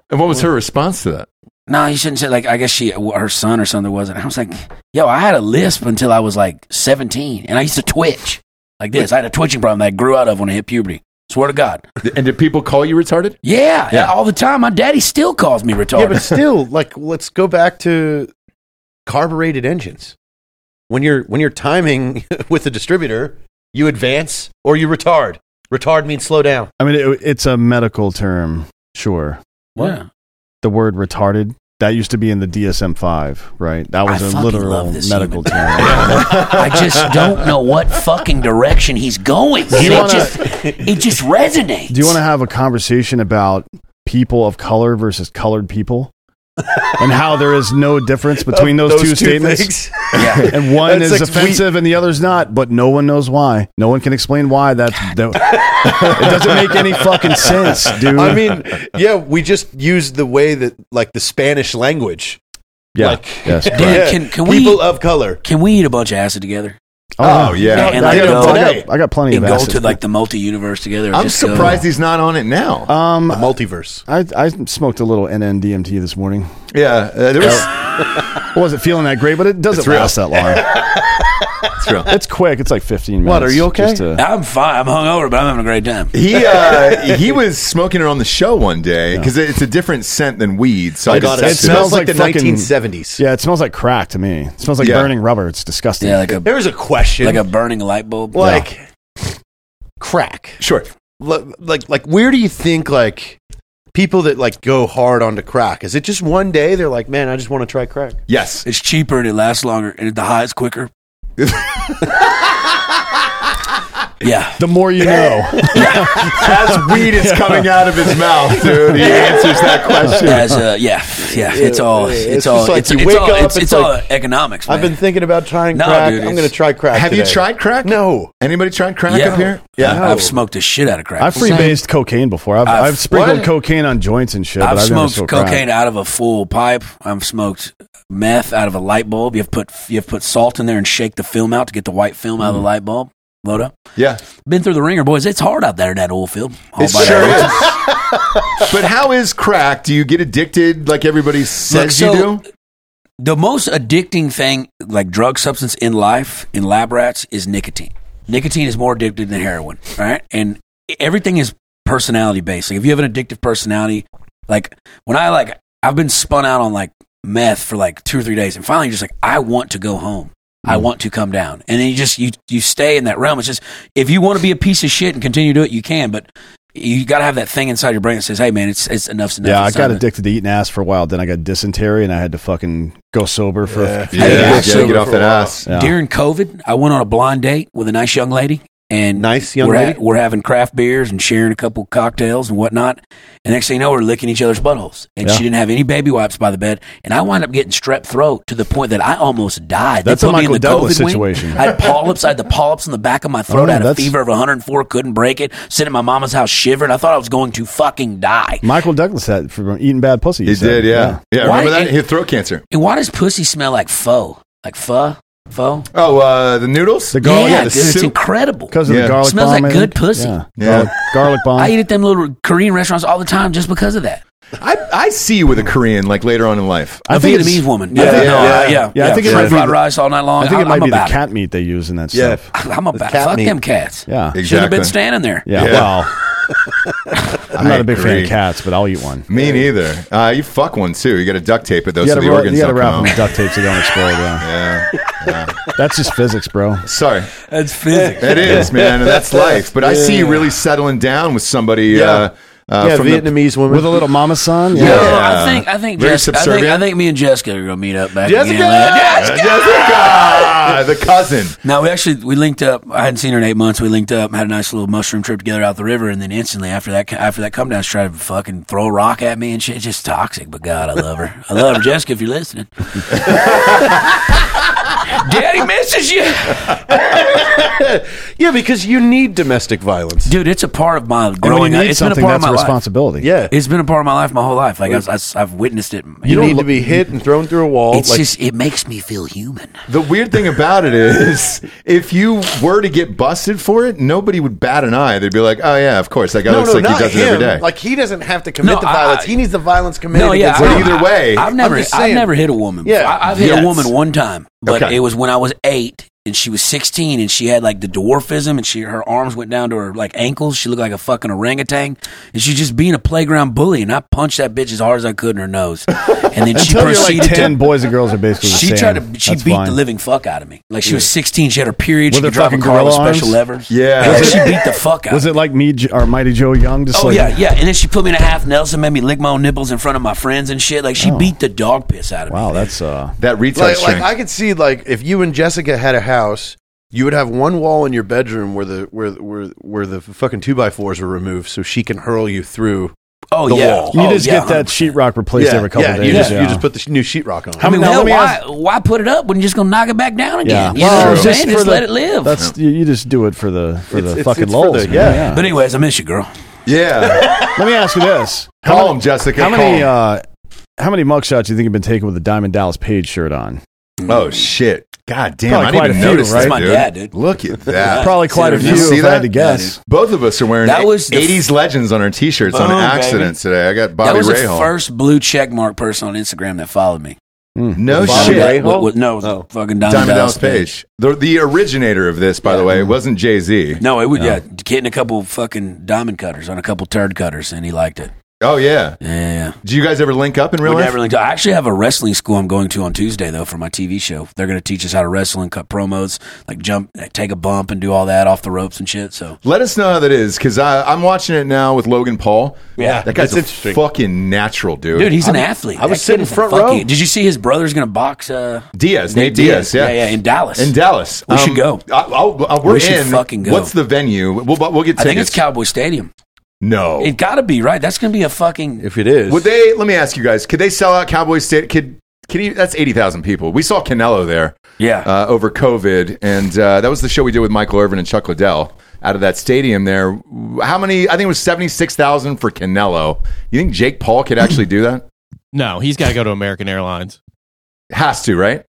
Speaker 1: And what was her response to that?
Speaker 3: No, you shouldn't say like I guess she her son or something wasn't. I was like, yo, I had a lisp until I was like seventeen, and I used to twitch like this. I had a twitching problem that I grew out of when I hit puberty. Swear to God.
Speaker 1: And did people call you retarded?
Speaker 3: Yeah,
Speaker 1: Yeah.
Speaker 3: all the time. My daddy still calls me retarded.
Speaker 2: Yeah, but still, like, let's go back to carbureted engines. When you're when you're timing with the distributor, You advance or you retard. Retard means slow down.
Speaker 4: I mean, it, it's a medical term, sure.
Speaker 3: What? Yeah.
Speaker 4: The word retarded. That used to be in the DSM five, right? That was
Speaker 3: I
Speaker 4: a
Speaker 3: fucking
Speaker 4: literal
Speaker 3: love this
Speaker 4: medical term.
Speaker 3: I just don't know what fucking direction he's going.
Speaker 4: Do
Speaker 3: And
Speaker 4: you
Speaker 3: it
Speaker 4: wanna-
Speaker 3: just it just resonates.
Speaker 4: Do you want to have a conversation about people of color versus colored people? and how there is no difference between those,
Speaker 2: Those
Speaker 4: two,
Speaker 2: two
Speaker 4: statements.
Speaker 2: things. Yeah.
Speaker 4: and one
Speaker 2: That's like
Speaker 4: is
Speaker 2: we-
Speaker 4: offensive and the other's not, but no one knows why. No one can explain why that's that, it doesn't make any fucking sense, dude.
Speaker 2: I mean, yeah, we just used the way that, like, the Spanish language.
Speaker 4: Yeah.
Speaker 2: Like,
Speaker 4: Yes,
Speaker 2: yeah,
Speaker 4: correct.
Speaker 3: Dan, can, can we
Speaker 2: people of color.
Speaker 3: can we eat a bunch of acid together?
Speaker 1: Oh, yeah.
Speaker 3: And, and, like,
Speaker 1: I
Speaker 3: go,
Speaker 1: got, I got,
Speaker 4: I got plenty
Speaker 3: and
Speaker 4: of
Speaker 3: go
Speaker 4: acid.
Speaker 3: to like the multi universe together.
Speaker 1: I'm surprised he's not on it now.
Speaker 4: um,
Speaker 2: Multiverse.
Speaker 4: I, I smoked a little NNDMT this morning.
Speaker 1: yeah, uh, there was.
Speaker 4: I wasn't feeling that great, but it doesn't
Speaker 1: It's real.
Speaker 4: last that long.
Speaker 1: it's real.
Speaker 4: It's quick. It's like 15 minutes.
Speaker 1: What, are you okay?
Speaker 4: just to-
Speaker 3: I'm fine. I'm hungover, but I'm having a great time.
Speaker 1: He uh, he was smoking it on the show one day because it's a different scent than weed. So I,
Speaker 2: I got
Speaker 1: just
Speaker 2: it.
Speaker 1: said
Speaker 2: It smells
Speaker 1: that.
Speaker 2: like the
Speaker 4: fucking-
Speaker 2: 1970s.
Speaker 4: Yeah, it smells like crack to me. It smells like
Speaker 1: Yeah.
Speaker 4: burning rubber. It's disgusting.
Speaker 3: Yeah, like a
Speaker 2: There's a question.
Speaker 3: like a burning light bulb.
Speaker 2: like crack.
Speaker 1: sure.
Speaker 2: L- Like, like, where do you think, like, people that, like, go hard onto crack? Is it just one day they're like, man, I just want to try crack?
Speaker 1: Yes.
Speaker 3: It's cheaper and it lasts longer and the high is quicker. yeah.
Speaker 4: The more you know.
Speaker 1: As weed is coming out of his mouth, dude, he answers that question.
Speaker 3: As uh, yeah, yeah, it's all
Speaker 2: Yeah,
Speaker 3: it's,
Speaker 2: it's
Speaker 3: all
Speaker 2: just like
Speaker 3: it's,
Speaker 2: you
Speaker 3: it's
Speaker 2: wake
Speaker 3: all
Speaker 2: up,
Speaker 3: it's,
Speaker 2: it's
Speaker 3: it's all
Speaker 2: like-
Speaker 3: economics. Man.
Speaker 2: I've been thinking about trying
Speaker 3: No,
Speaker 2: crack.
Speaker 3: dude,
Speaker 2: I'm
Speaker 3: it's-
Speaker 2: going to try crack.
Speaker 1: Have you
Speaker 2: today.
Speaker 1: tried crack?
Speaker 2: No.
Speaker 1: Anybody tried crack
Speaker 3: yeah.
Speaker 1: up here?
Speaker 3: Yeah,
Speaker 2: No.
Speaker 3: I've smoked the shit out of crack.
Speaker 4: I've freebased cocaine before. I've,
Speaker 3: I've-
Speaker 4: I've, sprinkled
Speaker 1: what?
Speaker 4: cocaine on joints and shit.
Speaker 3: I've
Speaker 4: but I've never
Speaker 3: smoked
Speaker 4: smoked crack.
Speaker 3: cocaine out of a full pipe. I've smoked meth out of a light bulb. You've put you've put salt in there and shake the film out to get the white film out of the light bulb. Load up.
Speaker 1: Yeah.
Speaker 3: Been through the ringer, boys. It's hard out there in that oil field. All
Speaker 1: It
Speaker 3: by
Speaker 1: sure
Speaker 3: that-
Speaker 1: is. but how is crack? Do you get addicted like everybody says
Speaker 3: Look,
Speaker 1: you
Speaker 3: so-
Speaker 1: do?
Speaker 3: The most addicting thing, like drug substance in life, in lab rats, is nicotine. Nicotine is more addictive than heroin, all right? And everything is personality based. Like if you have an addictive personality, like when I like, I've been spun out on like meth for like two or three days, and finally you're just like, I want to go home. I
Speaker 4: Mm.
Speaker 3: want to come down, and then you just you you stay in that realm. It's just if you want to be a piece of shit and continue to do it, you can, but you got to have that thing inside your brain that says, "Hey, man, it's it's enough's enough."
Speaker 4: Yeah, I
Speaker 3: It's
Speaker 4: got
Speaker 3: time to-
Speaker 4: addicted to eating ass for a while. Then I got dysentery and I had to fucking go sober for a few
Speaker 1: Yeah,
Speaker 3: Hey,
Speaker 1: you
Speaker 3: yeah,
Speaker 1: gotta
Speaker 3: so-
Speaker 1: get off that ass.
Speaker 4: Yeah.
Speaker 3: During COVID, I went on a blind date with a nice young lady, and
Speaker 2: Nice young
Speaker 3: we're, ha-
Speaker 2: lady?
Speaker 3: we're having craft beers and sharing a couple cocktails and whatnot. And next thing you know, we're licking each other's buttholes, and
Speaker 4: Yeah.
Speaker 3: she didn't have any baby wipes by the bed, and I wound up getting strep throat to the point that I almost died.
Speaker 4: That's a
Speaker 3: put me in
Speaker 4: Michael
Speaker 3: the
Speaker 4: Douglas
Speaker 3: COVID wing.
Speaker 4: situation.
Speaker 3: I had polyps. I had the polyps in the back of my
Speaker 4: Oh,
Speaker 3: throat. I had a
Speaker 4: that's-
Speaker 3: fever of 104, couldn't break it. Sitting at my mama's house shivering. I thought I was going to fucking die.
Speaker 4: Michael Douglas had from eating bad pussy.
Speaker 1: He
Speaker 4: said.
Speaker 1: did, yeah. Yeah,
Speaker 3: Why-
Speaker 1: remember that? He had throat cancer.
Speaker 3: And why does pussy smell like pho? Like pho? Pho?
Speaker 1: Oh, uh, the noodles?
Speaker 4: The garlic,
Speaker 3: yeah,
Speaker 1: the
Speaker 3: dude, it's
Speaker 1: soup.
Speaker 3: incredible.
Speaker 4: because of
Speaker 1: Yeah.
Speaker 4: the garlic
Speaker 3: Smells
Speaker 4: bomb.
Speaker 3: like
Speaker 4: I think.
Speaker 3: good pussy.
Speaker 4: Yeah,
Speaker 1: Yeah.
Speaker 4: Garlic, garlic bomb.
Speaker 3: I eat at them little Korean restaurants all the time just because of that.
Speaker 1: I, I see you with a Korean like later on in life.
Speaker 3: A
Speaker 4: I think
Speaker 3: Vietnamese
Speaker 4: it's-
Speaker 3: woman.
Speaker 1: Yeah,
Speaker 3: I think-
Speaker 1: yeah,
Speaker 3: no,
Speaker 1: yeah.
Speaker 3: I- yeah.
Speaker 4: Yeah, I think it might
Speaker 3: fried
Speaker 4: be
Speaker 3: fried
Speaker 4: the-
Speaker 3: rice all night long.
Speaker 4: I think it
Speaker 3: I'm
Speaker 4: might be the
Speaker 3: about
Speaker 4: cat meat they use in that
Speaker 1: Yeah.
Speaker 4: stuff.
Speaker 3: I'm about
Speaker 2: cat
Speaker 3: fuck
Speaker 2: meat.
Speaker 3: them cats.
Speaker 4: Yeah.
Speaker 1: Exactly.
Speaker 3: Should have been staying there.
Speaker 4: Yeah.
Speaker 1: Yeah.
Speaker 4: Well, I'm
Speaker 1: I
Speaker 4: not a big fan
Speaker 1: agree.
Speaker 4: of cats, but I'll eat one.
Speaker 1: Me neither. Uh, you fuck one too. You got to duct tape it though,
Speaker 4: you
Speaker 1: so
Speaker 4: gotta,
Speaker 1: the
Speaker 4: ro-
Speaker 1: organs
Speaker 4: you gotta
Speaker 1: don't
Speaker 4: wrap
Speaker 1: come
Speaker 4: them with
Speaker 1: out.
Speaker 4: duct tape so they don't explode. Yeah.
Speaker 1: Yeah.
Speaker 4: That's just physics, bro.
Speaker 1: Sorry,
Speaker 3: That's physics.
Speaker 1: it is, man. and That's life. But I see you really settling down with somebody. Uh, uh,
Speaker 2: yeah,
Speaker 1: from the-
Speaker 2: Vietnamese woman.
Speaker 4: With a little mama son.
Speaker 3: No,
Speaker 4: Yeah.
Speaker 1: Yeah.
Speaker 3: I think I think
Speaker 1: Very
Speaker 3: Jessica, I think I
Speaker 1: subservient.
Speaker 3: think me and Jessica are gonna meet up back
Speaker 1: Jessica!
Speaker 3: again. later.
Speaker 1: Jessica! the cousin.
Speaker 3: No, we actually we linked up. I hadn't seen her in eight months. We linked up, had a nice little mushroom trip together out the river, and then instantly after that, after that come down, she tried to fucking throw a rock at me and shit. It's Just toxic, but God, I love her. I love her, Jessica. If you're listening, Daddy misses you,
Speaker 2: yeah, because you need domestic violence.
Speaker 3: dude. It's a part of my
Speaker 4: And when
Speaker 3: growing
Speaker 4: you
Speaker 3: up.
Speaker 4: need
Speaker 3: It's been a
Speaker 4: something,
Speaker 3: part of
Speaker 4: that's
Speaker 3: my
Speaker 4: a
Speaker 3: life.
Speaker 4: responsibility.
Speaker 2: yeah.
Speaker 3: It's been a part of my life my whole life. Like I, I, have witnessed it.
Speaker 2: you need to be hit and thrown through a wall.
Speaker 3: It's
Speaker 2: like,
Speaker 3: just it makes me feel human.
Speaker 1: The weird thing about it is, if you were to get busted for it, nobody would bat an eye. They'd be like, "Oh yeah, of course, that guy
Speaker 2: no,
Speaker 1: looks
Speaker 2: no,
Speaker 1: like
Speaker 2: not
Speaker 1: he does
Speaker 2: him.
Speaker 1: it every day."
Speaker 2: Like he doesn't have to commit
Speaker 3: No,
Speaker 2: the
Speaker 3: I-
Speaker 2: violence.
Speaker 3: I-
Speaker 2: he needs the violence committed. against
Speaker 1: I
Speaker 2: him.
Speaker 1: don't- either way,
Speaker 3: I've never,
Speaker 2: I'm just
Speaker 3: I've
Speaker 2: saying.
Speaker 3: never hit a woman. Before.
Speaker 2: Yeah.
Speaker 3: I, I've hit
Speaker 1: Yes.
Speaker 3: a woman one time, but
Speaker 1: Okay.
Speaker 3: it was when I was eight. and she was 16 and she had like the dwarfism and she her arms went down to her like ankles. She looked like a fucking orangutan and she was just being a playground bully. And I punched that bitch as hard as I could in her nose, and then she
Speaker 4: Until you're
Speaker 3: proceeded
Speaker 4: like ten
Speaker 3: to.
Speaker 4: boys and girls are basically.
Speaker 3: She
Speaker 4: the
Speaker 3: tried
Speaker 4: same.
Speaker 3: to. She
Speaker 4: That's
Speaker 3: beat
Speaker 4: fine.
Speaker 3: the living fuck out of me. Like she
Speaker 4: Yeah.
Speaker 3: was 16. She had her period.
Speaker 4: Were
Speaker 3: she
Speaker 4: there
Speaker 3: could drive a
Speaker 4: fucking
Speaker 3: car with
Speaker 4: gorilla
Speaker 3: special
Speaker 4: arms?
Speaker 3: levers.
Speaker 4: Yeah.
Speaker 3: And she beat the fuck out.
Speaker 4: Was it like me J- or Mighty Joe Young? Just
Speaker 3: Oh
Speaker 4: like,
Speaker 3: yeah, yeah. And then she put me in a half Nelson, made me lick my own nipples in front of my friends and shit. Like she beat the dog piss out of me.
Speaker 4: Oh. Wow, that's uh,
Speaker 1: that retail
Speaker 2: like, like
Speaker 1: strength.
Speaker 2: I could see like if you and Jessica had a house, you would have one wall in your bedroom where the where where where the fucking two by fours are removed, so she can hurl you through.
Speaker 3: Oh
Speaker 2: the
Speaker 3: yeah.
Speaker 2: wall.
Speaker 4: You just get that sheetrock replaced
Speaker 2: Yeah,
Speaker 4: every couple
Speaker 2: yeah,
Speaker 4: days.
Speaker 2: You just,
Speaker 4: yeah.
Speaker 2: you just put the sh- new sheetrock on.
Speaker 3: I mean,
Speaker 4: Now,
Speaker 3: hell,
Speaker 4: let me
Speaker 3: why, why put it up when you're just gonna knock it back down again? You know
Speaker 4: Well,
Speaker 3: what I'm
Speaker 4: just
Speaker 3: saying?
Speaker 4: for
Speaker 3: Just
Speaker 4: the-
Speaker 3: let it live.
Speaker 4: That's you, you just do it for the for
Speaker 3: It's-
Speaker 4: the
Speaker 3: it's-
Speaker 4: fucking
Speaker 3: it's for
Speaker 4: lulls.
Speaker 3: the-
Speaker 4: man,
Speaker 3: yeah. But anyways, I miss you, girl.
Speaker 1: Yeah.
Speaker 4: Let me ask you this:
Speaker 1: Call
Speaker 4: many-
Speaker 1: him, Jessica,
Speaker 4: How many
Speaker 1: call
Speaker 4: uh, how many mugshots do you think have been taken with a Diamond Dallas Page shirt on?
Speaker 1: Oh shit! God damn!
Speaker 4: Probably
Speaker 1: I didn't
Speaker 4: quite a
Speaker 1: even
Speaker 4: few,
Speaker 1: notice that,
Speaker 4: right? That's my
Speaker 1: dude.
Speaker 4: dad, dude.
Speaker 1: Look at
Speaker 2: Uh,
Speaker 1: that.
Speaker 4: Probably quite a
Speaker 1: You
Speaker 4: few,
Speaker 1: See
Speaker 4: if I
Speaker 1: that?
Speaker 4: had to guess. Yeah,
Speaker 1: Both of us are wearing
Speaker 3: That was the f-
Speaker 1: '80s legends on our T-shirts on
Speaker 3: Boom,
Speaker 1: accident
Speaker 3: baby.
Speaker 1: today. I got Bobby
Speaker 3: that was
Speaker 1: Rahal.
Speaker 3: the first blue check mark person on Instagram that followed me.
Speaker 4: Oh,
Speaker 1: no
Speaker 3: Bobby
Speaker 1: shit.
Speaker 3: Rahal? What- what- no, it was fucking Diamond,
Speaker 1: Diamond
Speaker 3: Dallas
Speaker 1: Dallas Page, the the originator of this, by the way, it wasn't Jay Z.
Speaker 3: No, it
Speaker 4: Oh.
Speaker 3: would yeah, getting a couple fucking diamond cutters on a couple turd cutters, and he liked it.
Speaker 1: Oh yeah.
Speaker 3: Yeah.
Speaker 1: Do you guys ever link up in real
Speaker 3: We
Speaker 1: life?
Speaker 3: never linked up. I actually have a wrestling school I'm going to on Tuesday though for my TV show. They're going to teach us how to wrestle and cut promos, like jump, like, take a bump, and do all that off the ropes and shit. So
Speaker 1: Let us know how that is because I'm watching it now with Logan Paul.
Speaker 3: Yeah.
Speaker 1: that guy's
Speaker 3: That's
Speaker 1: a
Speaker 3: interesting.
Speaker 1: fucking natural dude.
Speaker 3: Dude, he's an
Speaker 1: I'm-
Speaker 3: athlete.
Speaker 1: I was
Speaker 3: That kid
Speaker 1: sitting
Speaker 3: is a
Speaker 1: front
Speaker 3: fucking-
Speaker 1: row.
Speaker 3: Did you see his brother's going to box? Uh,
Speaker 1: Diaz,
Speaker 3: Nate
Speaker 1: Nate Diaz,
Speaker 3: Diaz.
Speaker 1: yeah.
Speaker 3: Yeah, yeah, in Dallas.
Speaker 1: In Dallas, Um,
Speaker 3: We should go.
Speaker 1: I, I'll, I'll, we're
Speaker 3: We should
Speaker 1: in.
Speaker 3: fucking go.
Speaker 1: What's the venue? We'll, we'll get tickets.
Speaker 3: I think it's Cowboy Stadium.
Speaker 1: no.
Speaker 3: It got to be right. That's going to be a fucking.
Speaker 2: If it is,
Speaker 1: Would they? Let me ask you guys. Could they sell out Cowboys State? Could could he, that's eighty thousand people? We saw Canelo there.
Speaker 3: Yeah.
Speaker 1: Uh, over COVID, and uh, that was the show we did with Michael Irvin and Chuck Liddell out of that stadium there. How many? I think it was seventy six thousand for Canelo. You think Jake Paul could actually do that?
Speaker 6: No, he's got to go to American Airlines.
Speaker 1: Has to, right?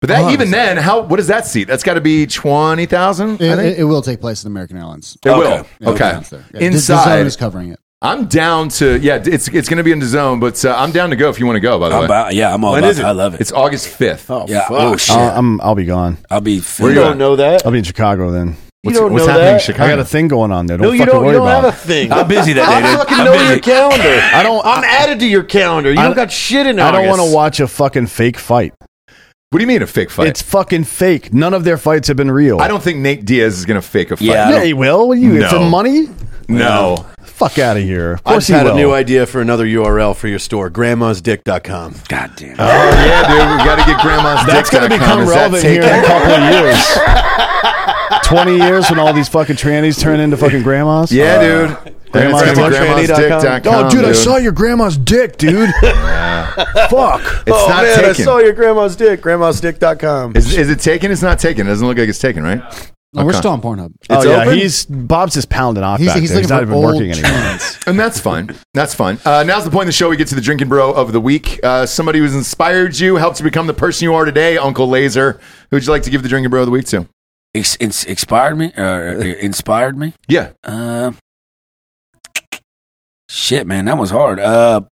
Speaker 1: But that even then, how what is that seat? That's got to be twenty thousand.
Speaker 5: It, it- it will take place in American Airlines.
Speaker 1: It will.
Speaker 5: Yeah,
Speaker 1: okay.
Speaker 5: it's there. Yeah, the- The
Speaker 1: Inside.
Speaker 5: zone is covering it.
Speaker 1: I'm down to yeah. It's it's going to be in the zone, but uh, I'm down to go if you want to go. By the
Speaker 3: I'm
Speaker 1: way,
Speaker 3: about- yeah, I'm all
Speaker 1: When
Speaker 3: about
Speaker 1: is
Speaker 3: it. I love it.
Speaker 1: It's Uh, August fifth.
Speaker 2: Oh,
Speaker 3: Yeah. Oh shit.
Speaker 4: I'll, Uh, I'm I'll be gone.
Speaker 3: I'll be.
Speaker 1: Where you at?
Speaker 2: know that.
Speaker 4: I'll be in Chicago then.
Speaker 2: You
Speaker 1: What's-
Speaker 2: don't
Speaker 1: what's
Speaker 2: know
Speaker 1: happening in
Speaker 2: that.
Speaker 1: Chicago?
Speaker 4: I got a thing going on there. Don't
Speaker 2: No, you
Speaker 4: fucking
Speaker 2: don't. You
Speaker 4: worry
Speaker 2: don't
Speaker 4: about
Speaker 2: have a
Speaker 4: it.
Speaker 2: thing.
Speaker 3: I'm busy that day,
Speaker 2: I
Speaker 3: dude.
Speaker 2: fucking
Speaker 3: I'm
Speaker 2: know
Speaker 3: busy.
Speaker 2: your calendar.
Speaker 4: I don't-
Speaker 2: I'm added to your calendar. You
Speaker 4: I
Speaker 2: don't
Speaker 4: don't-
Speaker 2: got shit in
Speaker 4: I don't
Speaker 2: August.
Speaker 4: want to watch a fucking fake fight.
Speaker 1: What do you mean a fake fight?
Speaker 4: It's fucking fake. None of their fights have been real.
Speaker 1: I don't think Nate Diaz is going to fake a fight.
Speaker 3: Yeah, I
Speaker 4: Yeah, he will. What are you
Speaker 1: No.
Speaker 4: for money?
Speaker 1: No.
Speaker 4: Fuck out of here. Of
Speaker 2: I just
Speaker 4: course he
Speaker 2: had a
Speaker 4: will.
Speaker 2: new idea for another URL for your store, grandmasdick.com.
Speaker 3: God damn.
Speaker 1: Oh yeah, dude. We got to get grandma's
Speaker 4: That's
Speaker 1: dick.
Speaker 4: going to become relevant here in a couple of years. Twenty years when all these fucking trannies turn into fucking grandmas.
Speaker 1: Yeah, dude.
Speaker 4: Grandma's
Speaker 1: Grandma's,
Speaker 4: Dick.
Speaker 1: grandma's dick.com,
Speaker 4: oh, dude, I saw your grandma's dick, dude. Fuck.
Speaker 1: It's not
Speaker 2: man, I
Speaker 1: taken.
Speaker 2: saw your grandma's dick, grandmasdick.com.
Speaker 1: Is, is it taken? It's not taken. It doesn't look like it's taken, right?
Speaker 5: No, we're
Speaker 1: Okay.
Speaker 5: still on Pornhub.
Speaker 4: oh yeah,
Speaker 1: open?
Speaker 4: he's Bob's just pounding off
Speaker 5: He's,
Speaker 4: back
Speaker 5: he's
Speaker 4: there.
Speaker 5: looking
Speaker 4: He's not
Speaker 5: for
Speaker 4: even
Speaker 5: old
Speaker 4: working anymore.
Speaker 5: trends.
Speaker 1: And that's fine. That's fine. Uh, now's the point of the show. We get to the drinking bro of the week. Uh, somebody who's inspired you, helped you become the person you are today, Uncle Laser. Who'd you like to give the drinking bro of the week to?
Speaker 3: Ex- ins- expired me. Or uh, inspired me.
Speaker 1: Yeah.
Speaker 3: Uh, shit, man, that was hard. Uh,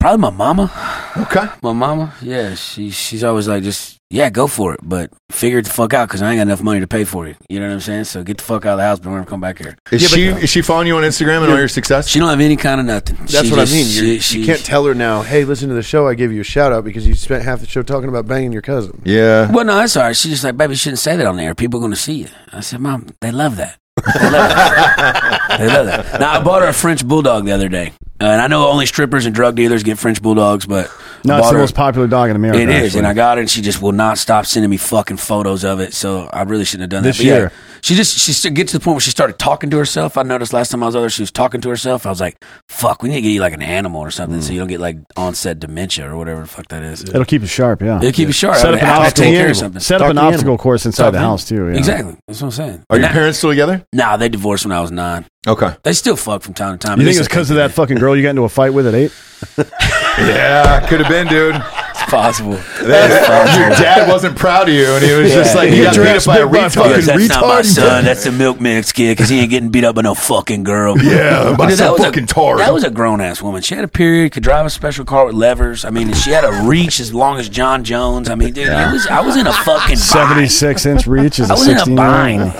Speaker 3: probably my mama.
Speaker 1: Okay.
Speaker 3: My mama. Yeah, she she's always like, just yeah, go for it, but figure it the fuck out because I ain't got enough money to pay for you. You know what I'm saying? So get the fuck out of the house before I come back here.
Speaker 1: Is
Speaker 2: Yeah, but-
Speaker 1: she is she following you on Instagram and all your success?
Speaker 3: She don't have any kind of nothing.
Speaker 2: That's
Speaker 3: She
Speaker 2: what I
Speaker 3: just-
Speaker 2: mean. You're-
Speaker 3: she-
Speaker 2: you
Speaker 3: she-
Speaker 2: can't tell her now, hey, listen to the show. I give you a shout out because you spent half the show talking about banging your cousin.
Speaker 1: yeah.
Speaker 3: Well, no, that's all right. She's just like, baby, you shouldn't say that on the air. People are going to see you. I said, Mom, they love that. They love that. they love that. Now, I bought her a French bulldog the other day. Uh, and I know only strippers and drug dealers get French bulldogs, but. I
Speaker 4: No, it's
Speaker 3: bought
Speaker 4: the
Speaker 3: her-
Speaker 4: most popular dog in America.
Speaker 3: It is.
Speaker 4: actually.
Speaker 3: And I got her, and she just will not stop sending me fucking photos of it. So I really shouldn't have done
Speaker 4: This
Speaker 3: that. But yeah,
Speaker 4: year.
Speaker 3: she just, she st- gets to the point where she started talking to herself. I noticed last time I was over, she was talking to herself. I was like, fuck, we need to get you like an animal or something so you don't get like onset dementia or whatever the fuck that is.
Speaker 4: Mm. It'll keep you sharp. Yeah.
Speaker 3: It'll keep you sharp.
Speaker 4: Set
Speaker 3: I
Speaker 4: up an
Speaker 3: have to take care of
Speaker 4: obstacle.
Speaker 3: something.
Speaker 4: Set up
Speaker 2: Talk
Speaker 4: an
Speaker 2: to the
Speaker 4: obstacle
Speaker 2: animal.
Speaker 4: course inside the house too. Yeah.
Speaker 3: Exactly. That's what I'm saying.
Speaker 1: Are your
Speaker 3: Nah.
Speaker 1: parents still together?
Speaker 3: Nah, they divorced when I was nine.
Speaker 1: Okay.
Speaker 3: They still fuck from time to time. At
Speaker 4: You think
Speaker 3: least
Speaker 4: it's
Speaker 3: I
Speaker 4: because of that fucking girl you got into a fight with at eight?
Speaker 1: Yeah, could have been, dude.
Speaker 3: possible.
Speaker 1: Your dad wasn't proud of you, and he was just like, "You got beat up by a retard."
Speaker 3: That's not my son. That's the milk mix kid because he ain't getting beat up by no fucking girl.
Speaker 1: Yeah, by
Speaker 3: Dude,
Speaker 1: some
Speaker 3: was a-
Speaker 1: fucking tard.
Speaker 3: That was a grown ass woman. She had a period, could drive a special car with levers. I mean, and she had a reach as long as John Jones. I mean, dude, it was, I was in a fucking bind.
Speaker 12: 76 inch reach is
Speaker 3: I
Speaker 12: a
Speaker 3: was in a
Speaker 12: 16
Speaker 3: bind.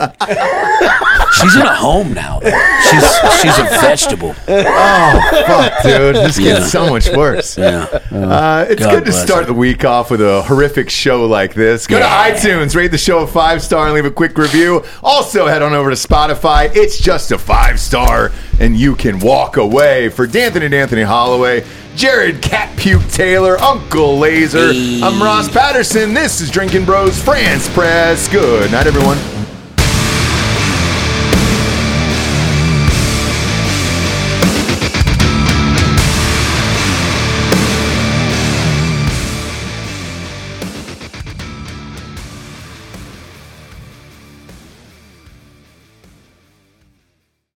Speaker 3: She's in a home now. She's she's a vegetable.
Speaker 1: Oh fuck, dude! This
Speaker 3: Yeah.
Speaker 1: gets so much worse.
Speaker 3: Yeah.
Speaker 1: Uh, it's
Speaker 3: God
Speaker 1: good to
Speaker 3: bless
Speaker 1: start the week off with a horrific show like this. Go
Speaker 3: Yeah.
Speaker 1: to iTunes, rate the show a five star, and leave a quick review. Also, head on over to Spotify. It's just a five star, and you can walk away. For D'Anthony and Anthony Holloway, Jared Cat Puke Taylor, Uncle Laser, I'm Ross Patterson. This is Drinking Bros France Press. Good night, everyone.